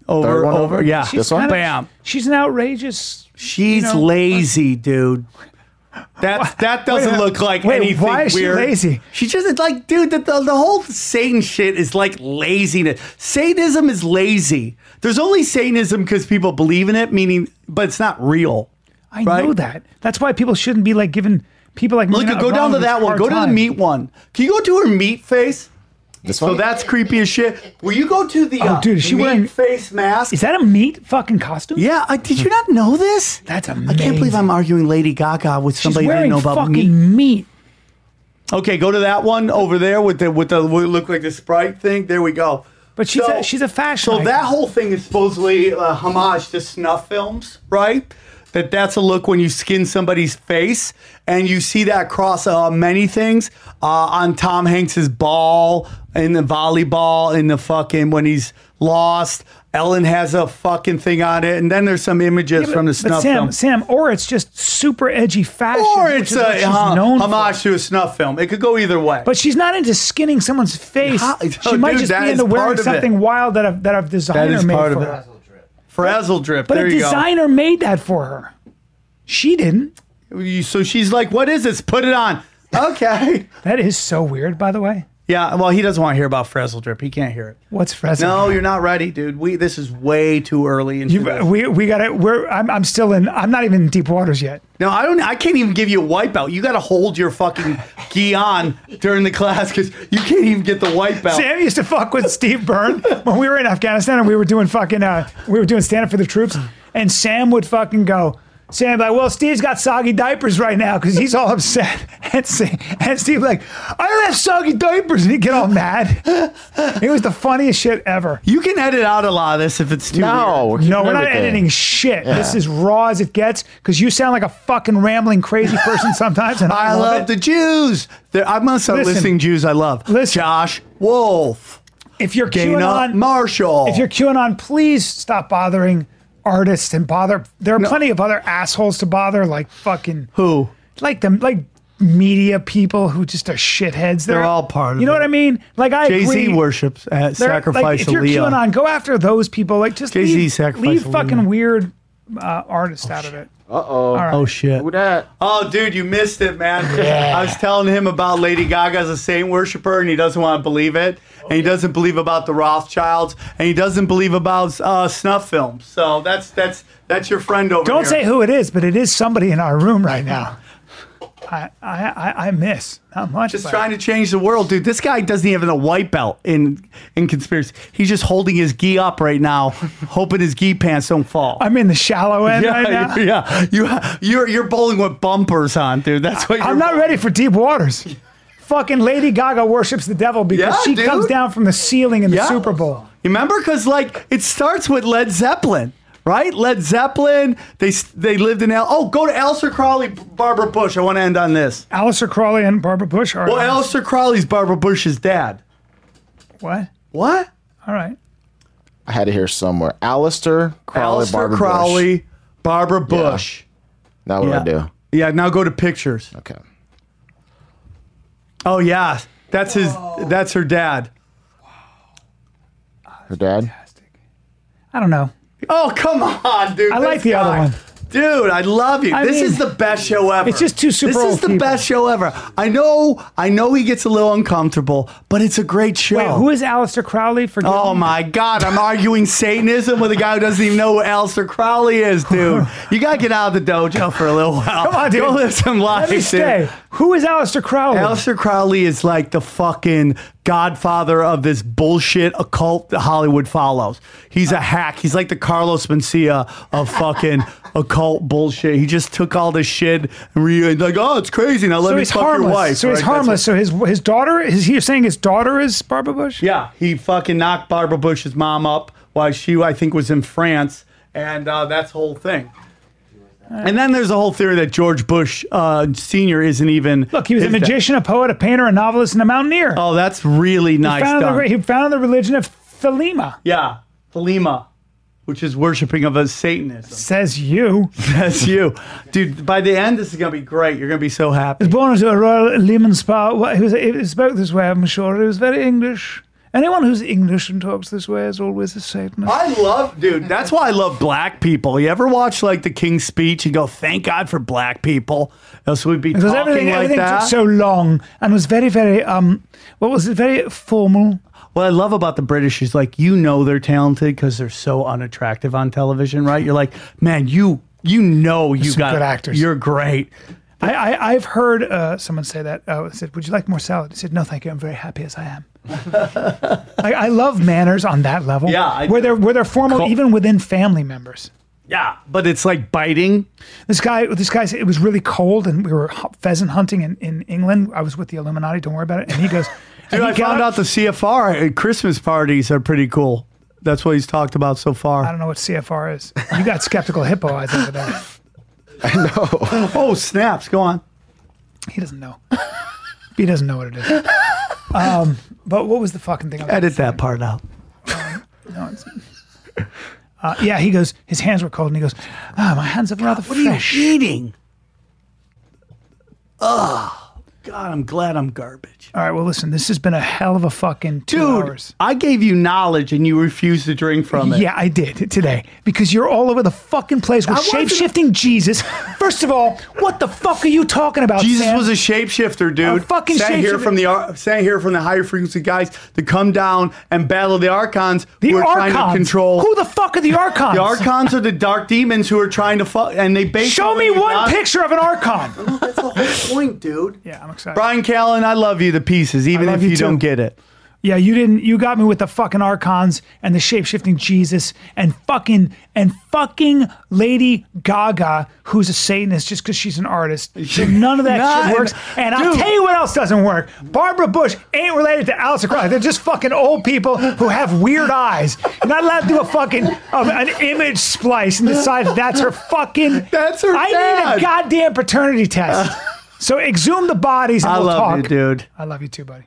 Speaker 2: over,
Speaker 4: Third one
Speaker 2: over.
Speaker 4: over?
Speaker 2: Yeah,
Speaker 4: She's This one?
Speaker 1: Kinda-
Speaker 2: Bam.
Speaker 1: She's an outrageous.
Speaker 2: She's
Speaker 1: you know,
Speaker 2: lazy, dude. That that doesn't
Speaker 1: Wait,
Speaker 2: look like
Speaker 1: wait,
Speaker 2: anything
Speaker 1: why is she
Speaker 2: weird.
Speaker 1: lazy?
Speaker 2: She just like, dude. The, the, the whole Satan shit is like laziness. Satanism is lazy. There's only Satanism because people believe in it, meaning, but it's not real.
Speaker 1: I
Speaker 2: right?
Speaker 1: know that. That's why people shouldn't be like giving people like me
Speaker 2: Look,
Speaker 1: a
Speaker 2: go down
Speaker 1: round
Speaker 2: to
Speaker 1: of
Speaker 2: that one.
Speaker 1: hard
Speaker 2: Go to the
Speaker 1: time.
Speaker 2: meat one. Can you go to her meat face?
Speaker 4: This
Speaker 2: So
Speaker 4: one.
Speaker 2: that's creepy as shit. Will you go to the
Speaker 1: Oh,
Speaker 2: uh,
Speaker 1: dude, is she
Speaker 2: meat
Speaker 1: wearing-
Speaker 2: face mask?
Speaker 1: Is that a meat fucking costume?
Speaker 2: yeah, I, did you not know this?
Speaker 1: That's
Speaker 2: I can't believe
Speaker 1: amazing.
Speaker 2: I'm arguing Lady Gaga with
Speaker 1: She's
Speaker 2: somebody who didn't
Speaker 1: wearing
Speaker 2: know about
Speaker 1: fucking
Speaker 2: meat.
Speaker 1: meat.
Speaker 2: Okay, go to that one over there with the with the what look like the sprite thing. There we go.
Speaker 1: But she's
Speaker 2: So-
Speaker 1: a, she's a fashion.
Speaker 2: So that
Speaker 1: icon.
Speaker 2: whole thing is supposedly a homage to snuff films, right? That that's a look when you skin somebody's face, and you see that across uh, many things uh, on Tom Hanks's ball in the volleyball in the fucking when he's lost. Ellen has a fucking thing on it, and then there's some images
Speaker 1: Yeah, but-
Speaker 2: from the
Speaker 1: but
Speaker 2: snuff
Speaker 1: Sam,
Speaker 2: film.
Speaker 1: Sam, or it's just super edgy fashion.
Speaker 2: Or
Speaker 1: which
Speaker 2: it's
Speaker 1: is what
Speaker 2: a
Speaker 1: she's
Speaker 2: hom-
Speaker 1: known for.
Speaker 2: homage to a snuff film. It could go either way.
Speaker 1: But she's not into skinning someone's face.
Speaker 2: How-
Speaker 1: she
Speaker 2: Oh,
Speaker 1: might
Speaker 2: dude,
Speaker 1: just
Speaker 2: that
Speaker 1: be
Speaker 2: is
Speaker 1: into
Speaker 2: part
Speaker 1: wearing
Speaker 2: of it.
Speaker 1: something wild that a, that a designer
Speaker 2: is
Speaker 1: made
Speaker 2: part
Speaker 1: for
Speaker 2: of it.
Speaker 1: her.
Speaker 2: Frazzle drip.
Speaker 1: But
Speaker 2: there
Speaker 1: a
Speaker 2: you go.
Speaker 1: designer made that for her. She didn't.
Speaker 2: You- So she's like, "What is this? Put it on." Okay.
Speaker 1: That is so weird, by the way.
Speaker 2: yeah. Well, he doesn't want to hear about Frazzle drip. He can't hear it.
Speaker 1: What's Fresno?
Speaker 2: No, you're not ready, dude. We this is way too early into
Speaker 1: You,
Speaker 2: this.
Speaker 1: we we got to We're I'm I'm still in. I'm not even in deep waters yet.
Speaker 2: no, I don't. I can't even give you a wipeout. You got to hold your fucking gi on during the class because you can't even get the wipeout.
Speaker 1: Sam used to fuck with Steve Byrne when we were in Afghanistan and we were doing fucking uh, we were doing stand up for the troops, and Sam would fucking go. Sam like, well, Steve's got soggy diapers right now because he's all upset, and Sam, and Steve like, I don't have soggy diapers, and he'd get all mad. It was the funniest shit ever.
Speaker 2: you can edit out a lot of this if it's too.
Speaker 4: no,
Speaker 2: weird.
Speaker 4: keep
Speaker 1: No, we're not
Speaker 4: everything.
Speaker 1: editing shit. This
Speaker 4: Yeah.
Speaker 1: is raw as it gets because you sound like a fucking rambling crazy person sometimes, and I,
Speaker 2: I love
Speaker 1: it.
Speaker 2: the Jews. There, I'm gonna start
Speaker 1: Listen.
Speaker 2: listing Jews I love.
Speaker 1: Listen.
Speaker 2: Josh Wolf,
Speaker 1: if you're
Speaker 2: Dana
Speaker 1: QAnon,
Speaker 2: Marshall.
Speaker 1: if you're QAnon, please stop bothering artists and bother. There are plenty of other assholes to bother, like fucking
Speaker 2: who
Speaker 1: like them, like media people who just are shitheads. They're,
Speaker 2: They're all part of
Speaker 1: You know
Speaker 2: it.
Speaker 1: what I mean? Like I
Speaker 2: Jay Z
Speaker 1: agree.
Speaker 2: worships at
Speaker 1: They're- like,
Speaker 2: sacrifice
Speaker 1: if you're
Speaker 2: Aaliyah.
Speaker 1: QAnon, go after those people. Like just
Speaker 2: Jay-Z
Speaker 1: leave,
Speaker 2: sacrifice
Speaker 1: leave
Speaker 2: Aaliyah.
Speaker 1: fucking weird uh, artists out of it.
Speaker 2: oh shit.
Speaker 4: Who that?
Speaker 2: Oh, dude, you missed it, man. I was telling him about Lady Gaga's a saint worshiper, and he doesn't want to believe it. And he doesn't believe about the Rothschilds, and he doesn't believe about uh, snuff films. So that's that's that's your friend over
Speaker 1: Don't
Speaker 2: here.
Speaker 1: say who it is, but it is somebody in our room right now. I I I, I miss not much.
Speaker 2: Just
Speaker 1: but-
Speaker 2: trying to change the world, dude. This guy doesn't even have a white belt in in conspiracy. He's just holding his gi up right now, hoping his gi pants don't fall.
Speaker 1: I'm in the shallow end
Speaker 2: yeah,
Speaker 1: right now.
Speaker 2: yeah. You you're you're bowling with bumpers on, dude. That's what you're
Speaker 1: I'm not
Speaker 2: bowling.
Speaker 1: ready for deep waters. Fucking Lady Gaga worships the devil because
Speaker 2: Yeah,
Speaker 1: she
Speaker 2: dude.
Speaker 1: comes down from the ceiling in the
Speaker 2: Yeah.
Speaker 1: Super Bowl.
Speaker 2: You remember? Because like it starts with Led Zeppelin, right? Led Zeppelin. They they lived in L. Oh, go to Elster Crowley, Barbara Bush. I want to end on this.
Speaker 1: Alistair Crawley and Barbara Bush are.
Speaker 2: Well, Elster Crowley's Barbara Bush's dad.
Speaker 1: What?
Speaker 2: What?
Speaker 1: All right.
Speaker 4: I had it here somewhere. Alistair Crowley,
Speaker 2: Alistair
Speaker 4: Barbara Bush.
Speaker 2: Crowley, Barbara Bush.
Speaker 4: Now what do I do?
Speaker 2: Yeah. Now go to pictures.
Speaker 4: Okay.
Speaker 2: Oh yeah, that's his.
Speaker 4: Oh.
Speaker 2: That's her dad.
Speaker 4: Her dad.
Speaker 1: I don't know.
Speaker 2: Oh come on, dude.
Speaker 1: I like
Speaker 2: this
Speaker 1: the other
Speaker 2: guy.
Speaker 1: one.
Speaker 2: Dude, I love you.
Speaker 1: I
Speaker 2: this
Speaker 1: mean,
Speaker 2: is the best show ever.
Speaker 1: it's just two Super
Speaker 2: This is
Speaker 1: Bowl
Speaker 2: the
Speaker 1: people.
Speaker 2: best show ever. I know, I know he gets a little uncomfortable, but it's a great show.
Speaker 1: Wait, who is Aleister Crowley? For
Speaker 2: Oh my God! I'm arguing Satanism with a guy who doesn't even know who Aleister Crowley is, dude. You gotta get out of the dojo for a little while.
Speaker 1: Come on, Ah, dude.
Speaker 2: Go live some life,
Speaker 1: Let me
Speaker 2: dude.
Speaker 1: stay. Who is Aleister Crowley?
Speaker 2: Aleister Crowley is like the fucking godfather of this bullshit occult that Hollywood follows. He's a hack. He's like the Carlos Mencia of fucking occult bullshit. He just took all this shit and re- like, oh, it's crazy. Now let
Speaker 1: so
Speaker 2: me
Speaker 1: he's
Speaker 2: fuck
Speaker 1: harmless.
Speaker 2: your wife.
Speaker 1: so
Speaker 2: right?
Speaker 1: he's
Speaker 2: That's
Speaker 1: harmless.
Speaker 2: what-
Speaker 1: So his his daughter is he saying his daughter is Barbara Bush?
Speaker 2: yeah, he fucking knocked Barbara Bush's mom up while she, I think, was in France, and uh, that's the whole thing. And then there's a whole theory that George Bush uh, Senior isn't even
Speaker 1: Look, he was a
Speaker 2: is that-
Speaker 1: magician, a poet, a painter, a novelist, and a mountaineer.
Speaker 2: Oh, that's really nice.
Speaker 1: founded
Speaker 2: done.
Speaker 1: the, he founded the religion of Thelema.
Speaker 2: Yeah, Thelema, which is worshiping of a Satanism.
Speaker 1: Says you.
Speaker 2: That's you. Dude, by the end, this is going to be great. You're going to be so happy.
Speaker 1: Born into a royal Lehman spa. wha- He, was, he spoke this way, I'm sure. He was very English. Anyone who's English and talks this way is always a Satanist.
Speaker 2: I love, dude, that's why I love black people. You ever watch like the King's speech and go, thank God for black people? Else we'd be
Speaker 1: Because
Speaker 2: talking
Speaker 1: everything,
Speaker 2: like
Speaker 1: everything
Speaker 2: that.
Speaker 1: took so long and was very, very, um, what was it, very formal.
Speaker 2: what I love about the British is like, you know, they're talented because they're so unattractive on television, right? You're like, man, you, you know, you
Speaker 1: some
Speaker 2: got
Speaker 1: good actors.
Speaker 2: You're great.
Speaker 1: I, I, I've heard uh, someone say that. Uh, I said, Would you like more salad? He said, No, thank you. I'm very happy as I am. I, I love manners on that level.
Speaker 2: Yeah, I
Speaker 1: where
Speaker 2: do.
Speaker 1: they're, where they're formal
Speaker 2: Cool.
Speaker 1: even within family members.
Speaker 2: Yeah. But it's like biting.
Speaker 1: This guy, this guy said it was really cold, and we were hu- pheasant hunting in, in England. I was with the Illuminati. Don't worry about it. And he goes,
Speaker 2: Dude,
Speaker 1: and he
Speaker 2: I found
Speaker 1: got-
Speaker 2: out the CFR at Christmas parties are pretty cool. That's what he's talked about so
Speaker 1: I
Speaker 2: far.
Speaker 1: don't know what CFR is. You got skeptical hippo eyes over there.
Speaker 2: Oh, snaps. Go on.
Speaker 1: He doesn't know. He doesn't know what it is. Um, but what was the fucking thing? I was-
Speaker 2: Edit that part out.
Speaker 1: No, it's- uh, yeah, he goes. His hands were cold, and he goes, "Ah, my hands are rather fresh."
Speaker 2: eating? Oh, God, I'm glad I'm garbage.
Speaker 1: All right, well, listen. This has been a hell of a fucking two
Speaker 2: Dude,
Speaker 1: hours.
Speaker 2: I gave you knowledge and you refused to drink from it.
Speaker 1: Yeah, I did today because you're all over the fucking place with
Speaker 2: I wanted
Speaker 1: shape
Speaker 2: to-
Speaker 1: shifting Jesus. First of all, what the fuck are you talking about?
Speaker 2: Jesus
Speaker 1: Sam?
Speaker 2: was a shapeshifter, dude.
Speaker 1: A fucking
Speaker 2: sent here
Speaker 1: shapeshifter.
Speaker 2: from the ar- sent here from the higher frequency guys to come down and battle the archons
Speaker 1: the
Speaker 2: who are
Speaker 1: archons.
Speaker 2: trying to control.
Speaker 1: Who the fuck are the archons?
Speaker 2: the archons are the dark demons who are trying to fuck, and they base.
Speaker 1: Show me one picture of an archon.
Speaker 2: That's the whole point, dude.
Speaker 1: yeah, I'm excited.
Speaker 2: Brian Callen, I love you to pieces, even
Speaker 1: I
Speaker 2: if
Speaker 1: love
Speaker 2: you,
Speaker 1: you too.
Speaker 2: don't get it.
Speaker 1: Yeah, you didn't. You got me with the fucking archons and the shape shifting Jesus and fucking and fucking Lady Gaga, who's a Satanist just because she's an artist. So none of that
Speaker 2: Nah,
Speaker 1: shit works. And I'll
Speaker 2: dude.
Speaker 1: tell you what else doesn't work. Barbara Bush ain't related to Alice Crowley. They're just fucking old people who have weird eyes. You're not allowed to do a fucking um, an image splice and decide that's her fucking.
Speaker 2: That's her
Speaker 1: I need
Speaker 2: dad.
Speaker 1: a goddamn paternity test. So exhume the bodies and
Speaker 2: I
Speaker 1: we'll
Speaker 2: love
Speaker 1: talk.
Speaker 2: you, dude.
Speaker 1: I love you too, buddy.